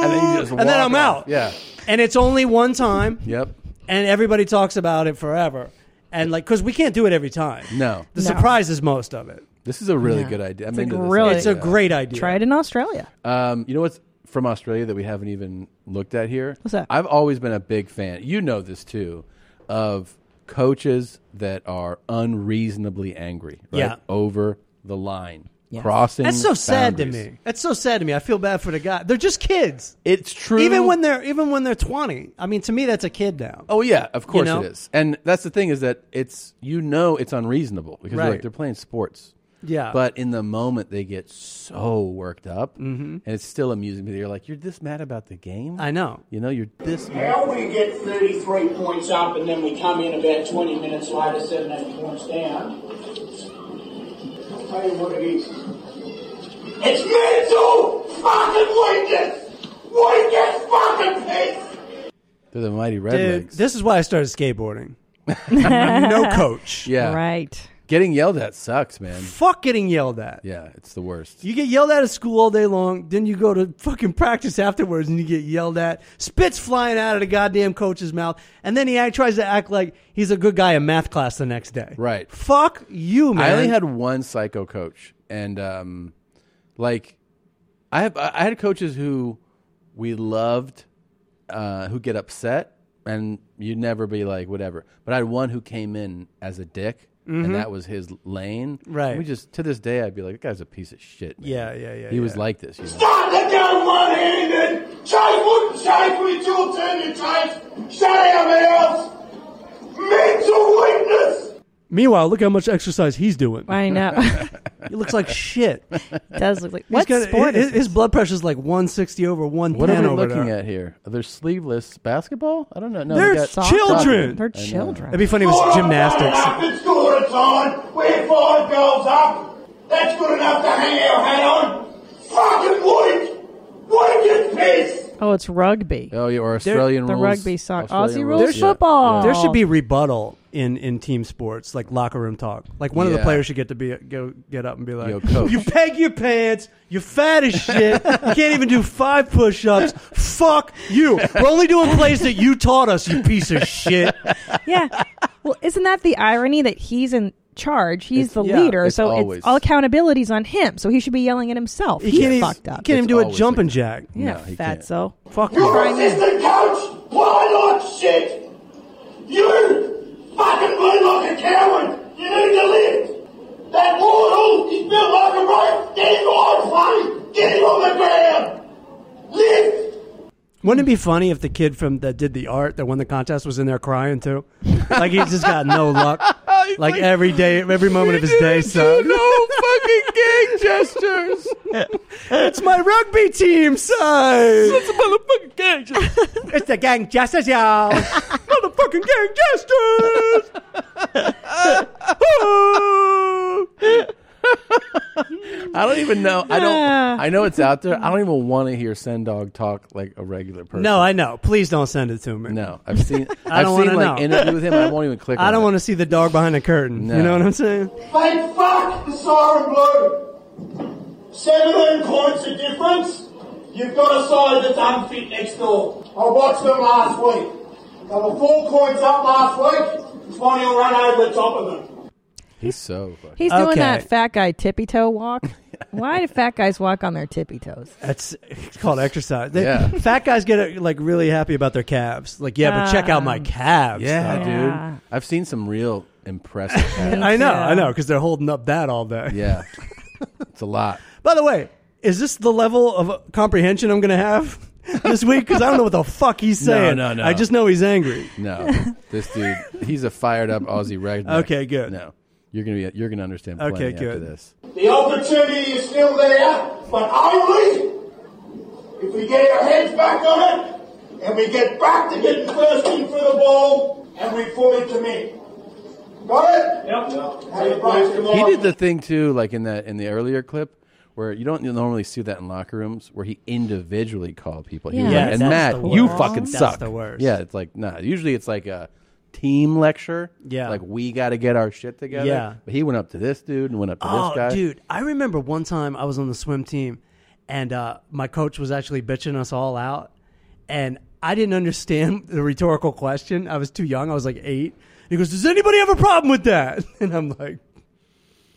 Speaker 1: And then you just
Speaker 12: And then
Speaker 1: walk
Speaker 12: I'm
Speaker 1: off.
Speaker 12: out.
Speaker 1: Yeah.
Speaker 12: And it's only one time.
Speaker 1: Yep.
Speaker 12: And everybody talks about it forever. And like, because we can't do it every time.
Speaker 1: No.
Speaker 12: The surprise is most of it.
Speaker 1: This is a really
Speaker 12: Yeah.
Speaker 1: good idea. I'm
Speaker 12: It's like
Speaker 1: into this
Speaker 12: really- It's a
Speaker 1: idea.
Speaker 12: great idea.
Speaker 3: Try it in Australia.
Speaker 1: Um, you know what's from Australia that we haven't even looked at here?
Speaker 3: What's that?
Speaker 1: I've always been a big fan. You know this too, of coaches that are unreasonably angry, right?
Speaker 12: Yeah.
Speaker 1: Over the line, crossing.
Speaker 12: That's so sad
Speaker 1: boundaries.
Speaker 12: to me. That's so sad to me. I feel bad for the guy. They're just kids.
Speaker 1: It's true.
Speaker 12: Even when they're even when they're twenty. I mean, to me, that's a kid now.
Speaker 1: Oh yeah, of
Speaker 12: You
Speaker 1: course
Speaker 12: know?
Speaker 1: it is. And that's the thing is that it's you know it's unreasonable because they're,
Speaker 12: Right.
Speaker 1: like, they're playing sports.
Speaker 12: Yeah.
Speaker 1: But in the moment they get so worked up and
Speaker 12: Mhm.
Speaker 1: it's still amusing me. You're like, You're this mad about the game?
Speaker 12: I know.
Speaker 1: You know, you're this mad
Speaker 17: Now we get 33 points up, and then we come in about 20 minutes later, seven, eight points down. I'll tell you what it is. It's mental fucking weakness! Weakness fucking piece!
Speaker 1: They're the mighty
Speaker 12: Dude,
Speaker 1: rednecks.
Speaker 12: this is why I
Speaker 1: (laughs)
Speaker 12: started skateboarding. no coach.
Speaker 1: Yeah.
Speaker 3: Right.
Speaker 1: Getting yelled at sucks, man.
Speaker 12: Fuck getting yelled at.
Speaker 1: Yeah, it's the worst.
Speaker 12: You get yelled at at school all day long. Then you go to fucking practice afterwards, and you get yelled at. Spits flying out of the goddamn coach's mouth, and then he act, tries to act like he's a good guy in math class the next day.
Speaker 1: Right.
Speaker 12: Fuck you, man.
Speaker 1: I only had one psycho coach, and um, like I have, I I had coaches who we loved, uh, who get upset, and you'd never be like whatever. But I had one who came in as a dick,
Speaker 12: Mhm.
Speaker 1: and that was his lane.
Speaker 12: Right.
Speaker 1: We just to this day, I'd be like, that guy's a piece of shit. Man.
Speaker 12: Yeah, yeah, yeah,
Speaker 1: He was
Speaker 12: yeah.
Speaker 1: like this. You know?
Speaker 17: Start the gun one-handed! Chase wouldn't chase with your turn to chase! Shut our mouths! Mental weakness!
Speaker 12: Meanwhile, look how much exercise he's doing.
Speaker 3: I know.
Speaker 12: (laughs) he looks like shit.
Speaker 3: does look like
Speaker 12: He's
Speaker 3: what
Speaker 12: got-
Speaker 3: sport
Speaker 12: his,
Speaker 3: is
Speaker 12: his blood pressure is like 160 over 110
Speaker 1: What are we
Speaker 12: over
Speaker 1: looking
Speaker 12: there.
Speaker 1: at here? Are there sleeveless basketball? I don't know. No,
Speaker 12: They're
Speaker 1: we got-
Speaker 12: children.
Speaker 1: Soccer. I know.
Speaker 12: It'd be funny if it was
Speaker 17: Up
Speaker 12: gymnastics.
Speaker 17: at school at a time, we're five goals up. That's good enough to hang our hat on. Fucking weak! Weak as piss!
Speaker 3: Oh,
Speaker 12: (laughs)
Speaker 3: it's rugby.
Speaker 1: Oh, yeah, or
Speaker 3: They're-
Speaker 1: Australian
Speaker 3: the
Speaker 1: rules.
Speaker 3: rugby soc-
Speaker 1: Australian
Speaker 3: Aussie rules
Speaker 1: yeah.
Speaker 3: football.
Speaker 12: There should be rebuttal in, in team sports, like locker room talk. Like one of the
Speaker 1: Yeah.
Speaker 12: players should get to be go get up and be like,
Speaker 1: Yo, coach.
Speaker 12: "You peg your pants. You're fat as shit. you can't even do five push-ups. Fuck you. We're only doing plays that you taught us. You piece of
Speaker 1: (laughs)
Speaker 12: shit."
Speaker 3: yeah. Well, isn't that the irony that he's in charge? He's
Speaker 12: It's-
Speaker 3: the
Speaker 12: yeah,
Speaker 3: leader,
Speaker 12: it's
Speaker 3: so
Speaker 12: always-
Speaker 3: it's all accountability's on him. So he should be yelling at himself.
Speaker 12: He
Speaker 3: he's
Speaker 12: can't even-
Speaker 3: fucked up.
Speaker 12: he can't even do a jumping jack.
Speaker 3: Yeah, fatso.
Speaker 12: Fuck
Speaker 17: Your assistant coach play like shit! You fucking play like a coward! You need to live! That wall is built like a rope! Get him on play! Get him on the ground! Live!
Speaker 12: Wouldn't it be funny if the kid from that did the art that won the contest was in there crying too?
Speaker 1: (laughs)
Speaker 12: Like he's just got no luck. like, every day, every moment of his day. So no
Speaker 1: fucking gang gestures.
Speaker 12: (laughs) it's my rugby team size.
Speaker 1: (laughs) It's a motherfucking gang gestures.
Speaker 12: it's the gang gestures, (laughs) y'all. motherfucking gang gestures.
Speaker 1: (laughs) I don't even know. I don't. I know it's out there. I don't even want to hear Send Dog talk like a regular person.
Speaker 12: No, I know. Please don't send it to me.
Speaker 1: No, I've seen.
Speaker 12: (laughs) I
Speaker 1: I've
Speaker 12: don't
Speaker 1: seen
Speaker 12: wanna
Speaker 1: like
Speaker 12: know.
Speaker 1: interview with him. I won't even click.
Speaker 12: (laughs) I
Speaker 1: on
Speaker 12: don't
Speaker 1: it.
Speaker 12: want to see the dog behind the curtain.
Speaker 1: No.
Speaker 12: You know what I'm saying?
Speaker 17: Thank fuck the siren blue. 17 points of difference. You've got a side that's unfit next door. I watched them last week. They were four coins up last week. Twenty will run over the top of them.
Speaker 1: He's so. Fucking
Speaker 3: He's doing
Speaker 12: Okay.
Speaker 3: that fat guy tippy
Speaker 1: (laughs)
Speaker 3: toe walk. Why do fat guys walk on their
Speaker 12: (laughs)
Speaker 3: tippy toes?
Speaker 12: That's it's called exercise. They-
Speaker 1: Yeah.
Speaker 12: Fat guys get like really happy about their calves. Like, yeah, but check out my
Speaker 1: Um,
Speaker 12: calves.
Speaker 1: yeah,
Speaker 12: though.
Speaker 3: Yeah.
Speaker 1: dude. I've seen some real
Speaker 12: (laughs)
Speaker 1: impressive. calves.
Speaker 12: I know, I know, because they're holding up that all day.
Speaker 1: Yeah, it's a lot.
Speaker 12: (laughs) By the way, is this the level of uh, comprehension I'm going to have (laughs) this week? Because I don't know what the fuck he's
Speaker 1: No,
Speaker 12: saying.
Speaker 1: no, no.
Speaker 12: I just know he's angry.
Speaker 1: No, this dude. He's a fired up Aussie redneck.
Speaker 12: Okay, good.
Speaker 1: No, you're gonna be. You're gonna understand. Plenty
Speaker 12: Okay,
Speaker 1: After
Speaker 12: good.
Speaker 1: this.
Speaker 17: The opportunity is still there, but only if we get our heads back on it and we get back to getting first in for the ball and we fully commit. Got it? Yep. Have a break
Speaker 1: He
Speaker 17: tomorrow.
Speaker 1: did the thing too, like in that in the earlier clip, where you don't normally see that in locker rooms, where he individually called people. He was
Speaker 12: Yeah.
Speaker 1: like, and
Speaker 12: Yes, that's
Speaker 1: Matt,
Speaker 12: the
Speaker 1: you
Speaker 12: worst.
Speaker 1: fucking
Speaker 12: That's
Speaker 1: suck.
Speaker 12: the worst.
Speaker 1: Yeah, it's like nah. Usually it's like a team lecture.
Speaker 12: Yeah.
Speaker 1: like we got to get our shit together.
Speaker 12: Yeah.
Speaker 1: but he went up to this dude and went up to
Speaker 12: Oh,
Speaker 1: this guy.
Speaker 12: dude, I remember one time I was on the swim team, and uh, my coach was actually bitching us all out, and I didn't understand (laughs) the rhetorical question. I was too young. I was like eight. He goes, "Does anybody have a problem with that?" (laughs) And I'm like,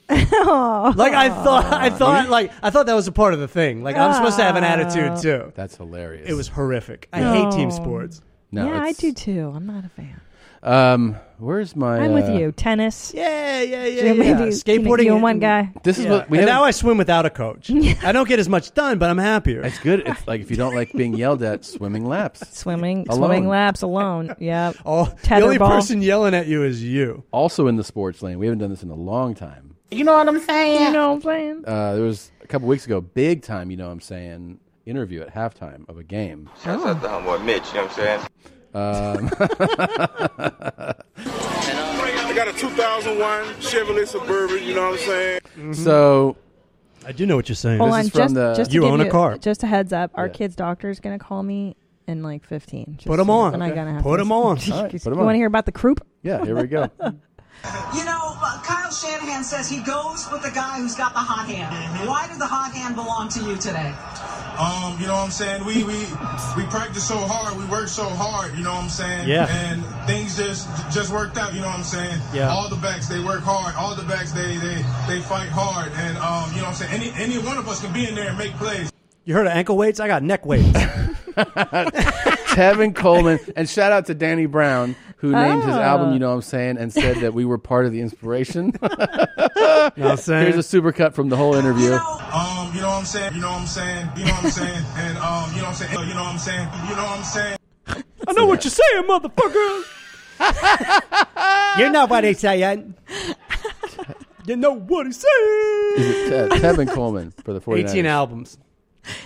Speaker 12: like I thought,
Speaker 1: Ah.
Speaker 12: I thought, like I thought that was a part of the thing. Like I'm supposed to have an attitude too.
Speaker 1: Ah. That's hilarious.
Speaker 12: It was horrific. I
Speaker 1: Yeah.
Speaker 12: hate team sports.
Speaker 1: No,
Speaker 3: yeah, I
Speaker 1: it's-
Speaker 3: do too. I'm not a fan.
Speaker 1: Um, where's my?
Speaker 3: I'm with
Speaker 1: uh,
Speaker 3: you. Tennis.
Speaker 12: Yeah, yeah, yeah,
Speaker 3: Jimmy,
Speaker 12: yeah.
Speaker 3: do you-
Speaker 12: Skateboarding
Speaker 3: you and
Speaker 12: and-
Speaker 3: one guy.
Speaker 1: This is
Speaker 12: Yeah.
Speaker 1: what we
Speaker 12: and
Speaker 1: haven't-
Speaker 12: now I swim without a coach. I don't get as much done, but I'm happier.
Speaker 1: It's good. It's like if you don't like being yelled at, swimming laps.
Speaker 3: Swimming,
Speaker 1: Alone.
Speaker 3: swimming
Speaker 1: (laughs)
Speaker 3: laps alone. Yeah.
Speaker 12: Oh, the only person yelling at you is you.
Speaker 1: Also in the sports lane, we haven't done this in a long time.
Speaker 3: You know what I'm saying? You know what I'm saying?
Speaker 1: uh, there was a couple weeks ago, big time, you know what I'm saying, interview at halftime of a game.
Speaker 18: That's up to homeboy Mitch, you know what I'm saying?
Speaker 1: Um, (laughs)
Speaker 19: I got a 2001 Chevrolet Suburban, you know what I'm saying?
Speaker 12: Mm-hmm.
Speaker 1: so,
Speaker 12: I do know what you're saying.
Speaker 3: Mm-hmm. Hold on, just, just to
Speaker 12: you
Speaker 3: give
Speaker 12: own a car.
Speaker 3: Just a heads up, our kid's doctor is going to call me in like 15. Just
Speaker 12: Put 'em
Speaker 3: so-
Speaker 12: on.
Speaker 3: And I
Speaker 12: Okay.
Speaker 3: gotta have
Speaker 12: Put
Speaker 3: to-
Speaker 12: 'em
Speaker 3: (laughs)
Speaker 12: on.
Speaker 3: You
Speaker 12: All right, put 'em
Speaker 3: want
Speaker 12: on.
Speaker 3: to hear about the croup?
Speaker 1: yeah, here we go.
Speaker 20: You know, uh, Kyle Shanahan says he goes with the guy who's got the hot hand. Why did the hot hand belong to you today?
Speaker 19: Um, you know what I'm saying? We we we practice so hard, we work so hard, you know what I'm saying?
Speaker 12: Yeah.
Speaker 19: And things just just worked out, you know what I'm saying?
Speaker 12: Yeah.
Speaker 19: All the backs they work hard, all the backs they they they fight hard, and um, you know what I'm saying? Any any one of us can be in there and make plays.
Speaker 12: You heard of ankle weights? I got neck
Speaker 3: (laughs)
Speaker 12: weights.
Speaker 1: (laughs) Tevin Coleman, and shout out to Danny Brown, who named
Speaker 3: Ah.
Speaker 1: his
Speaker 12: Oh.
Speaker 1: album, you know what I'm saying, and said that we were part of the
Speaker 3: (laughs)
Speaker 1: inspiration.
Speaker 12: I'm saying?
Speaker 1: Here's a supercut from the whole interview.
Speaker 19: Um, you know what I'm saying? You know what I'm saying? You know what I'm saying? And um, you know what I'm saying? You know what I'm saying? You know what I'm saying?
Speaker 12: I know what you're saying,
Speaker 1: (laughs)
Speaker 12: motherfucker. you know what he's saying. you know what he's saying.
Speaker 1: Is it Te- Tevin Coleman for the 49ers?
Speaker 12: 18 albums.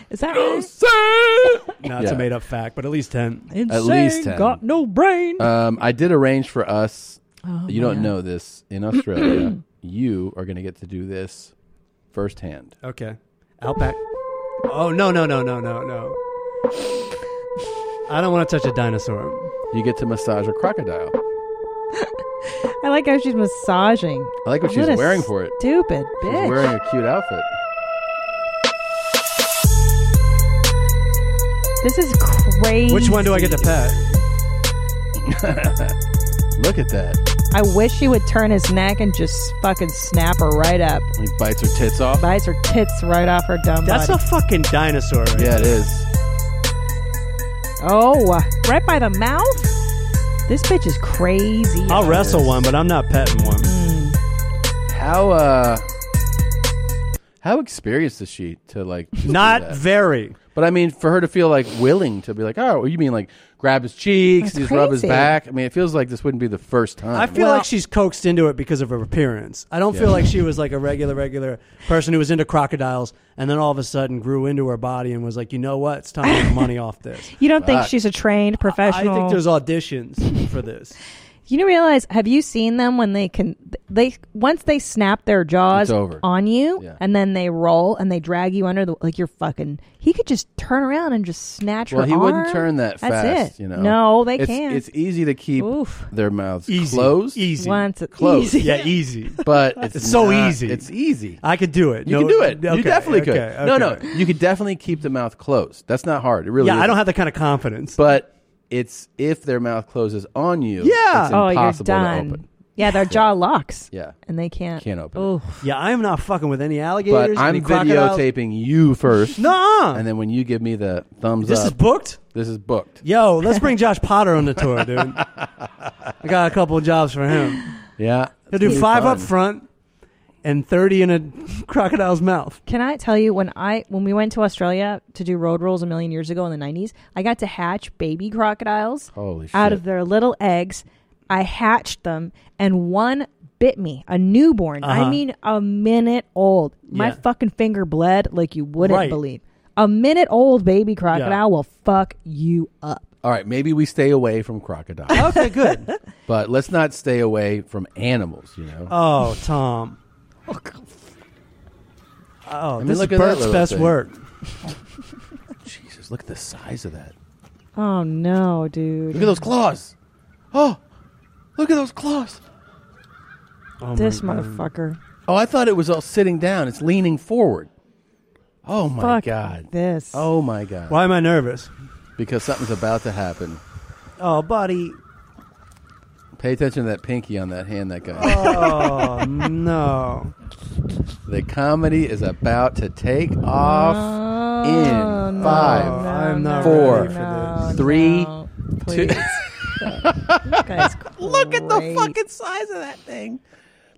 Speaker 3: Is that right?
Speaker 12: No, it's
Speaker 1: Yeah.
Speaker 12: a made up fact, but at least 10.
Speaker 1: At least 10.
Speaker 3: Got no brain.
Speaker 1: Um, I did arrange for us.
Speaker 3: Oh,
Speaker 1: you don't
Speaker 3: man.
Speaker 1: know this in Australia. you are going to get to do this firsthand.
Speaker 12: Okay. Outback. Oh, no, no, no, no, no, no. I don't want to touch a dinosaur.
Speaker 1: You get to massage a crocodile.
Speaker 3: (laughs) I like how she's massaging.
Speaker 1: I like what she's
Speaker 3: a
Speaker 1: wearing for it.
Speaker 3: Stupid
Speaker 1: She's
Speaker 3: bitch.
Speaker 1: wearing a cute outfit.
Speaker 3: this is crazy.
Speaker 12: Which one do I get to pet?
Speaker 1: (laughs) Look at that.
Speaker 3: I wish she would turn his neck and just fucking snap her right up.
Speaker 1: He bites her tits off.
Speaker 3: Bites her tits right off her dumb
Speaker 12: That's a
Speaker 3: body.
Speaker 12: fucking dinosaur. Right
Speaker 1: Yeah,
Speaker 12: there.
Speaker 1: it is.
Speaker 3: oh, right by the mouth? This bitch is crazy.
Speaker 12: I'll wrestle one, but I'm not petting one.
Speaker 1: How uh How experienced is she to like? to do
Speaker 12: Not
Speaker 1: that?
Speaker 12: very.
Speaker 1: But I mean, for her to feel like willing to be like, oh, you mean like grab his cheeks,
Speaker 12: That's
Speaker 1: just rub his
Speaker 12: crazy.
Speaker 1: back? I mean, it feels like this wouldn't be the first time.
Speaker 12: I feel like she's coaxed into it because of her appearance. I don't feel
Speaker 1: Yeah.
Speaker 12: like she was like a regular, regular person who was into crocodiles and then all of a sudden grew into her body and was like, you know what? It's time
Speaker 3: (laughs)
Speaker 12: to make money off this.
Speaker 3: You don't think
Speaker 12: Uh,
Speaker 3: she's a trained
Speaker 12: I
Speaker 3: professional?
Speaker 12: think there's auditions for this.
Speaker 3: You don't realize? Have you seen them when they can? They once they snap their jaws
Speaker 12: It's over.
Speaker 3: on you,
Speaker 1: Yeah.
Speaker 3: and then they roll and they drag you under the like you're fucking. He could just turn around and just snatch
Speaker 1: Well,
Speaker 3: her.
Speaker 1: he wouldn't
Speaker 3: arm.
Speaker 1: turn that
Speaker 3: That's
Speaker 1: fast.
Speaker 3: It.
Speaker 1: You know,
Speaker 3: no, they
Speaker 1: It's-
Speaker 3: can't.
Speaker 1: It's easy to keep
Speaker 3: Oof.
Speaker 1: their mouths
Speaker 12: Easy.
Speaker 1: closed,
Speaker 12: Easy.
Speaker 3: Once
Speaker 1: (laughs)
Speaker 3: it-
Speaker 1: closed,
Speaker 3: easy. Yeah,
Speaker 12: easy.
Speaker 1: But it's,
Speaker 12: It's, so
Speaker 1: not-
Speaker 12: easy.
Speaker 1: It's easy.
Speaker 12: I could do it.
Speaker 1: You
Speaker 12: No-
Speaker 1: can do it.
Speaker 12: okay,
Speaker 1: you definitely could.
Speaker 12: okay,
Speaker 1: No, no,
Speaker 12: okay.
Speaker 1: you could definitely keep the mouth closed. That's not hard. It really.
Speaker 12: yeah, I
Speaker 1: isn't.
Speaker 12: don't have that kind of confidence.
Speaker 1: But it's if their mouth closes on you.
Speaker 12: Yeah.
Speaker 1: it's
Speaker 3: oh,
Speaker 1: impossible
Speaker 3: you're
Speaker 1: To open.
Speaker 3: done. Yeah, their jaw locks.
Speaker 1: (laughs) Yeah.
Speaker 3: and they can't.
Speaker 1: Can't open it.
Speaker 3: Oh,
Speaker 12: Yeah, I'm not fucking with any alligators.
Speaker 1: But I'm
Speaker 12: any crocodiles.
Speaker 1: videotaping you first.
Speaker 12: Nuh-uh.
Speaker 1: And then when you give me the thumbs
Speaker 12: This
Speaker 1: up,
Speaker 12: is booked.
Speaker 1: This is booked.
Speaker 12: Yo, Oh, let's bring Josh Potter on the tour,
Speaker 1: (laughs)
Speaker 12: dude. I got a couple of jobs for him.
Speaker 1: Yeah.
Speaker 12: He'll
Speaker 1: It's
Speaker 12: do
Speaker 1: gonna be
Speaker 12: five up
Speaker 1: fun.
Speaker 12: front and thirty in a (laughs) crocodile's mouth.
Speaker 3: Can I tell you when I when we went to Australia to do road rolls a million years ago in the nineties, I got to hatch baby crocodiles
Speaker 1: Holy
Speaker 3: out
Speaker 1: shit.
Speaker 3: of their little eggs. I hatched them and one bit me, a newborn. I
Speaker 1: Uh-huh.
Speaker 3: mean a minute old. My
Speaker 1: Yeah.
Speaker 3: fucking finger bled like you wouldn't
Speaker 1: Right.
Speaker 3: believe. A minute old baby crocodile will fuck you up.
Speaker 1: All right, maybe we stay away from crocodiles.
Speaker 12: (laughs) okay, good.
Speaker 1: But let's not stay away from animals, you know?
Speaker 12: Oh, Tom. Oh,
Speaker 1: I mean,
Speaker 12: this
Speaker 1: look
Speaker 12: is
Speaker 1: at that
Speaker 12: Bert's
Speaker 1: little
Speaker 12: best
Speaker 1: thing.
Speaker 12: work.
Speaker 1: (laughs) Jesus, look at the size of that.
Speaker 3: Oh no, dude.
Speaker 1: Look at those claws. Oh, look at those claws.
Speaker 12: Oh
Speaker 3: this motherfucker.
Speaker 1: Oh, I thought it was all sitting down. It's leaning forward. Oh my
Speaker 3: Fuck
Speaker 1: god.
Speaker 3: This.
Speaker 1: Oh my god.
Speaker 12: Why am I nervous?
Speaker 1: Because something's about to happen.
Speaker 12: Oh, buddy.
Speaker 1: Pay attention to that pinky on that hand, that guy.
Speaker 12: Oh no.
Speaker 1: The comedy is about to take off in
Speaker 12: Oh, no, no,
Speaker 1: five,
Speaker 12: I'm not
Speaker 1: four,
Speaker 12: ready for this.
Speaker 1: three,
Speaker 12: No,
Speaker 1: two. (laughs)
Speaker 12: Look at the fucking
Speaker 1: size of that thing.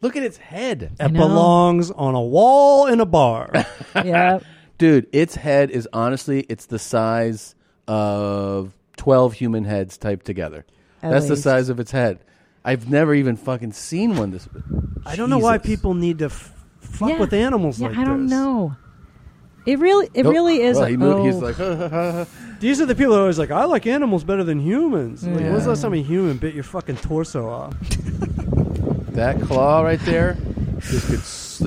Speaker 1: Look at its head.
Speaker 12: It belongs on a wall in a
Speaker 3: (laughs)
Speaker 12: bar.
Speaker 3: yeah.
Speaker 1: Dude, its head is honestly, it's the size of 12 human heads typed together.
Speaker 12: At
Speaker 1: That's the
Speaker 12: least.
Speaker 1: size of its head. I've never even fucking seen one this big.
Speaker 12: I don't know why people need to f- fuck
Speaker 3: Yeah.
Speaker 12: with animals
Speaker 3: Yeah,
Speaker 12: like
Speaker 3: I don't
Speaker 12: this.
Speaker 3: know. It really, it
Speaker 12: Nope.
Speaker 3: really is.
Speaker 1: Well, he moved- he's
Speaker 3: oh.
Speaker 1: like,
Speaker 12: These are the people who are always like, I like animals better than humans. Like, when was the
Speaker 1: Yeah.
Speaker 12: last time a human bit your fucking torso off?
Speaker 3: (laughs)
Speaker 1: That claw right there just could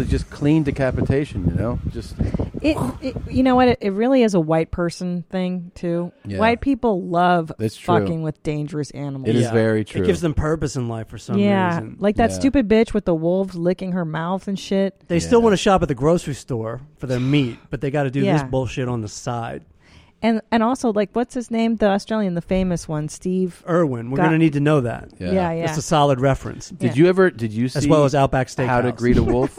Speaker 1: s- just clean decapitation, you know? Just
Speaker 3: It, it, you know what? It, it really is a white person thing too.
Speaker 1: Yeah.
Speaker 3: White people love
Speaker 1: That's true.
Speaker 3: fucking with dangerous animals.
Speaker 1: It is very true.
Speaker 12: It gives them purpose in life for some
Speaker 3: yeah,
Speaker 12: reason.
Speaker 3: like that
Speaker 12: Yeah.
Speaker 3: stupid bitch with the wolves licking her mouth and shit.
Speaker 12: They still want to shop at the grocery store for their meat, but they got to do this
Speaker 3: Yeah.
Speaker 12: bullshit on the side.
Speaker 3: and and also like what's his name? The Australian, the famous one, Steve
Speaker 12: Irwin. We're
Speaker 3: Got-
Speaker 12: going to need to know that.
Speaker 3: Yeah. Yeah, yeah.
Speaker 12: It's a solid reference.
Speaker 1: Did you ever? Did you see
Speaker 12: As well as Outback Steakhouse.
Speaker 1: How to greet a wolf?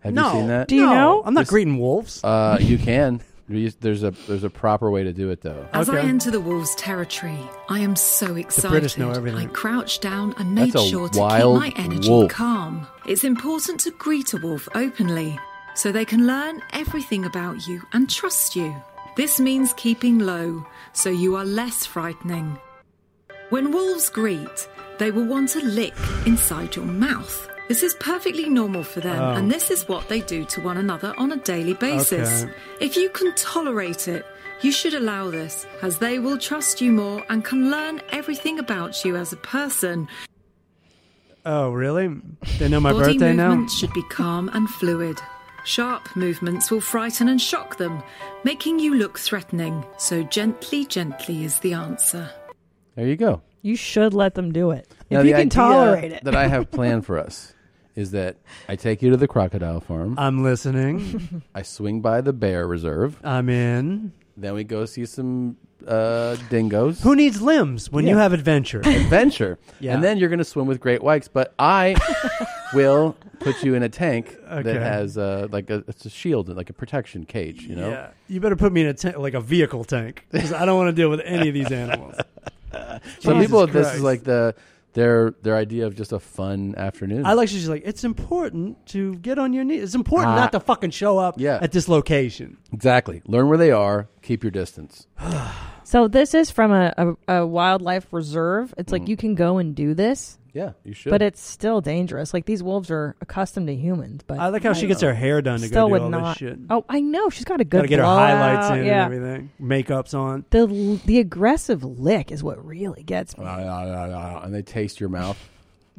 Speaker 1: Have
Speaker 12: No.
Speaker 1: you seen that?
Speaker 12: Do you No. know? I'm not
Speaker 1: Just-
Speaker 12: greeting wolves.
Speaker 1: Uh,
Speaker 12: (laughs)
Speaker 1: you can. You- There's a there's a proper way to do it though.
Speaker 2: As I enter the wolves' territory, I am so excited.
Speaker 1: British know everything.
Speaker 2: I crouched down and
Speaker 1: That's
Speaker 2: made
Speaker 1: a
Speaker 2: sure to
Speaker 1: wild
Speaker 2: keep my energy
Speaker 1: wolf.
Speaker 2: calm. It's important to greet a wolf openly so they can learn everything about you and trust you. This means keeping low so you are less frightening. When wolves greet, they will want to lick inside your mouth. This is perfectly normal for them,
Speaker 21: Oh.
Speaker 2: and this is what they do to one another on a daily basis.
Speaker 21: Okay.
Speaker 2: If you can tolerate it, you should allow this, as they will trust you more and can learn everything about you as a person.
Speaker 12: (laughs) Oh, really? They know my
Speaker 2: Body
Speaker 12: birthday now?
Speaker 2: movements should be calm and fluid. Sharp movements will frighten and shock them, making you look threatening. So, gently, gently is the answer.
Speaker 1: There you go.
Speaker 3: You should let them do it
Speaker 1: Now,
Speaker 3: if
Speaker 1: the
Speaker 3: you can
Speaker 1: idea
Speaker 3: tolerate it.
Speaker 1: that
Speaker 3: (laughs)
Speaker 1: I have planned for us is that I take you to the crocodile farm.
Speaker 12: I'm listening.
Speaker 1: (laughs) I swing by the bear reserve.
Speaker 12: I'm in.
Speaker 1: Then we go see some uh, dingoes.
Speaker 12: Who needs limbs when you
Speaker 1: Yeah.
Speaker 12: have adventure?
Speaker 1: (laughs) adventure.
Speaker 12: Yeah.
Speaker 1: And then you're going to swim with great whites, but
Speaker 12: (laughs)
Speaker 1: I will put you in a tank
Speaker 12: Okay.
Speaker 1: that has uh, like a, it's a shield, like a protection cage, you know?
Speaker 12: Yeah. You better put me in a tank, like a vehicle tank, because I don't want to deal with any of these animals.
Speaker 1: (laughs) Some
Speaker 12: Jesus
Speaker 1: people, this
Speaker 12: Christ.
Speaker 1: is like the their their idea of just a fun afternoon.
Speaker 12: I like she's like, it's important to get on your knees. It's important not to fucking show up
Speaker 1: Ah. yeah.
Speaker 12: at this location.
Speaker 1: Exactly. Learn where they are. Keep your distance.
Speaker 3: So this is from a, a, a wildlife reserve. It's like you can go and do this.
Speaker 1: Mm-hmm. Yeah, you should.
Speaker 3: But it's still dangerous. Like these wolves are accustomed to humans. But
Speaker 12: I like how she gets her hair done to go
Speaker 3: Still
Speaker 12: do
Speaker 3: would
Speaker 12: all this
Speaker 3: not-
Speaker 12: shit.
Speaker 3: Oh, I know. She's got a good.
Speaker 12: Gotta get her
Speaker 3: blowout.
Speaker 12: highlights in
Speaker 3: Yeah.
Speaker 12: and everything. Makeup's on.
Speaker 3: The the aggressive lick
Speaker 1: (laughs)
Speaker 3: is what really gets me.
Speaker 1: Ah, And they taste your
Speaker 3: (laughs)
Speaker 1: mouth.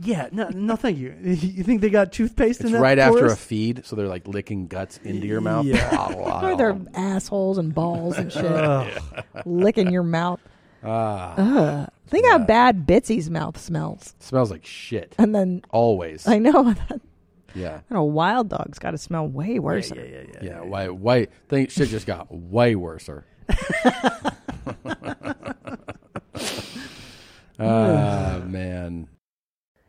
Speaker 12: Yeah, no, no, thank you. (laughs) You think they got toothpaste
Speaker 1: It's
Speaker 12: in that?
Speaker 1: right after a
Speaker 12: forest?
Speaker 1: feed, so they're like licking guts into your mouth. Ah,
Speaker 12: Yeah.
Speaker 3: (laughs) Or their assholes and balls and shit, licking your mouth.
Speaker 1: Ah.
Speaker 3: Ugh. Think how bad Bitsy's mouth smells.
Speaker 1: Smells like shit.
Speaker 3: And then
Speaker 1: always.
Speaker 3: I know. (laughs) that-
Speaker 1: Yeah.
Speaker 3: I know wild dog's got to smell way worse.
Speaker 1: yeah, yeah, yeah. Yeah, way, way, think shit just got way (laughs) worser. Ah, man.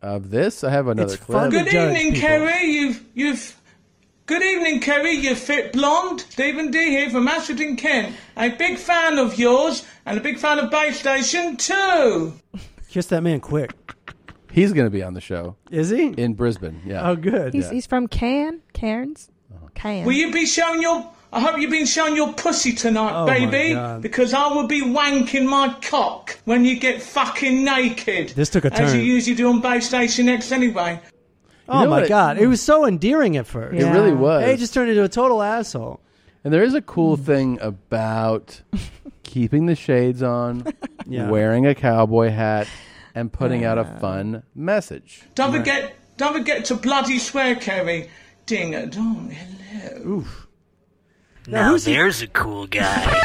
Speaker 1: Of this, I have another clip.
Speaker 6: Good evening, Kerry. You've you've. Good evening, Kerry. You fit blonde. Stephen D here from Ashford in Kent. A big fan of yours and a big fan of Bay Station too.
Speaker 1: Kiss that man quick. He's going to be on the show.
Speaker 12: Is he?
Speaker 1: In Brisbane, yeah.
Speaker 3: He's,
Speaker 1: Yeah.
Speaker 3: he's from Can Cairns. Cairns.
Speaker 6: Uh-huh. Will you be showing your? I hope you've been showing your pussy tonight,
Speaker 3: Oh, my
Speaker 6: baby,
Speaker 12: God.
Speaker 6: because I will be wanking my cock when you get fucking naked.
Speaker 12: This took a
Speaker 6: as you
Speaker 12: turn.
Speaker 6: usually do on Bay Station X anyway.
Speaker 12: Oh my god, it was so endearing at first.
Speaker 1: It really was.
Speaker 12: Hey, just turned into a total asshole.
Speaker 1: And there is a cool thing
Speaker 3: (laughs)
Speaker 1: about keeping the shades on,
Speaker 6: Yeah.
Speaker 1: wearing a cowboy hat, and putting out a fun message.
Speaker 6: Don't forget, don't forget to bloody swear, Kerry. Ding a dong, hello.
Speaker 12: Now,
Speaker 6: Now
Speaker 12: who's he,
Speaker 6: there's
Speaker 4: a cool guy.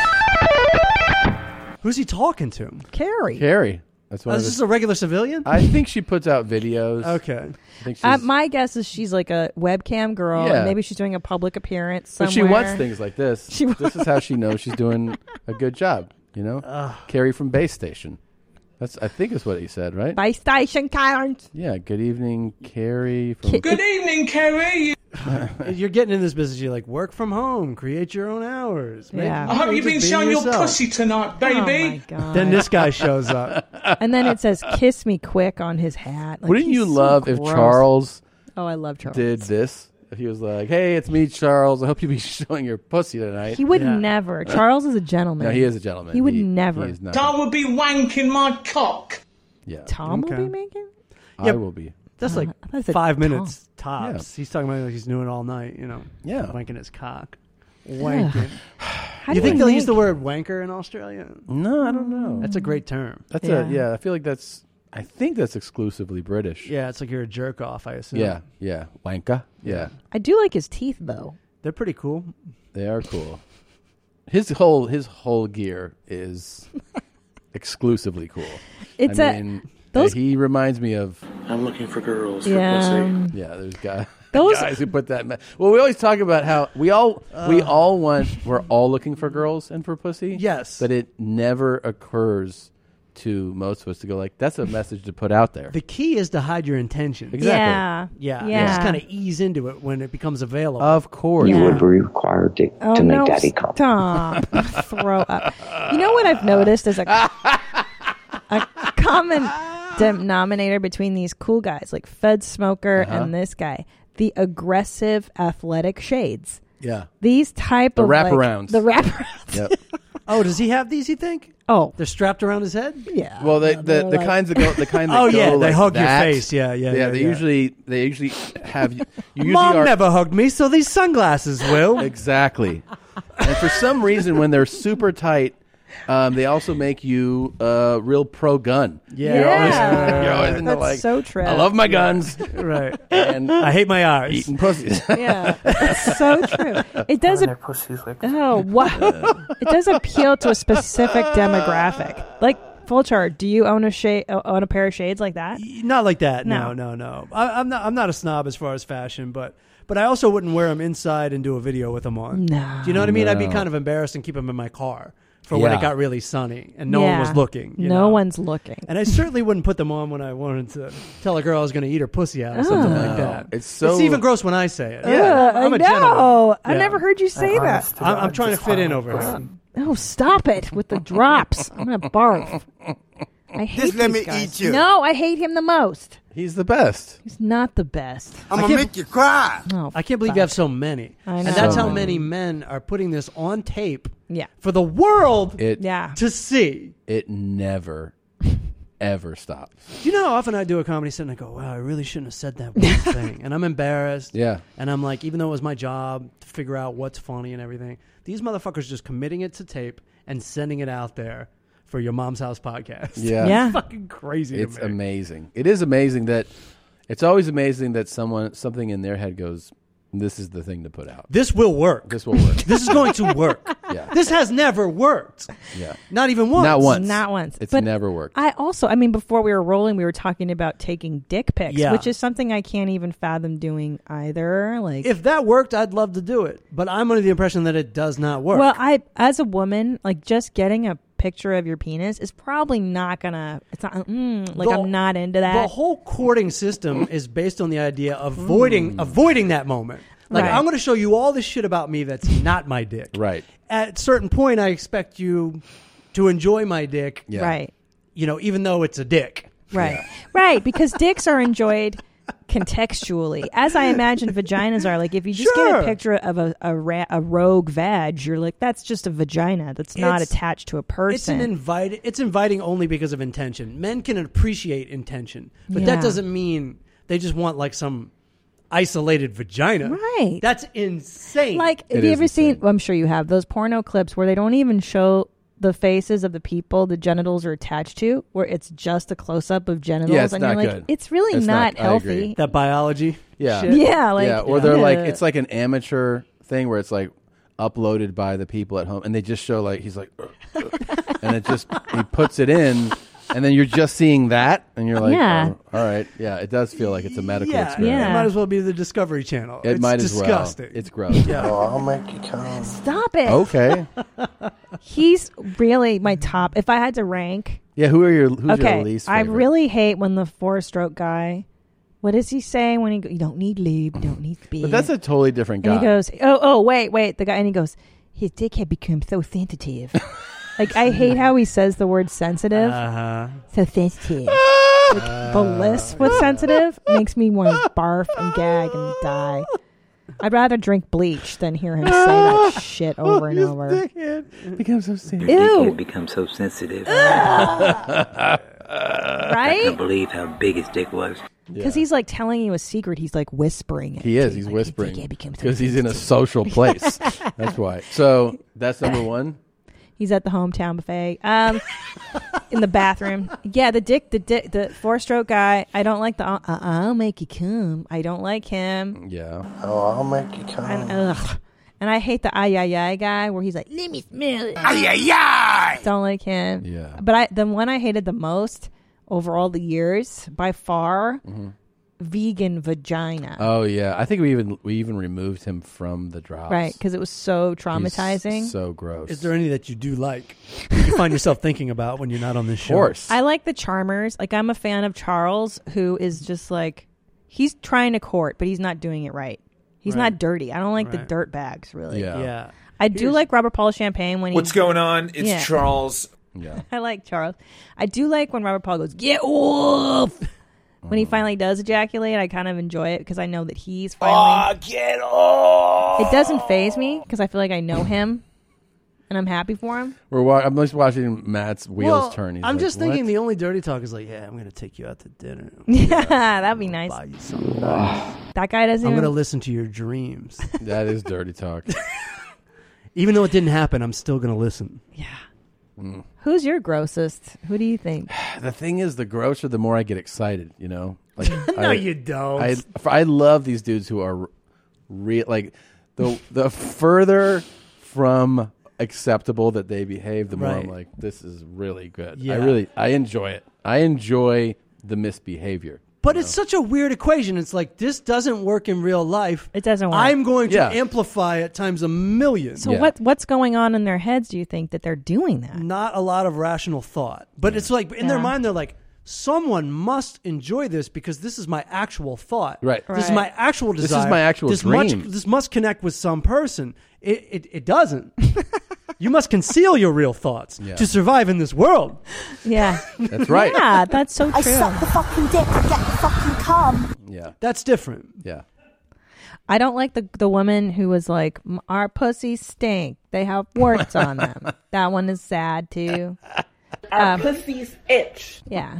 Speaker 12: who's he talking to?
Speaker 3: Carrie.
Speaker 1: Carrie. That's one
Speaker 12: Oh,
Speaker 1: of
Speaker 12: is
Speaker 1: the-
Speaker 12: this a regular civilian?
Speaker 1: I think she puts out videos.
Speaker 12: Okay. (laughs)
Speaker 1: I think she's,
Speaker 3: Uh, my guess is she's like a webcam girl.
Speaker 1: Yeah.
Speaker 3: And maybe she's doing a public appearance somewhere.
Speaker 1: but she wants things like this.
Speaker 3: She
Speaker 1: this is how she knows she's doing a
Speaker 3: (laughs)
Speaker 1: good job, you know? Carrie from Base Station. That's I think is what he said, right?
Speaker 3: By Station Cairns.
Speaker 1: Yeah, good evening, Carrie from
Speaker 6: Good evening, Kerry.
Speaker 12: You're getting in this business. You like work from home, create your own hours. Maybe
Speaker 3: Yeah.
Speaker 6: I hope
Speaker 12: you
Speaker 6: you've been
Speaker 12: just be
Speaker 6: showing your
Speaker 12: yourself.
Speaker 6: pussy tonight,
Speaker 3: Oh, my
Speaker 6: baby.
Speaker 3: God.
Speaker 12: Then this guy shows up.
Speaker 3: (laughs) and then it says "kiss me quick" on his hat. Like,
Speaker 1: Wouldn't
Speaker 3: he's
Speaker 1: you
Speaker 3: so
Speaker 1: love if
Speaker 3: gross.
Speaker 1: Charles
Speaker 3: Oh, I love Charles.
Speaker 1: did this if he was like, "Hey, it's me, Charles. I hope you be (laughs) showing your pussy tonight."
Speaker 3: He
Speaker 1: (laughs)
Speaker 3: would never. Charles is a gentleman.
Speaker 1: No, he is a gentleman.
Speaker 3: He would
Speaker 1: He-
Speaker 3: never.
Speaker 1: he is not-
Speaker 6: Tom would be wanking my cock.
Speaker 1: Yeah.
Speaker 3: Tom
Speaker 12: Okay.
Speaker 3: will be making.
Speaker 1: I will be.
Speaker 12: That's
Speaker 1: (laughs)
Speaker 3: Oh,
Speaker 12: like
Speaker 3: I thought it said
Speaker 12: five
Speaker 3: Tom.
Speaker 12: minutes tops. He's talking about like he's doing it all night, you know.
Speaker 1: Yeah.
Speaker 12: Wanking his cock.
Speaker 1: Ugh.
Speaker 12: Wanking.
Speaker 1: How do
Speaker 12: you think
Speaker 1: you
Speaker 12: they'll use
Speaker 1: make-
Speaker 12: the word wanker in Australia?
Speaker 1: No, I don't know.
Speaker 12: That's a great term.
Speaker 1: That's a yeah. I feel like that's. I think that's exclusively British.
Speaker 12: Yeah, it's like you're a jerk off, I assume.
Speaker 1: Yeah. Yeah. Wanka. Yeah.
Speaker 3: I do like his teeth though.
Speaker 12: They're pretty cool.
Speaker 1: They are cool. His whole his whole gear
Speaker 12: (laughs)
Speaker 1: is exclusively cool.
Speaker 3: It's
Speaker 1: I
Speaker 3: a-
Speaker 1: mean, uh,
Speaker 3: those-
Speaker 1: he reminds me of. I'm looking for girls.
Speaker 3: for Yeah. pussy.
Speaker 1: Yeah, there's (laughs) guys.
Speaker 3: Those-
Speaker 1: guys who put that. Ma- well, we always talk about how we all we
Speaker 12: Uh.
Speaker 1: all want. We're all looking for girls and for pussy.
Speaker 12: Yes.
Speaker 1: but it never occurs to most of us to go like that's a message to put out there.
Speaker 12: The key is to hide your intentions.
Speaker 1: Exactly.
Speaker 12: Yeah.
Speaker 1: Yeah.
Speaker 12: Yeah.
Speaker 1: Yeah.
Speaker 12: Just kind of ease into it when it becomes available.
Speaker 1: Of course.
Speaker 12: You
Speaker 8: would be required to,
Speaker 3: Oh
Speaker 8: to make
Speaker 3: no!
Speaker 8: daddy come.
Speaker 1: (laughs)
Speaker 3: Stop. (laughs) Throw up. You know what I've noticed is a a common denominator between these cool guys, like Fed Smoker
Speaker 1: Uh-huh.
Speaker 3: and this guy, the aggressive athletic shades.
Speaker 1: Yeah.
Speaker 3: These type
Speaker 1: The
Speaker 3: of like-
Speaker 1: wraparounds.
Speaker 3: the (laughs) wraparounds.
Speaker 1: Yep.
Speaker 12: Oh, does he have these? You think?
Speaker 3: Oh,
Speaker 12: they're strapped around his head.
Speaker 3: Yeah.
Speaker 1: Well, they, the,
Speaker 12: they're
Speaker 1: the
Speaker 12: like-
Speaker 1: kinds that go, the
Speaker 12: (laughs)
Speaker 1: kind that
Speaker 12: Oh,
Speaker 1: go
Speaker 12: yeah, they
Speaker 1: like
Speaker 12: hug your
Speaker 1: that.
Speaker 12: face. Yeah, yeah, yeah,
Speaker 1: They
Speaker 12: yeah.
Speaker 1: usually, they usually have. You usually
Speaker 12: Mom
Speaker 1: are,
Speaker 12: never hugged me, so these sunglasses will.
Speaker 1: exactly. And for some reason, when they're super tight, um, they also make you uh, real pro gun.
Speaker 12: Yeah.
Speaker 1: you're always,
Speaker 12: (laughs) Yeah.
Speaker 1: you're always into
Speaker 12: That's
Speaker 1: like,
Speaker 12: so true.
Speaker 1: I love my guns.
Speaker 12: (laughs) right.
Speaker 1: And
Speaker 12: I hate my eyes.
Speaker 1: Eating pussies. (laughs)
Speaker 3: Yeah, it's so true. It does.
Speaker 1: And
Speaker 3: ap- oh, wow. it does appeal to a specific demographic. Like Fulchar, do you own a shade? Own a pair of shades like that?
Speaker 12: Not like that. No, no,
Speaker 3: No.
Speaker 12: no. I, I'm not. I'm not a snob as far as fashion, but but I also wouldn't wear them inside and do a video with them on.
Speaker 3: No.
Speaker 12: Do you know what I mean? I'd be
Speaker 3: No.
Speaker 12: kind of embarrassed and keep them in my car (laughs) for when it
Speaker 3: Yeah.
Speaker 12: got really sunny and no one was
Speaker 3: Yeah.
Speaker 12: looking. you
Speaker 3: no
Speaker 12: know?
Speaker 3: one's looking.
Speaker 12: And I certainly wouldn't put them on when I wanted to tell a girl I was going to eat her pussy out or something
Speaker 1: Oh.
Speaker 12: like that.
Speaker 1: It's so-
Speaker 12: even gross when I say it.
Speaker 1: Yeah. Ugh,
Speaker 12: I'm a
Speaker 3: I
Speaker 12: gentleman.
Speaker 3: know. I
Speaker 12: Yeah.
Speaker 3: never heard you say that.
Speaker 12: I'm, I'm trying to fit in over here.
Speaker 3: No, stop it with the drops. I'm gonna barf. I hate
Speaker 1: Just let
Speaker 3: these
Speaker 1: me
Speaker 3: guys.
Speaker 1: eat you.
Speaker 3: No, I hate him the most.
Speaker 1: He's the best.
Speaker 3: He's not the best.
Speaker 12: I can't-
Speaker 3: Oh,
Speaker 12: I can't believe
Speaker 3: fuck.
Speaker 12: you have so many.
Speaker 3: I
Speaker 12: And
Speaker 3: know.
Speaker 12: that's
Speaker 3: So
Speaker 12: how many
Speaker 3: many.
Speaker 12: men are putting this on tape
Speaker 3: Yeah.
Speaker 12: for the world
Speaker 1: It-
Speaker 3: yeah.
Speaker 12: to see.
Speaker 1: It never, ever stops.
Speaker 12: Do you know how often I do a comedy set and I go, wow, I really shouldn't have said that one
Speaker 3: (laughs)
Speaker 12: thing. And I'm embarrassed.
Speaker 1: Yeah.
Speaker 12: And I'm like, even though it was my job to figure out what's funny and everything, these motherfuckers just committing it to tape and sending it out there for your mom's house podcast.
Speaker 1: Yeah.
Speaker 12: It's fucking crazy.
Speaker 1: It's
Speaker 12: It's to me.
Speaker 1: amazing. It is amazing that it's always amazing that someone something in their head goes, "This is the thing to put out.
Speaker 12: This will work.
Speaker 1: This will work.
Speaker 12: this is going to work.
Speaker 1: (laughs) Yeah.
Speaker 12: This has never worked.
Speaker 1: Yeah.
Speaker 12: Not even once.
Speaker 1: Not once.
Speaker 3: Not once.
Speaker 1: It's
Speaker 3: But
Speaker 1: never worked.
Speaker 3: I also, I mean, before we were rolling, we were talking about taking dick pics,
Speaker 12: Yeah.
Speaker 3: which is something I can't even fathom doing either. Like,
Speaker 12: If that worked, I'd love to do it. But I'm under the impression that it does not work.
Speaker 3: well, I as a woman, like just getting a picture of your penis is probably not gonna. It's not mm, like
Speaker 12: The-
Speaker 3: I'm not into
Speaker 12: the
Speaker 3: that.
Speaker 12: whole courting system is based on the idea of
Speaker 1: Mm.
Speaker 12: avoiding avoiding that moment. Like
Speaker 3: Right.
Speaker 12: I'm going to show you all this shit about me that's not my dick.
Speaker 1: Right.
Speaker 12: At a certain point, I expect you to enjoy my dick.
Speaker 1: Yeah. Right.
Speaker 12: You know, even though it's a dick.
Speaker 3: Right. Right, because dicks are enjoyed contextually, as I imagine vaginas are. Like, if you just get
Speaker 12: Sure.
Speaker 3: a picture of a a, ra- a rogue vag, you're like, that's just a vagina that's not
Speaker 12: It's-
Speaker 3: attached to a
Speaker 12: It's an
Speaker 3: person.
Speaker 12: invite. It's inviting only because of intention. Men can appreciate intention, but
Speaker 3: Yeah.
Speaker 12: that doesn't mean they just want like some isolated vagina.
Speaker 3: Right.
Speaker 12: That's insane.
Speaker 3: like, have you ever seen? Well, I'm sure you have those porno clips where they don't even show the faces of the people the genitals are attached to, where it's just a close up of genitals,
Speaker 1: Yeah, it's
Speaker 3: and
Speaker 1: not
Speaker 3: you're like,
Speaker 1: good.
Speaker 3: it's really
Speaker 1: It's
Speaker 3: not,
Speaker 1: not- I agree.
Speaker 3: healthy.
Speaker 12: that biology.
Speaker 1: Yeah.
Speaker 12: shit.
Speaker 1: yeah. Or they're
Speaker 3: yeah.
Speaker 1: like, it's like an amateur thing where it's like uploaded by the people at home, and they just show like he's like, (laughs) "Ugh, ugh," and it just he puts it in. And then you're just seeing that, and you're like,
Speaker 12: Yeah.
Speaker 1: oh, all right, yeah, it does feel like it's a medical
Speaker 12: Yeah,
Speaker 1: experiment.
Speaker 12: it might as well be the Discovery Channel.
Speaker 1: It
Speaker 12: it's
Speaker 1: might as well.
Speaker 12: disgusting.
Speaker 1: It's gross.
Speaker 12: Yeah.
Speaker 1: Oh,
Speaker 12: I'll
Speaker 9: make you come.
Speaker 3: Stop it.
Speaker 1: Okay.
Speaker 3: (laughs) He's really my top. If I had to rank,
Speaker 1: Yeah, who are your who's
Speaker 3: okay,
Speaker 1: your least
Speaker 3: I
Speaker 1: favorite?
Speaker 3: really hate when the four stroke guy. What does he say when he go, you don't need lube, you don't need beer?
Speaker 1: but that's a totally different
Speaker 3: and
Speaker 1: guy.
Speaker 3: he goes, oh oh wait wait the guy and he goes, his dick had become so sensitive. like I hate how he says the word sensitive.
Speaker 11: (laughs)
Speaker 12: Uh-huh.
Speaker 3: So sensitive. like, the list with sensitive makes me want to barf and gag and die. I'd rather drink bleach than hear him say that shit over and over.
Speaker 1: Becomes so
Speaker 3: serious.
Speaker 8: Your
Speaker 3: Ew.
Speaker 8: dickhead becomes so sensitive.
Speaker 3: Right?
Speaker 8: I couldn't believe how big his dick was.
Speaker 3: Because he's like telling you a secret. He's like whispering it.
Speaker 1: He is. He's whispering because he's in a
Speaker 3: (laughs)
Speaker 1: social place. that's why. So that's number one.
Speaker 3: He's at the hometown buffet. Um, in the bathroom. Yeah, the dick, the dick, the four stroke guy. I don't like the. Uh, uh, I'll make you come. I don't like him.
Speaker 1: Yeah.
Speaker 9: Oh, I'll make you come.
Speaker 4: Oh.
Speaker 3: And ugh. And I hate the ay ay ay guy where he's like, let me smell it.
Speaker 4: Ay, ay, ay!
Speaker 3: Don't like him.
Speaker 4: Yeah.
Speaker 3: But I, the one I hated the most over all the years by far,
Speaker 4: Mm-hmm.
Speaker 1: Mhm.
Speaker 3: vegan vagina.
Speaker 1: Oh yeah, I think we even we even removed him from the drops.
Speaker 3: Right, because it was so traumatizing.
Speaker 1: so gross.
Speaker 12: Is there any that you do like? You find yourself thinking about when you're not on this show.
Speaker 3: I like the charmers. Like I'm a fan of Charles, who is just like he's trying to court, but he's not doing it right. He's
Speaker 21: Right.
Speaker 3: not dirty. I don't like the
Speaker 21: Right.
Speaker 3: dirt bags really.
Speaker 21: Yeah. Yeah.
Speaker 3: I do like Robert Paul Champagne when he-
Speaker 21: What's going on? It's
Speaker 3: Yeah.
Speaker 21: Charles.
Speaker 11: (laughs)
Speaker 1: Yeah.
Speaker 3: (laughs) I like Charles. I do like when Robert Paul goes get off. When
Speaker 21: Mm.
Speaker 3: he finally does ejaculate, I kind of enjoy it because I know that he's
Speaker 21: Ah,
Speaker 3: finally.
Speaker 4: get off!
Speaker 3: It doesn't phase me because I feel like I know him, and I'm happy for him.
Speaker 1: We're wa- I'm just watching Matt's wheels
Speaker 12: Well,
Speaker 1: turn. He's
Speaker 12: I'm
Speaker 1: like,
Speaker 12: just
Speaker 1: "What?"
Speaker 12: thinking the only dirty talk is like, yeah, I'm going to take you out to dinner.
Speaker 3: Yeah, (laughs) that'd be nice. That guy doesn't.
Speaker 12: I'm going to
Speaker 3: even-
Speaker 12: listen to your dreams.
Speaker 1: (laughs) that is dirty
Speaker 12: (laughs)
Speaker 1: talk.
Speaker 12: Even though it didn't happen, I'm still going to listen.
Speaker 3: Who's your grossest? Who do you think?
Speaker 1: Mm. The thing is, the grosser, the more I get excited. You know, like
Speaker 12: (laughs) No, you don't.
Speaker 1: I I love these dudes who are real. Like the the further from acceptable that they behave, the more I'm
Speaker 12: Right.
Speaker 1: like, this is really good. I
Speaker 12: Yeah.
Speaker 1: really I enjoy it. I enjoy the misbehavior.
Speaker 12: But it's such a weird equation. It's like this doesn't work in real life.
Speaker 3: It doesn't work.
Speaker 12: I'm going to
Speaker 1: Yeah.
Speaker 12: amplify it times a million.
Speaker 3: So what what's going on in their heads? Do you think that they're doing that?
Speaker 12: Not a lot of rational thought, but it's like in their
Speaker 3: Yeah.
Speaker 12: mind they're like, someone must enjoy this because this is my actual thought.
Speaker 1: Right.
Speaker 12: This is
Speaker 1: Right.
Speaker 12: my actual
Speaker 1: This
Speaker 12: desire.
Speaker 1: is my actual
Speaker 12: this
Speaker 1: dream.
Speaker 12: Much, this must connect with some person. It it, it doesn't.
Speaker 1: (laughs)
Speaker 12: you must conceal your real thoughts
Speaker 1: Yeah.
Speaker 12: to survive in this world.
Speaker 3: (laughs) Yeah,
Speaker 1: That's right.
Speaker 3: Yeah, that's so true.
Speaker 12: I suck
Speaker 3: the fucking dick. Get the fucking cum.
Speaker 1: Yeah.
Speaker 12: That's different.
Speaker 1: Yeah.
Speaker 3: I don't like the the woman who was like, "M- "Our pussies stink. They have warts on them." That one is sad too.
Speaker 22: Our
Speaker 3: Um,
Speaker 22: pussies itch.
Speaker 3: Yeah,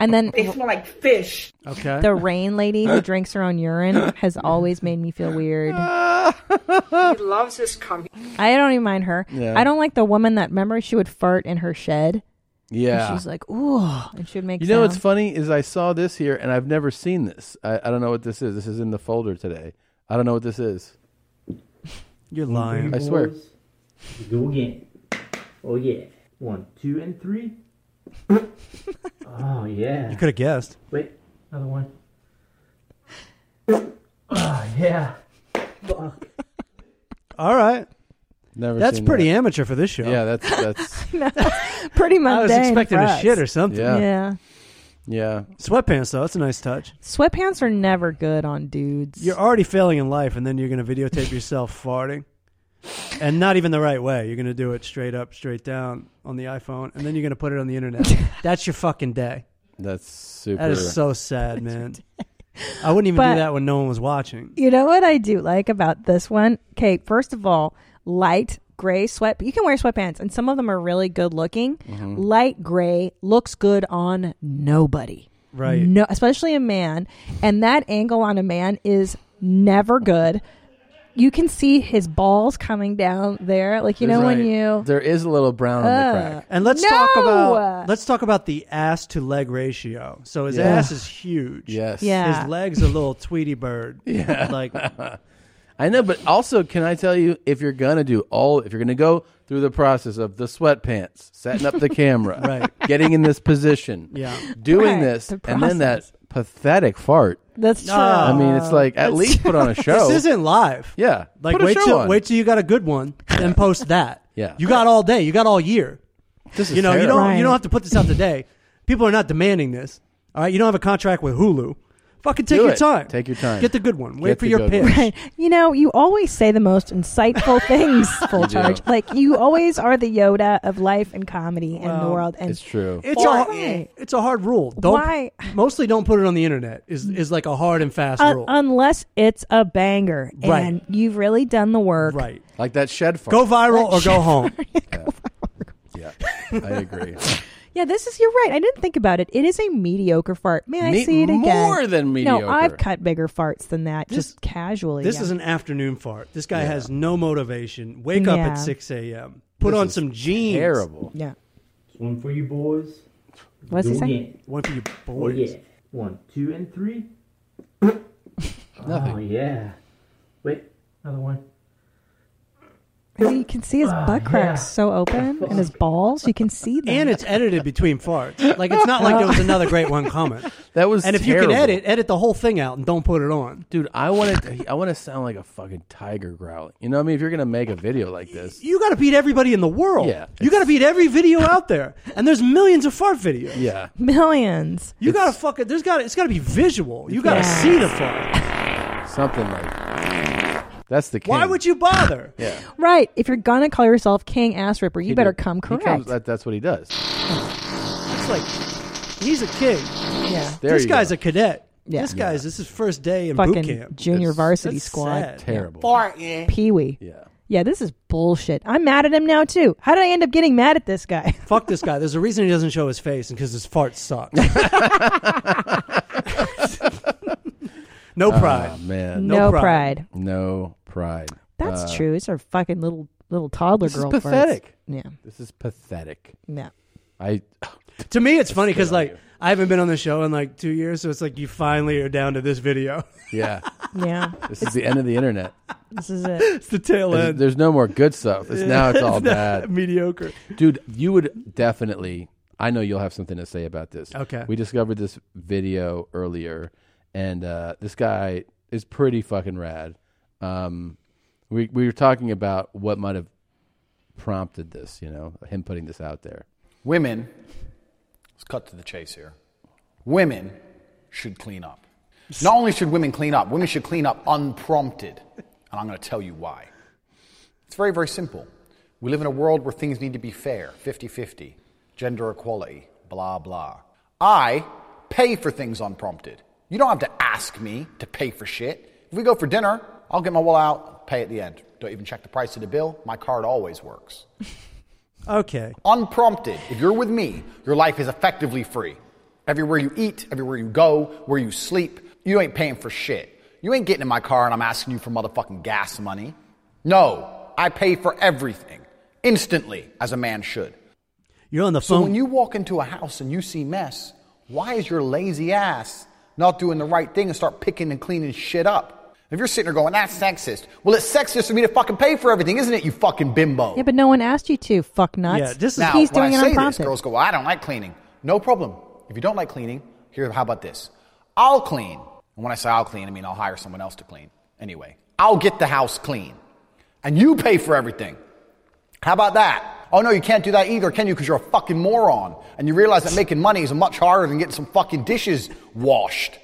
Speaker 3: and then
Speaker 22: They smell like fish.
Speaker 12: Okay.
Speaker 3: the rain lady
Speaker 12: (laughs)
Speaker 3: who drinks her own urine has always made me feel weird.
Speaker 22: he loves his cum.
Speaker 3: I don't even mind her.
Speaker 22: Yeah.
Speaker 3: I don't like the woman that remember she would fart in her shed.
Speaker 1: Yeah.
Speaker 3: and she's like, "Ooh,"
Speaker 12: Oh,
Speaker 3: and she would make.
Speaker 1: You know what's
Speaker 3: (laughs) sound.
Speaker 1: funny is I saw this here and I've never seen this. I, I don't know what this is. This is in the folder today. I don't know what this is.
Speaker 12: (laughs) You're lying.
Speaker 1: I swear.
Speaker 23: Go again. Oh yeah. One, two, and three. oh yeah.
Speaker 12: You could have guessed.
Speaker 23: Wait, another one. Oh yeah. Fuck.
Speaker 12: All right.
Speaker 1: Never
Speaker 12: That's
Speaker 1: seen
Speaker 12: pretty
Speaker 1: that.
Speaker 12: amateur for this show.
Speaker 1: Yeah, that's
Speaker 23: (laughs)
Speaker 1: that's
Speaker 3: pretty much.
Speaker 12: I was expecting a shit or something.
Speaker 1: Yeah.
Speaker 3: yeah.
Speaker 1: Yeah.
Speaker 12: Sweatpants though, that's a nice touch.
Speaker 3: Sweatpants are never good on dudes.
Speaker 12: You're already failing in life, and then you're going to
Speaker 3: (laughs)
Speaker 12: videotape yourself farting, and not even the right way. You're going to do it straight up, straight down on the iPhone, and then you're going to put it on the
Speaker 3: (laughs)
Speaker 12: internet. that's your fucking day.
Speaker 1: That's super.
Speaker 12: That is so sad, man. I wouldn't even
Speaker 3: But-
Speaker 12: do that when no one was watching.
Speaker 3: You know what I do like about this one? Okay, first of all, light gray sweat. You can wear sweatpants, and some of them are really good looking.
Speaker 12: Mm-hmm.
Speaker 24: Mhm.
Speaker 3: Light gray looks good on nobody.
Speaker 24: Right.
Speaker 3: No, especially a man. And that angle on a man is never good. You can see his balls coming down there. Like, you know, when you.
Speaker 1: there is a little brown on the
Speaker 3: Ugh.
Speaker 1: crack.
Speaker 12: And let's
Speaker 3: No!
Speaker 12: talk about let's talk about the ass to leg ratio. So his
Speaker 1: Yeah.
Speaker 12: ass is huge.
Speaker 1: Yes.
Speaker 3: Yeah.
Speaker 12: His legs a little Tweety bird.
Speaker 1: (laughs) Yeah.
Speaker 12: Like
Speaker 1: I know, but also, can I tell you, if you're gonna do all, if you're gonna go through the process of the sweatpants, setting up the camera,
Speaker 12: (laughs) Right.
Speaker 1: getting in this position,
Speaker 12: (laughs) Yeah.
Speaker 1: doing
Speaker 12: Right,
Speaker 1: this,
Speaker 12: the
Speaker 1: and then that pathetic fart.
Speaker 3: That's
Speaker 12: true. Ah.
Speaker 1: I mean, it's like at
Speaker 12: That's-
Speaker 1: least put on
Speaker 12: (laughs)
Speaker 1: a show.
Speaker 12: This isn't live.
Speaker 1: Yeah,
Speaker 12: Like
Speaker 1: put a
Speaker 12: wait
Speaker 1: show
Speaker 12: till
Speaker 1: on.
Speaker 12: wait till you got a good one,
Speaker 1: (laughs)
Speaker 12: then post that.
Speaker 1: Yeah.
Speaker 12: you got all day. You got all year.
Speaker 1: This is
Speaker 12: you know you
Speaker 1: terrible.
Speaker 12: don't
Speaker 1: Right.
Speaker 12: you don't have to put this out today. People are not demanding this. All right, you don't have a contract with Hulu, Fucking take
Speaker 1: Do
Speaker 12: your
Speaker 1: it.
Speaker 12: time.
Speaker 1: Take your time.
Speaker 12: Get the good one. Wait
Speaker 1: Get
Speaker 12: for
Speaker 1: the
Speaker 12: your
Speaker 1: good
Speaker 12: pitch. (laughs)
Speaker 1: one.
Speaker 3: Right. You know, you always say the most
Speaker 1: (laughs)
Speaker 3: insightful things, full
Speaker 1: You do.
Speaker 3: charge. Like you always are the Yoda of life and comedy and the
Speaker 12: Well,
Speaker 3: world. And
Speaker 1: it's true.
Speaker 12: Um, It's a it's a hard rule. Don't
Speaker 3: Why?
Speaker 12: mostly don't put it on the internet is is like a hard and fast
Speaker 3: Un-
Speaker 12: rule.
Speaker 3: unless it's a banger and
Speaker 12: Right.
Speaker 3: you've really done the work.
Speaker 12: Right.
Speaker 1: Like that shed farm.
Speaker 12: Go viral or
Speaker 3: That
Speaker 12: go
Speaker 3: shit. (laughs)
Speaker 12: home.
Speaker 1: Yeah, I agree.
Speaker 3: Yeah, this is you're right. I didn't think about it. It is a mediocre fart. May I
Speaker 1: Me-
Speaker 3: see it again?
Speaker 1: more than mediocre.
Speaker 3: No, I've cut bigger farts than that, just casually.
Speaker 12: This
Speaker 3: yeah.
Speaker 12: is an afternoon fart. This guy has no motivation. Wake up
Speaker 3: Yeah.
Speaker 12: at six a.m. Put
Speaker 1: This
Speaker 12: on
Speaker 1: is
Speaker 12: some jeans.
Speaker 1: terrible.
Speaker 3: Yeah.
Speaker 23: One for you boys.
Speaker 3: What's he
Speaker 23: Do it
Speaker 3: say?
Speaker 23: again.
Speaker 12: One for you
Speaker 23: Oh
Speaker 12: boys.
Speaker 23: yeah. One, two, and
Speaker 1: (coughs)
Speaker 23: three. Oh yeah. Wait, another one.
Speaker 3: And you can see his butt cracks so open and his balls. You can see them.
Speaker 12: And it's edited between farts. Like it's not like
Speaker 3: (laughs)
Speaker 12: there was another great one coming.
Speaker 1: That was
Speaker 12: And if you
Speaker 1: terrible.
Speaker 12: can edit, edit the whole thing out and don't put it on.
Speaker 1: Dude, I want to. I want to sound like a fucking tiger growling. You know what I mean? If you're gonna make a video like this,
Speaker 12: You got to beat everybody in the world.
Speaker 1: Yeah.
Speaker 12: You got to beat every video out there. And there's millions of fart videos.
Speaker 1: yeah,
Speaker 3: millions.
Speaker 12: You got to fucking there's got to it's got to be visual. You got to see the fart.
Speaker 1: something like that's the. King.
Speaker 12: Why would you bother?
Speaker 1: Yeah,
Speaker 3: Right. If you're gonna call yourself King Ass Ripper, you
Speaker 1: He
Speaker 3: better
Speaker 1: did-
Speaker 3: come
Speaker 1: he
Speaker 3: correct.
Speaker 1: comes- that- that's what he does.
Speaker 12: It's like he's a kid.
Speaker 3: Yeah.
Speaker 1: There
Speaker 12: this
Speaker 1: you
Speaker 12: guy's
Speaker 1: go.
Speaker 12: a cadet.
Speaker 3: Yeah.
Speaker 12: This guy's this is first day in
Speaker 3: Fucking
Speaker 12: boot camp.
Speaker 3: junior varsity
Speaker 12: That's
Speaker 3: squad.
Speaker 12: sad.
Speaker 1: Terrible.
Speaker 3: Pee wee.
Speaker 1: Yeah.
Speaker 3: Yeah, this is bullshit. I'm mad at him now too. How did I end up getting mad at this guy?
Speaker 12: Fuck this guy. There's a reason he doesn't show his face because his farts
Speaker 3: (laughs)
Speaker 12: suck. (laughs) no pride.
Speaker 1: Ah, man.
Speaker 3: No No pride. pride.
Speaker 1: No pride.
Speaker 3: That's
Speaker 1: Uh,
Speaker 3: true. It's our fucking little little toddler
Speaker 1: This is
Speaker 3: girl. farts.
Speaker 1: pathetic.
Speaker 3: Yeah.
Speaker 1: This is pathetic.
Speaker 3: Yeah.
Speaker 1: I
Speaker 12: To me, it's funny because like I haven't been on the show in like two years, so it's like you finally are down to this video.
Speaker 1: yeah.
Speaker 3: Yeah.
Speaker 1: This is the end of the internet.
Speaker 3: This is it.
Speaker 12: it's the tail
Speaker 1: There's,
Speaker 12: end.
Speaker 1: there's no more good stuff. It's,
Speaker 12: (laughs)
Speaker 1: now it's all
Speaker 12: not
Speaker 1: bad.
Speaker 12: Mediocre.
Speaker 1: Dude, you would definitely. I know you'll have something to say about this.
Speaker 12: Okay.
Speaker 1: We discovered this video earlier, and uh, this guy is pretty fucking rad. Um, we we were talking about what might have prompted this. You know, him putting this out there.
Speaker 5: Women, let's cut to the chase here. Women should clean up. Not only should women clean up, women should clean up unprompted. And I'm going to tell you why. It's very, very simple. We live in a world where things need to be fair 50 50, gender equality, blah, blah. I pay for things unprompted. You don't have to ask me to pay for shit. If we go for dinner, I'll get my wallet out, pay at the end. Don't even check the price of the bill. My card always works
Speaker 12: Okay.
Speaker 5: unprompted. If you're with me, your life is effectively free. Everywhere you eat, everywhere you go, where you sleep, you ain't paying for shit. You ain't getting in my car and I'm asking you for motherfucking gas money. No, I pay for everything instantly, as a man should.
Speaker 12: You're on the
Speaker 5: So
Speaker 12: phone.
Speaker 5: when you walk into a house and you see mess, why is your lazy ass not doing the right thing and start picking and cleaning shit up? If you're sitting there going, that's sexist, well, it's sexist for me to fucking pay for everything, isn't it, you fucking bimbo?
Speaker 3: Yeah, but no one asked you to. Fuck nuts.
Speaker 12: Yeah, this is-
Speaker 5: now,
Speaker 3: he's
Speaker 5: when
Speaker 3: doing
Speaker 5: I
Speaker 3: it
Speaker 5: say
Speaker 3: on
Speaker 5: This,
Speaker 3: profit.
Speaker 5: girls go, well, I don't like cleaning. No problem. If you don't like cleaning, here, how about this? I'll clean. And when I say I'll clean, I mean I'll hire someone else to clean. Anyway, I'll get the house clean. And you pay for everything. How about that? Oh no, you can't do that either, can you? Because you're a fucking moron. And you realize that making money is much harder than getting some fucking dishes washed.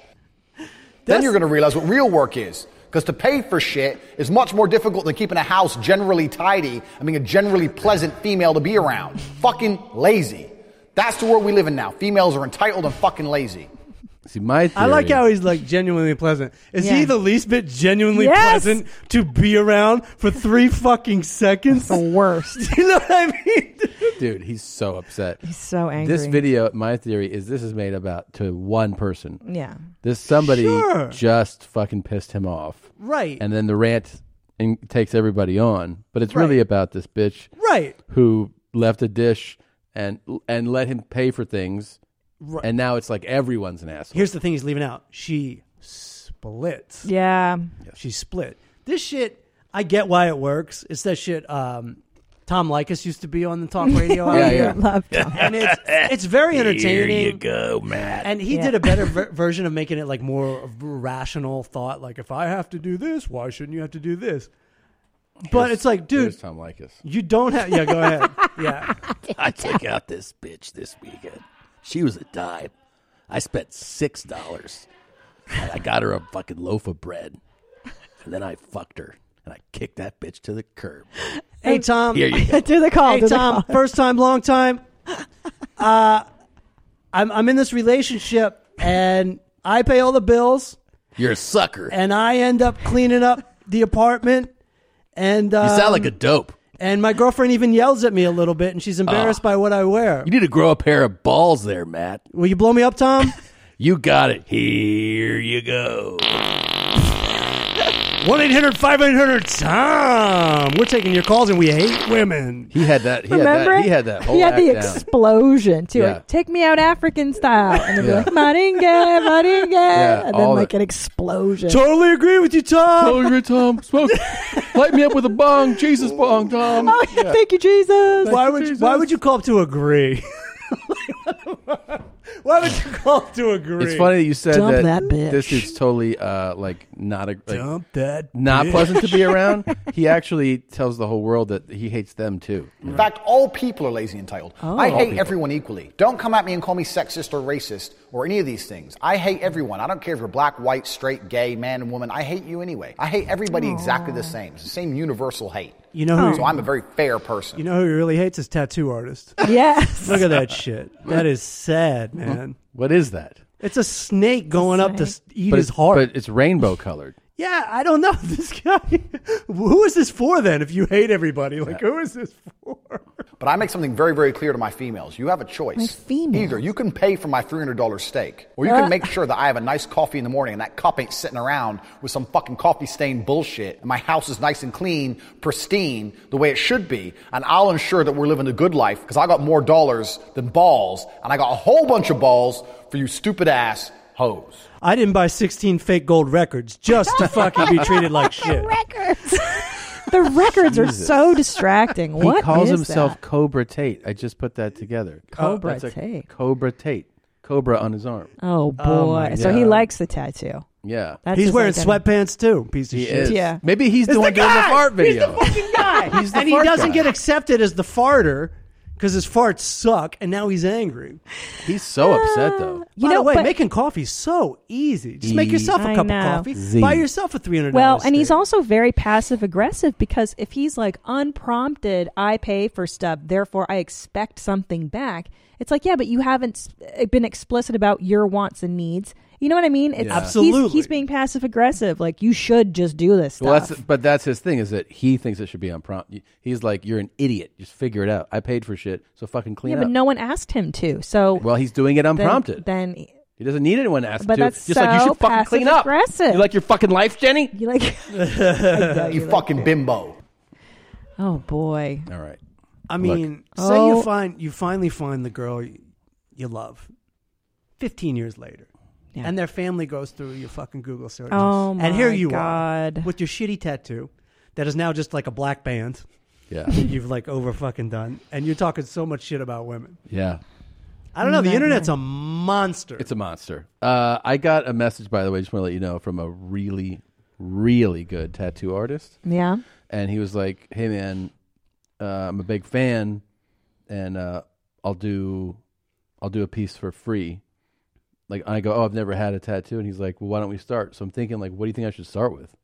Speaker 5: then
Speaker 12: That's-
Speaker 5: you're gonna realize what real work is. Because to pay for shit is much more difficult than keeping a house generally tidy and being a generally pleasant female to be around. fucking lazy. That's the world we live in now. Females are entitled and fucking lazy.
Speaker 1: (laughs) See, my
Speaker 12: I like
Speaker 1: theory-
Speaker 12: how he's like genuinely pleasant. Is
Speaker 3: Yeah.
Speaker 12: he the least bit genuinely
Speaker 3: Yes!
Speaker 12: pleasant to be around for three fucking seconds?
Speaker 3: the worst.
Speaker 12: (laughs) you know what I mean?
Speaker 1: Dude, he's so upset. He's
Speaker 3: so angry.
Speaker 1: This video, my theory is this is made about to one person.
Speaker 3: Yeah.
Speaker 1: This somebody
Speaker 12: Sure.
Speaker 1: just fucking pissed him off.
Speaker 12: Right.
Speaker 1: And then the rant in, takes everybody on, but it's really
Speaker 12: Right.
Speaker 1: about this bitch
Speaker 12: Right.
Speaker 1: who left a dish and and let him pay for things.
Speaker 12: Right.
Speaker 1: And now it's like everyone's an asshole.
Speaker 12: Here's the thing he's leaving out. She splits.
Speaker 3: Yeah.
Speaker 12: She split. This shit, I get why it works. It's that shit um, Tom Likas used to be on the talk radio. out
Speaker 1: Yeah,
Speaker 12: here.
Speaker 1: yeah.
Speaker 3: Love Tom.
Speaker 12: And it's, it's very entertaining.
Speaker 1: go, Matt.
Speaker 12: And he
Speaker 3: Yeah.
Speaker 12: did a better ver- version of making it like more of a rational thought. Like, if I have to do this, why shouldn't you have to do this? But it's like, dude,
Speaker 1: Here's Tom Likas.
Speaker 12: you don't have. Yeah,
Speaker 1: (laughs)
Speaker 12: go
Speaker 3: (laughs)
Speaker 12: ahead. Yeah.
Speaker 1: I took out this bitch this weekend. She was a dime. I spent six dollars. And I got her a fucking loaf of bread, and then I fucked her, and I kicked that bitch to the curb.
Speaker 12: Hey Tom,
Speaker 1: Here you go.
Speaker 3: (laughs) do the call.
Speaker 12: Hey
Speaker 3: do the
Speaker 12: Tom,
Speaker 3: call.
Speaker 12: first time, long
Speaker 3: (laughs)
Speaker 12: time. Uh, I'm I'm in this relationship, and I pay all the bills,
Speaker 1: You're a sucker.
Speaker 12: and I end up cleaning up the apartment. And
Speaker 1: You
Speaker 12: um,
Speaker 1: sound like a Oh. dope.
Speaker 12: And my girlfriend even yells at me a little bit, and she's embarrassed by what I wear.
Speaker 1: You need to grow a pair of balls there, Matt.
Speaker 12: Will you blow me up, Tom?
Speaker 1: (laughs) You got it. Here you go.
Speaker 12: 1 800 5800 Tom. We're taking your calls and we hate women.
Speaker 1: He had that. He
Speaker 3: Remember?
Speaker 1: had that. He had that whole
Speaker 3: He had
Speaker 1: act
Speaker 3: the
Speaker 1: down.
Speaker 3: explosion too.
Speaker 1: Yeah.
Speaker 3: Like, take me out African style, and they'd
Speaker 1: Yeah.
Speaker 3: be like, "Maringe, maringe,"
Speaker 1: Yeah,
Speaker 3: and
Speaker 1: all
Speaker 3: then like
Speaker 1: the-
Speaker 3: an explosion.
Speaker 12: Totally agree with you, Tom.
Speaker 1: Totally agree, Tom.
Speaker 12: (laughs)
Speaker 1: Smoke. Light me up with a bong. Jesus bong, Tom.
Speaker 3: Oh, yeah, Thank you, Jesus.
Speaker 12: Why would, why would you call up to agree? why would you call up to agree?
Speaker 1: It's funny that you said
Speaker 12: Dump
Speaker 1: that,
Speaker 12: that bitch.
Speaker 1: this is totally uh, like not a like,
Speaker 12: Dump that
Speaker 1: not
Speaker 12: bitch.
Speaker 1: pleasant to be
Speaker 12: (laughs)
Speaker 1: around. he actually tells the whole world that he hates them too.
Speaker 5: In fact, all people are lazy and entitled.
Speaker 12: Oh.
Speaker 5: I
Speaker 1: All
Speaker 5: hate
Speaker 1: people.
Speaker 5: everyone equally. Don't come at me and call me sexist or racist or any of these things. I hate everyone. I don't care if you're black, white, straight, gay, man, and woman. I hate you anyway. I hate everybody exactly the same. It's the same universal hate.
Speaker 12: You know who-
Speaker 5: So I'm a very fair person.
Speaker 12: You know who he really hates is tattoo artist.
Speaker 3: Yes.
Speaker 12: Look at that shit. That is sad, man.
Speaker 1: What is that?
Speaker 12: It's a snake going up to s- eat
Speaker 1: but
Speaker 12: his
Speaker 1: it's-
Speaker 12: heart.
Speaker 1: But it's rainbow colored.
Speaker 12: yeah, I don't know (laughs) this guy. who is this for then? If you hate everybody, like who is this for?
Speaker 5: But I make something very, very clear to my females. You have a choice.
Speaker 3: females.
Speaker 5: Either you can pay for my $300 steak, or you
Speaker 12: Uh.
Speaker 5: can make sure that I have a nice coffee in the morning and that cup ain't sitting around with some fucking coffee stained bullshit. And my house is nice and clean, pristine, the way it should be. And I'll ensure that we're living a good life because I got more dollars than balls. And I got a whole bunch of balls for you stupid ass hoes.
Speaker 12: I didn't buy 16 fake gold records just to fucking be treated like shit.
Speaker 3: records. the records are so distracting.
Speaker 1: He
Speaker 3: what
Speaker 1: calls
Speaker 3: is
Speaker 1: himself
Speaker 3: that?
Speaker 1: Cobra Tate. I just put that together. Uh,
Speaker 3: Cobra
Speaker 1: That's a
Speaker 3: Tate.
Speaker 1: Cobra Tate. Cobra on his arm.
Speaker 3: Oh boy!
Speaker 12: my
Speaker 3: so he
Speaker 1: God.
Speaker 3: likes the tattoo.
Speaker 1: Yeah.
Speaker 3: That's
Speaker 12: He's
Speaker 3: his
Speaker 12: wearing
Speaker 3: identity.
Speaker 12: sweatpants too, piece of
Speaker 1: He
Speaker 12: shit.
Speaker 1: is.
Speaker 3: Yeah.
Speaker 1: Maybe he's the one doing the fart video.
Speaker 12: guy.
Speaker 1: He's the
Speaker 12: and he
Speaker 1: fart
Speaker 12: doesn't
Speaker 1: guy.
Speaker 12: get accepted as the farter because his farts suck, and now he's angry.
Speaker 1: (laughs) He's so upset though.
Speaker 3: You
Speaker 12: By
Speaker 3: know,
Speaker 12: the way,
Speaker 3: but-
Speaker 12: making coffee's so easy. Just make
Speaker 1: E-
Speaker 12: yourself
Speaker 3: I
Speaker 12: a cup
Speaker 3: know.
Speaker 12: of coffee.
Speaker 1: Z.
Speaker 12: Buy yourself a three hundred.
Speaker 3: Well, and he's also very passive aggressive because if he's like unprompted, I pay for stuff, therefore I expect something back. It's like, yeah, but you haven't s- eh, been explicit about your wants and needs. You know what I mean? It's,
Speaker 1: Yeah.
Speaker 3: he's-
Speaker 12: Absolutely.
Speaker 3: He's, being passive aggressive. Like you should just do this stuff.
Speaker 1: Well, that's but that's his thing is that he thinks it should be on prompt. He's like, you're an idiot. Just figure it out. I paid for shit, so fucking clean
Speaker 3: yeah,
Speaker 1: up.
Speaker 3: but no one asked him to. So
Speaker 1: well, he's doing it
Speaker 3: then,
Speaker 1: unprompted.
Speaker 3: then
Speaker 1: he doesn't need anyone to ask him
Speaker 3: But
Speaker 1: to.
Speaker 3: that's
Speaker 1: just like you
Speaker 3: so
Speaker 1: should fucking clean up.
Speaker 3: passive-aggressive.
Speaker 1: You like your fucking life, Jenny?
Speaker 3: you like,
Speaker 5: You fucking bimbo.
Speaker 3: oh boy,
Speaker 1: All right.
Speaker 12: I mean, say
Speaker 3: Oh.
Speaker 12: you find you finally find the girl you, you love, fifteen years later,
Speaker 3: Yeah.
Speaker 12: and their family goes through your fucking Google search.
Speaker 3: Oh
Speaker 12: and here
Speaker 3: my
Speaker 12: you
Speaker 3: God.
Speaker 12: are with your shitty tattoo that is now just like a black band.
Speaker 1: Yeah.
Speaker 12: that You've like over fucking done, and you're talking so much shit about women.
Speaker 1: (laughs) Yeah.
Speaker 12: I don't know. The internet's a monster.
Speaker 1: It's a monster. Uh, I got a message, by the way, just want to let you know, from a really, really good tattoo artist.
Speaker 3: yeah.
Speaker 1: and he was like, "Hey man, uh, I'm a big fan, and uh, I'll do, I'll do a piece for free." Like I go, "Oh, I've never had a tattoo," and he's like, "Well, why don't we start?" So I'm thinking, like, what do you think I should start with?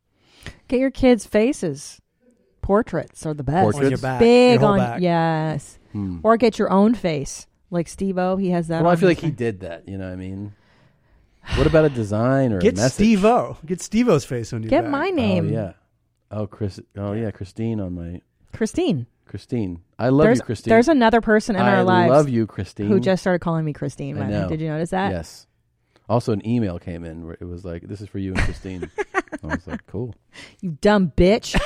Speaker 3: Get your kids' faces. Portraits are the best.
Speaker 1: Portraits? On your
Speaker 12: back,
Speaker 3: Big
Speaker 12: your whole
Speaker 3: on
Speaker 12: back.
Speaker 3: yes. Or get your own face. Like Steve O, he has that.
Speaker 1: Well, I
Speaker 3: on
Speaker 1: feel like
Speaker 3: his
Speaker 1: he
Speaker 3: thing.
Speaker 1: did that. You know what I mean? What about a design or
Speaker 12: Get
Speaker 1: a message?
Speaker 12: Steve O. Get Steve O's face on your
Speaker 3: Get
Speaker 12: back.
Speaker 3: my
Speaker 1: Oh
Speaker 3: name.
Speaker 1: yeah. Oh Chris. Oh yeah, Christine on my
Speaker 3: Christine.
Speaker 1: Christine. I love
Speaker 3: there's,
Speaker 1: you, Christine.
Speaker 3: There's another person in
Speaker 1: I
Speaker 3: our lives
Speaker 1: love you, Christine.
Speaker 3: who just started calling me Christine.
Speaker 1: I
Speaker 3: by the way.
Speaker 1: know.
Speaker 3: Did you notice that?
Speaker 1: Yes. Also, an email came in where it was like, "This is for you and
Speaker 3: (laughs)
Speaker 1: Christine." I was like, "Cool."
Speaker 3: You dumb
Speaker 1: (laughs)
Speaker 3: bitch.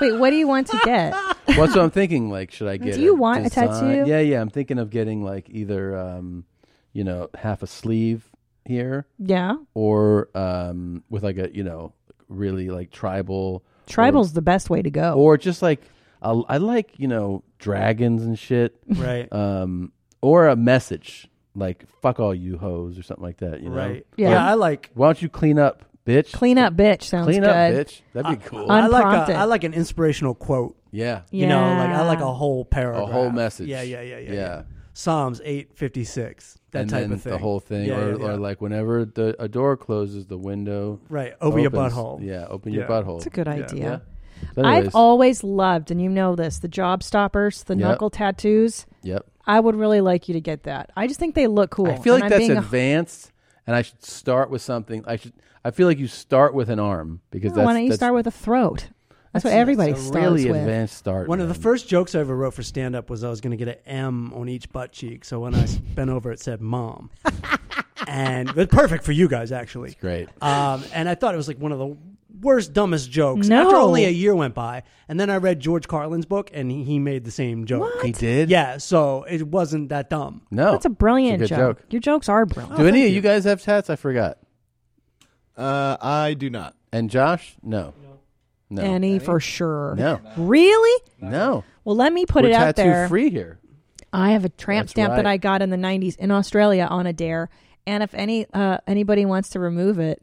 Speaker 3: Wait, what do you want to get?
Speaker 1: Well, that's what I'm thinking. Like, should I get?
Speaker 3: (laughs) Do you want a
Speaker 1: design-
Speaker 3: tattoo?
Speaker 1: Yeah, yeah. I'm thinking of getting like either, um, you know, half a sleeve here,
Speaker 3: Yeah.
Speaker 1: or um, with like a, you know, really like tribal,
Speaker 3: Tribal's the best way to go.
Speaker 1: or just like I, I like you know dragons and shit,
Speaker 12: Right.
Speaker 1: um, or a message like "fuck all you hoes" or something like that. You know,
Speaker 12: Right.
Speaker 3: Yeah.
Speaker 12: Yeah. I like.
Speaker 1: Why don't you clean up, bitch?
Speaker 3: Clean up bitch sounds
Speaker 1: Clean
Speaker 3: good.
Speaker 1: up, bitch. That'd be cool.
Speaker 12: Uh, I like. A,
Speaker 3: Unprompted.
Speaker 12: I like an inspirational quote.
Speaker 1: yeah.
Speaker 12: You know, like I like
Speaker 3: Yeah.
Speaker 12: a whole paragraph,
Speaker 1: whole message.
Speaker 12: Yeah, yeah, yeah, yeah.
Speaker 1: Yeah.
Speaker 12: yeah. Psalms eight fifty six. That
Speaker 1: and
Speaker 12: type
Speaker 1: then
Speaker 12: of
Speaker 1: The
Speaker 12: thing.
Speaker 1: whole thing,
Speaker 12: Yeah,
Speaker 1: or,
Speaker 12: yeah, yeah.
Speaker 1: or like whenever the a door closes, the window.
Speaker 12: Right, open your
Speaker 1: opens.
Speaker 12: butthole.
Speaker 1: Yeah, open your
Speaker 12: Yeah.
Speaker 1: butthole.
Speaker 3: It's a good idea.
Speaker 1: Yeah. So anyways,
Speaker 3: I've always loved, and you know this, the job stoppers, the
Speaker 1: Yep.
Speaker 3: knuckle tattoos.
Speaker 1: Yep.
Speaker 3: I would really like you to get that. I just think they look cool.
Speaker 1: I feel like
Speaker 3: and I'm
Speaker 1: that's
Speaker 3: being
Speaker 1: (laughs)
Speaker 3: a-
Speaker 1: advanced, and I should start with something. I should. I feel like you start with an arm because
Speaker 3: No,
Speaker 1: that's
Speaker 3: Oh, why don't you
Speaker 1: that's
Speaker 3: start with a throat? That's, what
Speaker 1: That's-
Speaker 3: everybody
Speaker 1: that's a
Speaker 3: starts
Speaker 1: really
Speaker 3: with.
Speaker 1: advanced start.
Speaker 12: One of the first jokes I ever wrote for stand up was I was going to get an M on each butt cheek. So when I s- (laughs) bent over, it
Speaker 1: (laughs)
Speaker 12: said mom. and it's perfect for you guys, actually. It's
Speaker 1: great.
Speaker 12: Um, and I thought it was like one of the worst, dumbest jokes.
Speaker 1: No.
Speaker 12: After only a year went by. And then I read George Carlin's book and he- he made the same joke.
Speaker 1: He did?
Speaker 12: Yeah. So it wasn't that dumb.
Speaker 1: No,
Speaker 3: That's a brilliant
Speaker 1: It's a good
Speaker 3: joke.
Speaker 1: joke.
Speaker 3: Your jokes are brilliant.
Speaker 1: Do any of you guys have tats? I forgot.
Speaker 7: Uh, I do not.
Speaker 1: And Josh, no, no,
Speaker 3: Any for sure.
Speaker 1: No.
Speaker 3: Really?
Speaker 1: no.
Speaker 3: Well, let me put
Speaker 1: We're
Speaker 3: it out
Speaker 1: tattoo
Speaker 3: there.
Speaker 1: Free here.
Speaker 3: I have a tramp
Speaker 1: That's
Speaker 3: stamp that
Speaker 1: right.
Speaker 3: I got in the '90s in Australia on a dare, and if any uh, anybody wants to remove it,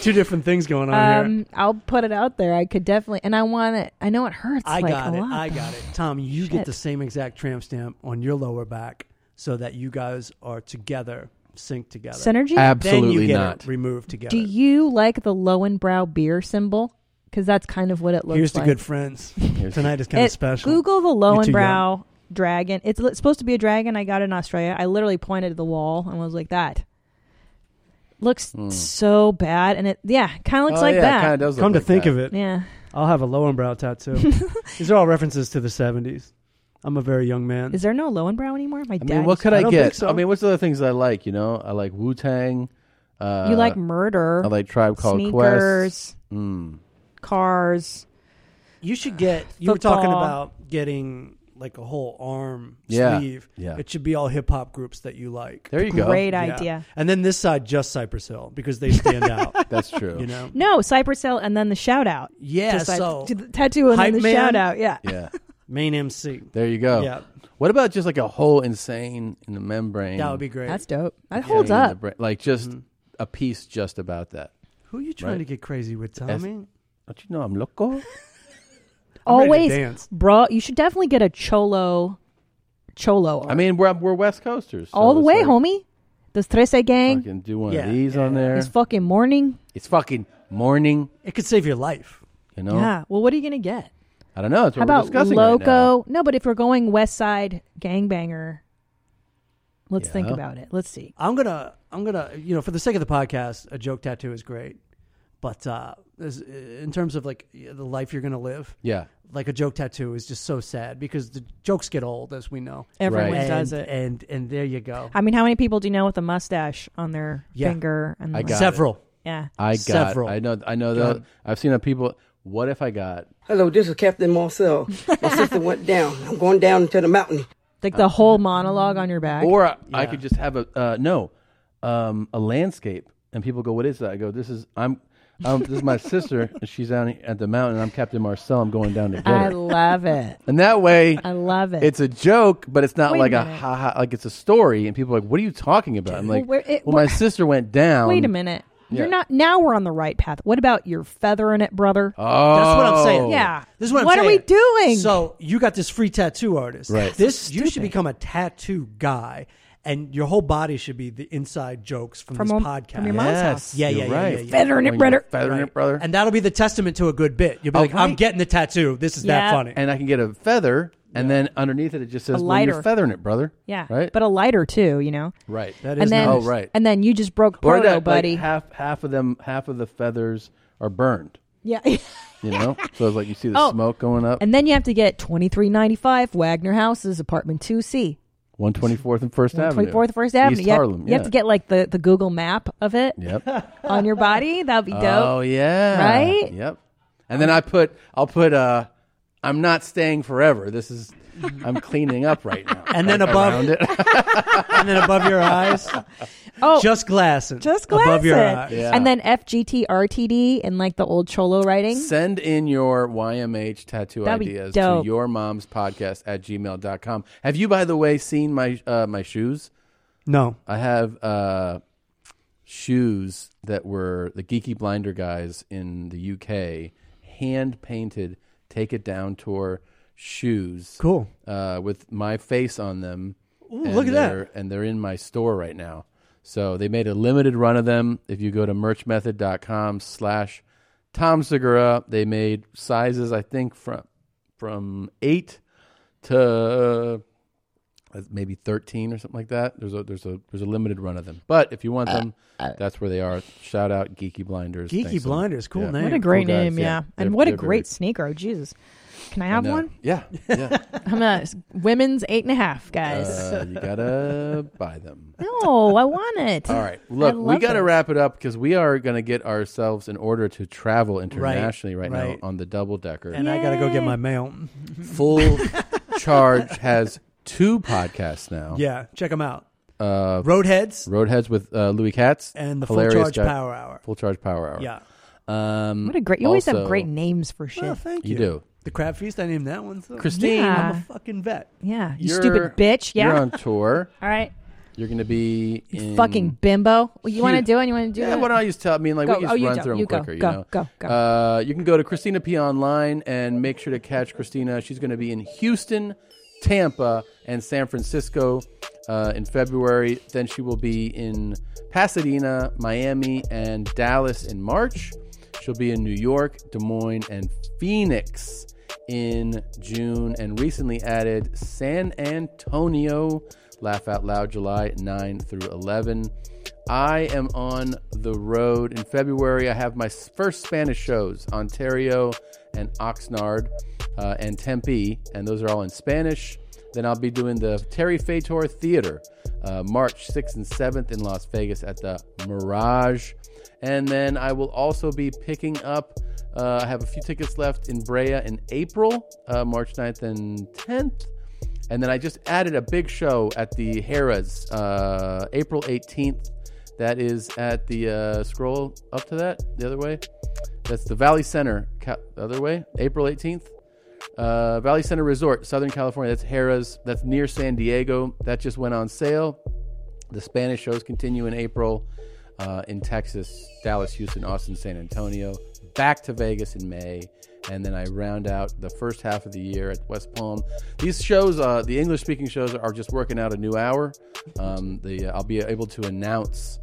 Speaker 12: Two different things going on here.
Speaker 3: um, I'll put it out there. I could definitely, and I want it. I know it hurts.
Speaker 12: I
Speaker 3: like,
Speaker 12: got
Speaker 3: a
Speaker 12: it.
Speaker 3: lot,
Speaker 12: I
Speaker 3: but-
Speaker 12: got it. Tom, you
Speaker 3: Shit.
Speaker 12: get the same exact tramp stamp on your lower back so that you guys are together, synced together. then
Speaker 3: Synergy?
Speaker 12: you
Speaker 1: Absolutely
Speaker 12: get it
Speaker 1: not.
Speaker 12: removed together.
Speaker 3: Do you like the Lowenbrow beer symbol? Because that's kind of what it looks
Speaker 12: Here's to
Speaker 3: like.
Speaker 12: good friends. Tonight is kind
Speaker 3: It-
Speaker 12: of special.
Speaker 3: Google the
Speaker 12: You're too young.
Speaker 3: Lowenbrow dragon. It's li- supposed to be a dragon I got in Australia. I literally pointed at the wall and was like, that. Looks
Speaker 12: Hmm.
Speaker 3: so bad. And it, yeah, kind
Speaker 1: Oh,
Speaker 3: of looks like that.
Speaker 12: Come to think of it,
Speaker 3: Yeah.
Speaker 12: I'll have a Lowenbrow
Speaker 3: (laughs)
Speaker 12: tattoo. These are all references to the '70s. I'm a very young man.
Speaker 3: Is there no Lowenbrow anymore? My
Speaker 1: I
Speaker 3: dad.
Speaker 1: mean, what
Speaker 3: used
Speaker 1: could
Speaker 3: to-
Speaker 1: I,
Speaker 12: don't think
Speaker 1: get?
Speaker 12: so.
Speaker 1: I mean, what's the other things I like? You know, I like Wu Tang. Uh,
Speaker 3: You like murder,
Speaker 1: I like Tribe Called
Speaker 3: sneakers.
Speaker 1: Quest. Mm.
Speaker 3: Cars.
Speaker 12: You should get. You were talking
Speaker 3: Football.
Speaker 12: about getting like a whole arm
Speaker 1: Yeah.
Speaker 12: sleeve.
Speaker 1: Yeah.
Speaker 12: It should be all hip hop groups that you like.
Speaker 1: There you go. Great
Speaker 3: idea.
Speaker 12: And then this side just Cypress Hill because they stand
Speaker 1: (laughs)
Speaker 12: out.
Speaker 1: That's true.
Speaker 12: You know.
Speaker 3: No, Cypress Hill and then the shout out.
Speaker 12: Yeah,
Speaker 3: Just like,
Speaker 12: so-
Speaker 3: t- the tattoo and
Speaker 12: Hype
Speaker 3: then the
Speaker 12: man?
Speaker 3: shout out. Yeah.
Speaker 1: Yeah.
Speaker 12: (laughs) Main MC.
Speaker 1: There you go.
Speaker 12: Yeah.
Speaker 1: What about just like a hole insane in the membrane?
Speaker 12: That would be great. Mm-hmm.
Speaker 3: That's dope. That
Speaker 1: Yeah,
Speaker 3: holds
Speaker 1: in the
Speaker 3: up.
Speaker 1: bra- like just a piece just about that.
Speaker 12: Who are you trying
Speaker 1: Right.
Speaker 12: to get crazy with,
Speaker 1: That's-
Speaker 12: Tommy?
Speaker 1: Don't you know I'm
Speaker 3: (laughs)
Speaker 1: loco?
Speaker 12: I'm ready to
Speaker 3: Always,
Speaker 12: dance.
Speaker 3: bro. You should definitely get a cholo, cholo.
Speaker 1: I mean, we're we're West Coasters. so
Speaker 3: all the
Speaker 1: it's
Speaker 3: way,
Speaker 1: like,
Speaker 3: homie. Those Trece gang.
Speaker 1: Fucking do one
Speaker 3: Yeah,
Speaker 1: of these on there.
Speaker 3: It's fucking morning.
Speaker 1: It's fucking morning.
Speaker 12: It could save your life.
Speaker 1: You know.
Speaker 3: Yeah. Well, what are you gonna get?
Speaker 1: I don't know. That's
Speaker 3: How
Speaker 1: what we're
Speaker 3: about
Speaker 1: discussing right now.
Speaker 3: loco? no, but if we're going West Side gangbanger, let's think
Speaker 12: Yeah.
Speaker 3: about it. Let's see.
Speaker 12: I'm gonna, I'm gonna, you know, for the sake of the podcast, a joke tattoo is great, but uh, this, in terms of like the life you're gonna live,
Speaker 1: Yeah.
Speaker 12: like a joke tattoo is just so sad because the jokes get old, as we know.
Speaker 3: Everyone
Speaker 12: And-
Speaker 3: does it.
Speaker 12: and and there you go.
Speaker 3: I mean, how many people do you know with a mustache on their
Speaker 12: Yeah.
Speaker 3: finger? And
Speaker 1: I
Speaker 3: like-
Speaker 1: got it.
Speaker 12: Several.
Speaker 3: Yeah.
Speaker 1: I got.
Speaker 12: Several.
Speaker 1: I know. I know
Speaker 12: God.
Speaker 1: that. I've seen that people. What if I got?
Speaker 10: Hello, this is Captain Marcel. My sister went down. I'm going down into the mountain.
Speaker 3: Like the whole monologue on your back.
Speaker 1: Or I, I could just have a uh, no, um, a landscape, and people go, "What is that?" I go, "This is I'm, um, this is
Speaker 3: (laughs)
Speaker 1: my sister, and she's down at the mountain. and I'm Captain Marcel. I'm going down to get
Speaker 3: I
Speaker 1: her."
Speaker 3: love it.
Speaker 1: And that way,
Speaker 3: I love it.
Speaker 1: It's a joke, but it's not
Speaker 3: Wait a
Speaker 1: like a,
Speaker 3: minute.
Speaker 1: ha ha. Like it's a story, and people are like, "What are you talking about?" I'm
Speaker 3: Well,
Speaker 1: like, "Well,
Speaker 3: where- it-
Speaker 1: my
Speaker 3: where-
Speaker 1: sister went down."
Speaker 3: Wait a minute. You're
Speaker 1: um, Yeah.
Speaker 3: not now we're on the right path. What about your feathering it, brother?
Speaker 1: Oh. That's what I'm saying.
Speaker 3: Yeah.
Speaker 12: This is what, I'm
Speaker 3: are we
Speaker 12: saying.
Speaker 3: doing?
Speaker 12: So you got this free tattoo artist.
Speaker 1: Right.
Speaker 12: This you should become a tattoo guy, and your whole body should be the inside jokes from,
Speaker 3: From
Speaker 12: this
Speaker 3: mom-
Speaker 12: podcast.
Speaker 3: from your mom's Yes, house.
Speaker 12: Yeah, yeah,
Speaker 1: you're
Speaker 12: yeah,
Speaker 1: right.
Speaker 12: yeah, yeah.
Speaker 1: Feathering it, Right. brother. Feathering it, brother.
Speaker 12: And that'll be the testament to a good bit. You'll be
Speaker 1: Oh,
Speaker 12: like, I'm
Speaker 1: right.
Speaker 12: getting the tattoo. This is that funny.
Speaker 1: And I can get a feather, and then underneath it, it just says,
Speaker 3: A
Speaker 1: well,
Speaker 3: lighter.
Speaker 1: you're feathering it, brother."
Speaker 3: yeah.
Speaker 1: Right.
Speaker 3: But a lighter too, you know?
Speaker 1: Right. That
Speaker 3: and
Speaker 1: is
Speaker 3: then,
Speaker 1: nice. Oh, right.
Speaker 3: And then you just broke
Speaker 1: Or
Speaker 3: proto,
Speaker 1: that, like,
Speaker 3: buddy.
Speaker 1: half half of them, half of the feathers are burned.
Speaker 3: yeah. (laughs)
Speaker 1: You know, so it's like you see the
Speaker 3: Oh.
Speaker 1: smoke going up.
Speaker 3: and then you have to get twenty three ninety five Wagner Houses, apartment two C.
Speaker 1: One twenty fourth and First Avenue.
Speaker 3: Twenty fourth First Avenue.
Speaker 1: East
Speaker 3: you, have,
Speaker 1: Harlem.
Speaker 3: you have to get like the, the Google map of it (laughs)
Speaker 1: Yep.
Speaker 3: on your body. That'd be dope.
Speaker 1: Oh yeah.
Speaker 3: Right?
Speaker 1: Yep. And then I put I'll put uh I'm not staying forever. This is I'm cleaning up right now.
Speaker 12: (laughs) And then
Speaker 1: Like,
Speaker 12: above-
Speaker 1: around it.
Speaker 12: (laughs) and then above your eyes,
Speaker 3: Oh,
Speaker 12: just glassing.
Speaker 3: Just glass
Speaker 12: Above your
Speaker 3: it.
Speaker 12: eyes.
Speaker 1: Yeah.
Speaker 3: And then FGTRTD and like the old cholo writing.
Speaker 1: Send in your YMH tattoo
Speaker 3: That'd be
Speaker 1: ideas to
Speaker 3: dope.
Speaker 1: your mom's podcast at gmail.com. Have you by the way seen my uh, my shoes?
Speaker 12: No.
Speaker 1: I have uh shoes that were the geeky blinder guys in the UK hand painted take it down tour shoes.
Speaker 12: Cool.
Speaker 1: Uh with my face on them.
Speaker 12: Ooh,
Speaker 1: and
Speaker 12: look at that.
Speaker 1: they're- And they're in my store right now. So they made a limited run of them. If you go to merchmethod.com slash Tom Segura, they made sizes, I think, from from eight to uh, maybe 13 or something like that. There's a there's a there's a limited run of them. But if you want them, that's where they are. Shout out Geeky Blinders.
Speaker 12: Geeky
Speaker 1: Thanks so much.
Speaker 12: Blinders, cool
Speaker 1: Yeah.
Speaker 12: name.
Speaker 3: What a great
Speaker 1: Cool guys,
Speaker 3: name, yeah. And
Speaker 1: They're-
Speaker 3: what a
Speaker 1: they're very
Speaker 3: great sneaker. Oh, Jesus. Can I
Speaker 1: I
Speaker 3: have
Speaker 1: know.
Speaker 3: one?
Speaker 1: Yeah, yeah.
Speaker 3: (laughs) I'm a women's eight and a half, guys.
Speaker 1: Uh, you
Speaker 3: (laughs)
Speaker 1: gotta buy them.
Speaker 3: no, I want it.
Speaker 12: (laughs)
Speaker 1: All right, look,
Speaker 3: I
Speaker 1: we
Speaker 3: love
Speaker 1: got to
Speaker 3: it.
Speaker 1: wrap it up because we are going to get ourselves in order to travel internationally right,
Speaker 12: right.
Speaker 1: now on the double decker.
Speaker 12: And I gotta go get my mail. (laughs)
Speaker 1: Full Charge has two podcasts now.
Speaker 12: Yeah, check them out.
Speaker 1: Uh,
Speaker 12: Roadheads.
Speaker 1: Roadheads with uh, Louis Katz
Speaker 12: And the Full
Speaker 1: hilarious
Speaker 12: Charge Power Hour.
Speaker 1: Full Charge Power Hour.
Speaker 12: Yeah.
Speaker 1: Um,
Speaker 3: What a great! You always have
Speaker 1: also-
Speaker 3: great names for shit.
Speaker 12: Oh, thank
Speaker 1: You you. do.
Speaker 12: The crab feast. I named that one. So.
Speaker 1: Christine.
Speaker 3: Yeah.
Speaker 12: I'm a fucking vet.
Speaker 3: Yeah, you
Speaker 1: You're-
Speaker 3: stupid bitch. Yeah.
Speaker 1: you're on tour.
Speaker 3: (laughs) All right,
Speaker 1: You're going to be in
Speaker 3: fucking bimbo. Well, you want to
Speaker 1: Huge.
Speaker 3: do it? You want to do
Speaker 1: Mm. Yeah,
Speaker 3: it?
Speaker 1: why don't I just tell? I mean, like we
Speaker 3: Go.
Speaker 1: can
Speaker 3: oh,
Speaker 1: just
Speaker 3: you
Speaker 1: run
Speaker 3: don't.
Speaker 1: through them
Speaker 3: you go.
Speaker 1: quicker. you
Speaker 3: go,
Speaker 1: know,
Speaker 3: go, go,
Speaker 1: Uh, you can go to Christina P online and make sure to catch Christina. She's going to be in Houston, Tampa, and San Francisco uh, in February. Then she will be in Pasadena, Miami, and Dallas in March. She'll be in New York, Des Moines, and Phoenix in June, and recently added San Antonio. Laugh Out Loud July 9 through 11. I am on the road in February. I have my s- first Spanish shows, Ontario and Oxnard uh, and Tempe, and those are all in Spanish. Then I'll be doing the Terry Fator Theater uh, March 6th and 7th in Las Vegas at the Mirage. And then I will also be picking up, uh, I have a few tickets left in Brea in April, uh, March 9th and 10th. And then I just added a big show at the Harrah's uh, April 18th. That is at the uh, scroll up to that the other way. That's the Valley Center ca- the other way. April 18th. Uh, Valley Center Resort, Southern California. That's Harrah's. That's near San Diego. That just went on sale. The Spanish shows continue in April uh, in Texas, Dallas, Houston, Austin, San Antonio. Back to Vegas in May, and then I round out the first half of the year at West Palm. These shows, uh, the English-speaking shows, are just working out a new hour. Um, the I'll be able to announce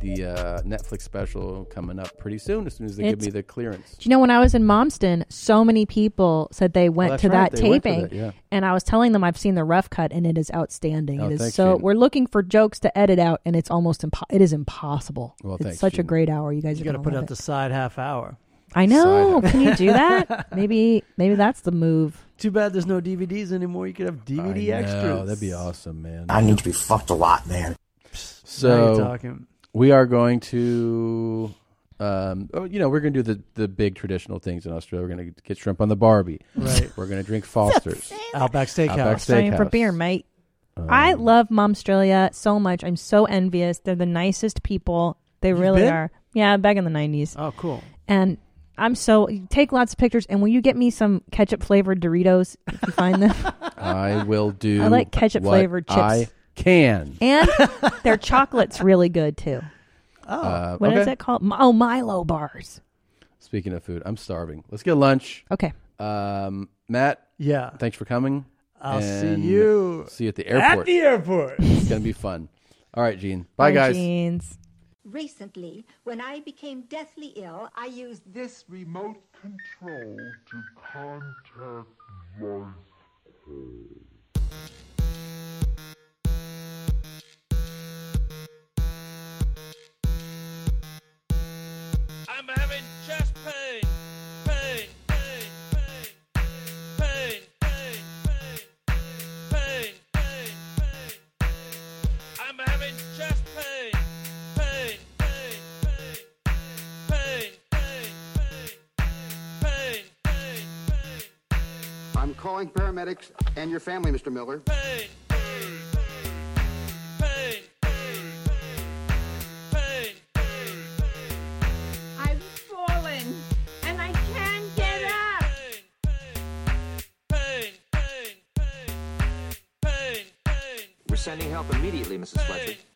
Speaker 1: the uh, Netflix special coming up pretty soon, as soon as they give
Speaker 3: It's-
Speaker 1: me the clearance.
Speaker 3: Do you know when I was in Momston, so many people said they went
Speaker 1: that's
Speaker 3: to
Speaker 1: right,
Speaker 3: that
Speaker 1: they went to
Speaker 3: taping,
Speaker 1: that, yeah.
Speaker 3: and I was telling them I've seen the rough cut, and it is outstanding.
Speaker 1: Oh,
Speaker 3: it is
Speaker 1: thanks,
Speaker 3: so.
Speaker 1: Gene.
Speaker 3: We're looking for jokes to edit out, and it's almost impo- It is impossible.
Speaker 1: Well,
Speaker 3: it's
Speaker 1: thanks,
Speaker 3: such a
Speaker 1: Gene.
Speaker 3: great hour. You guys
Speaker 12: You
Speaker 3: are
Speaker 12: got to
Speaker 3: gonna
Speaker 12: put
Speaker 3: love
Speaker 12: out the
Speaker 3: it.
Speaker 12: side half hour.
Speaker 3: I know. Can you do
Speaker 1: (laughs)
Speaker 3: that? maybe maybe that's the move.
Speaker 12: Too bad there's no DVDs anymore. You could have DVD
Speaker 1: I know,
Speaker 12: extras.
Speaker 1: that'd be awesome, man.
Speaker 9: I need to be fucked a lot, man.
Speaker 12: Now you're
Speaker 1: uh, So
Speaker 12: talking.
Speaker 1: we are going to, um, oh, you know, we're going to do the, the big traditional things in Australia. We're going to get shrimp on the Barbie.
Speaker 12: Right.
Speaker 1: We're going to drink
Speaker 3: (laughs)
Speaker 1: Foster's.
Speaker 12: Outback Steakhouse.
Speaker 1: Outback
Speaker 3: Australian for
Speaker 1: Steakhouse.
Speaker 3: beer, mate.
Speaker 12: Um,
Speaker 3: I love Momstralia so much. I'm so envious. They're the nicest people. They really
Speaker 12: been?
Speaker 3: are. Yeah, back in the 90s.
Speaker 12: Oh, cool.
Speaker 3: And I'm so take lots of pictures. And will you get me some ketchup flavored Doritos if you
Speaker 12: (laughs)
Speaker 3: find them?
Speaker 1: I will do.
Speaker 3: (laughs) I like ketchup
Speaker 1: what
Speaker 3: flavored chips.
Speaker 1: I can.
Speaker 12: (laughs)
Speaker 3: and their chocolate's really good too.
Speaker 12: Oh,
Speaker 1: Uh,
Speaker 3: What is
Speaker 1: okay.
Speaker 3: it called? Mi- Oh, Milo bars.
Speaker 1: Speaking of food, I'm starving. Let's get lunch.
Speaker 3: Okay.
Speaker 1: Um, Matt.
Speaker 12: Yeah.
Speaker 1: Thanks for coming.
Speaker 12: I'll see
Speaker 1: And
Speaker 12: you
Speaker 1: See you at the
Speaker 12: at
Speaker 1: airport.
Speaker 12: the airport.
Speaker 1: it's gonna be fun. All right, Gene. Bye, guys.
Speaker 3: Jeans.
Speaker 25: Recently, when I became deathly ill, I used this remote control to contact life.
Speaker 4: I'm having chest pain. Pain, pain, pain. Pain, pain, pain. Pain, pain, pain. I'm having chest pain. Pain, pain, pain. Pain, pain, pain. Pain, pain, pain.
Speaker 11: I'm calling paramedics and your family, Mr. Miller.
Speaker 4: Pain, pain, pain. Pain, pain, pain.
Speaker 16: I've fallen and I can't get up.
Speaker 4: We're sending help immediately, Mrs. Fletcher.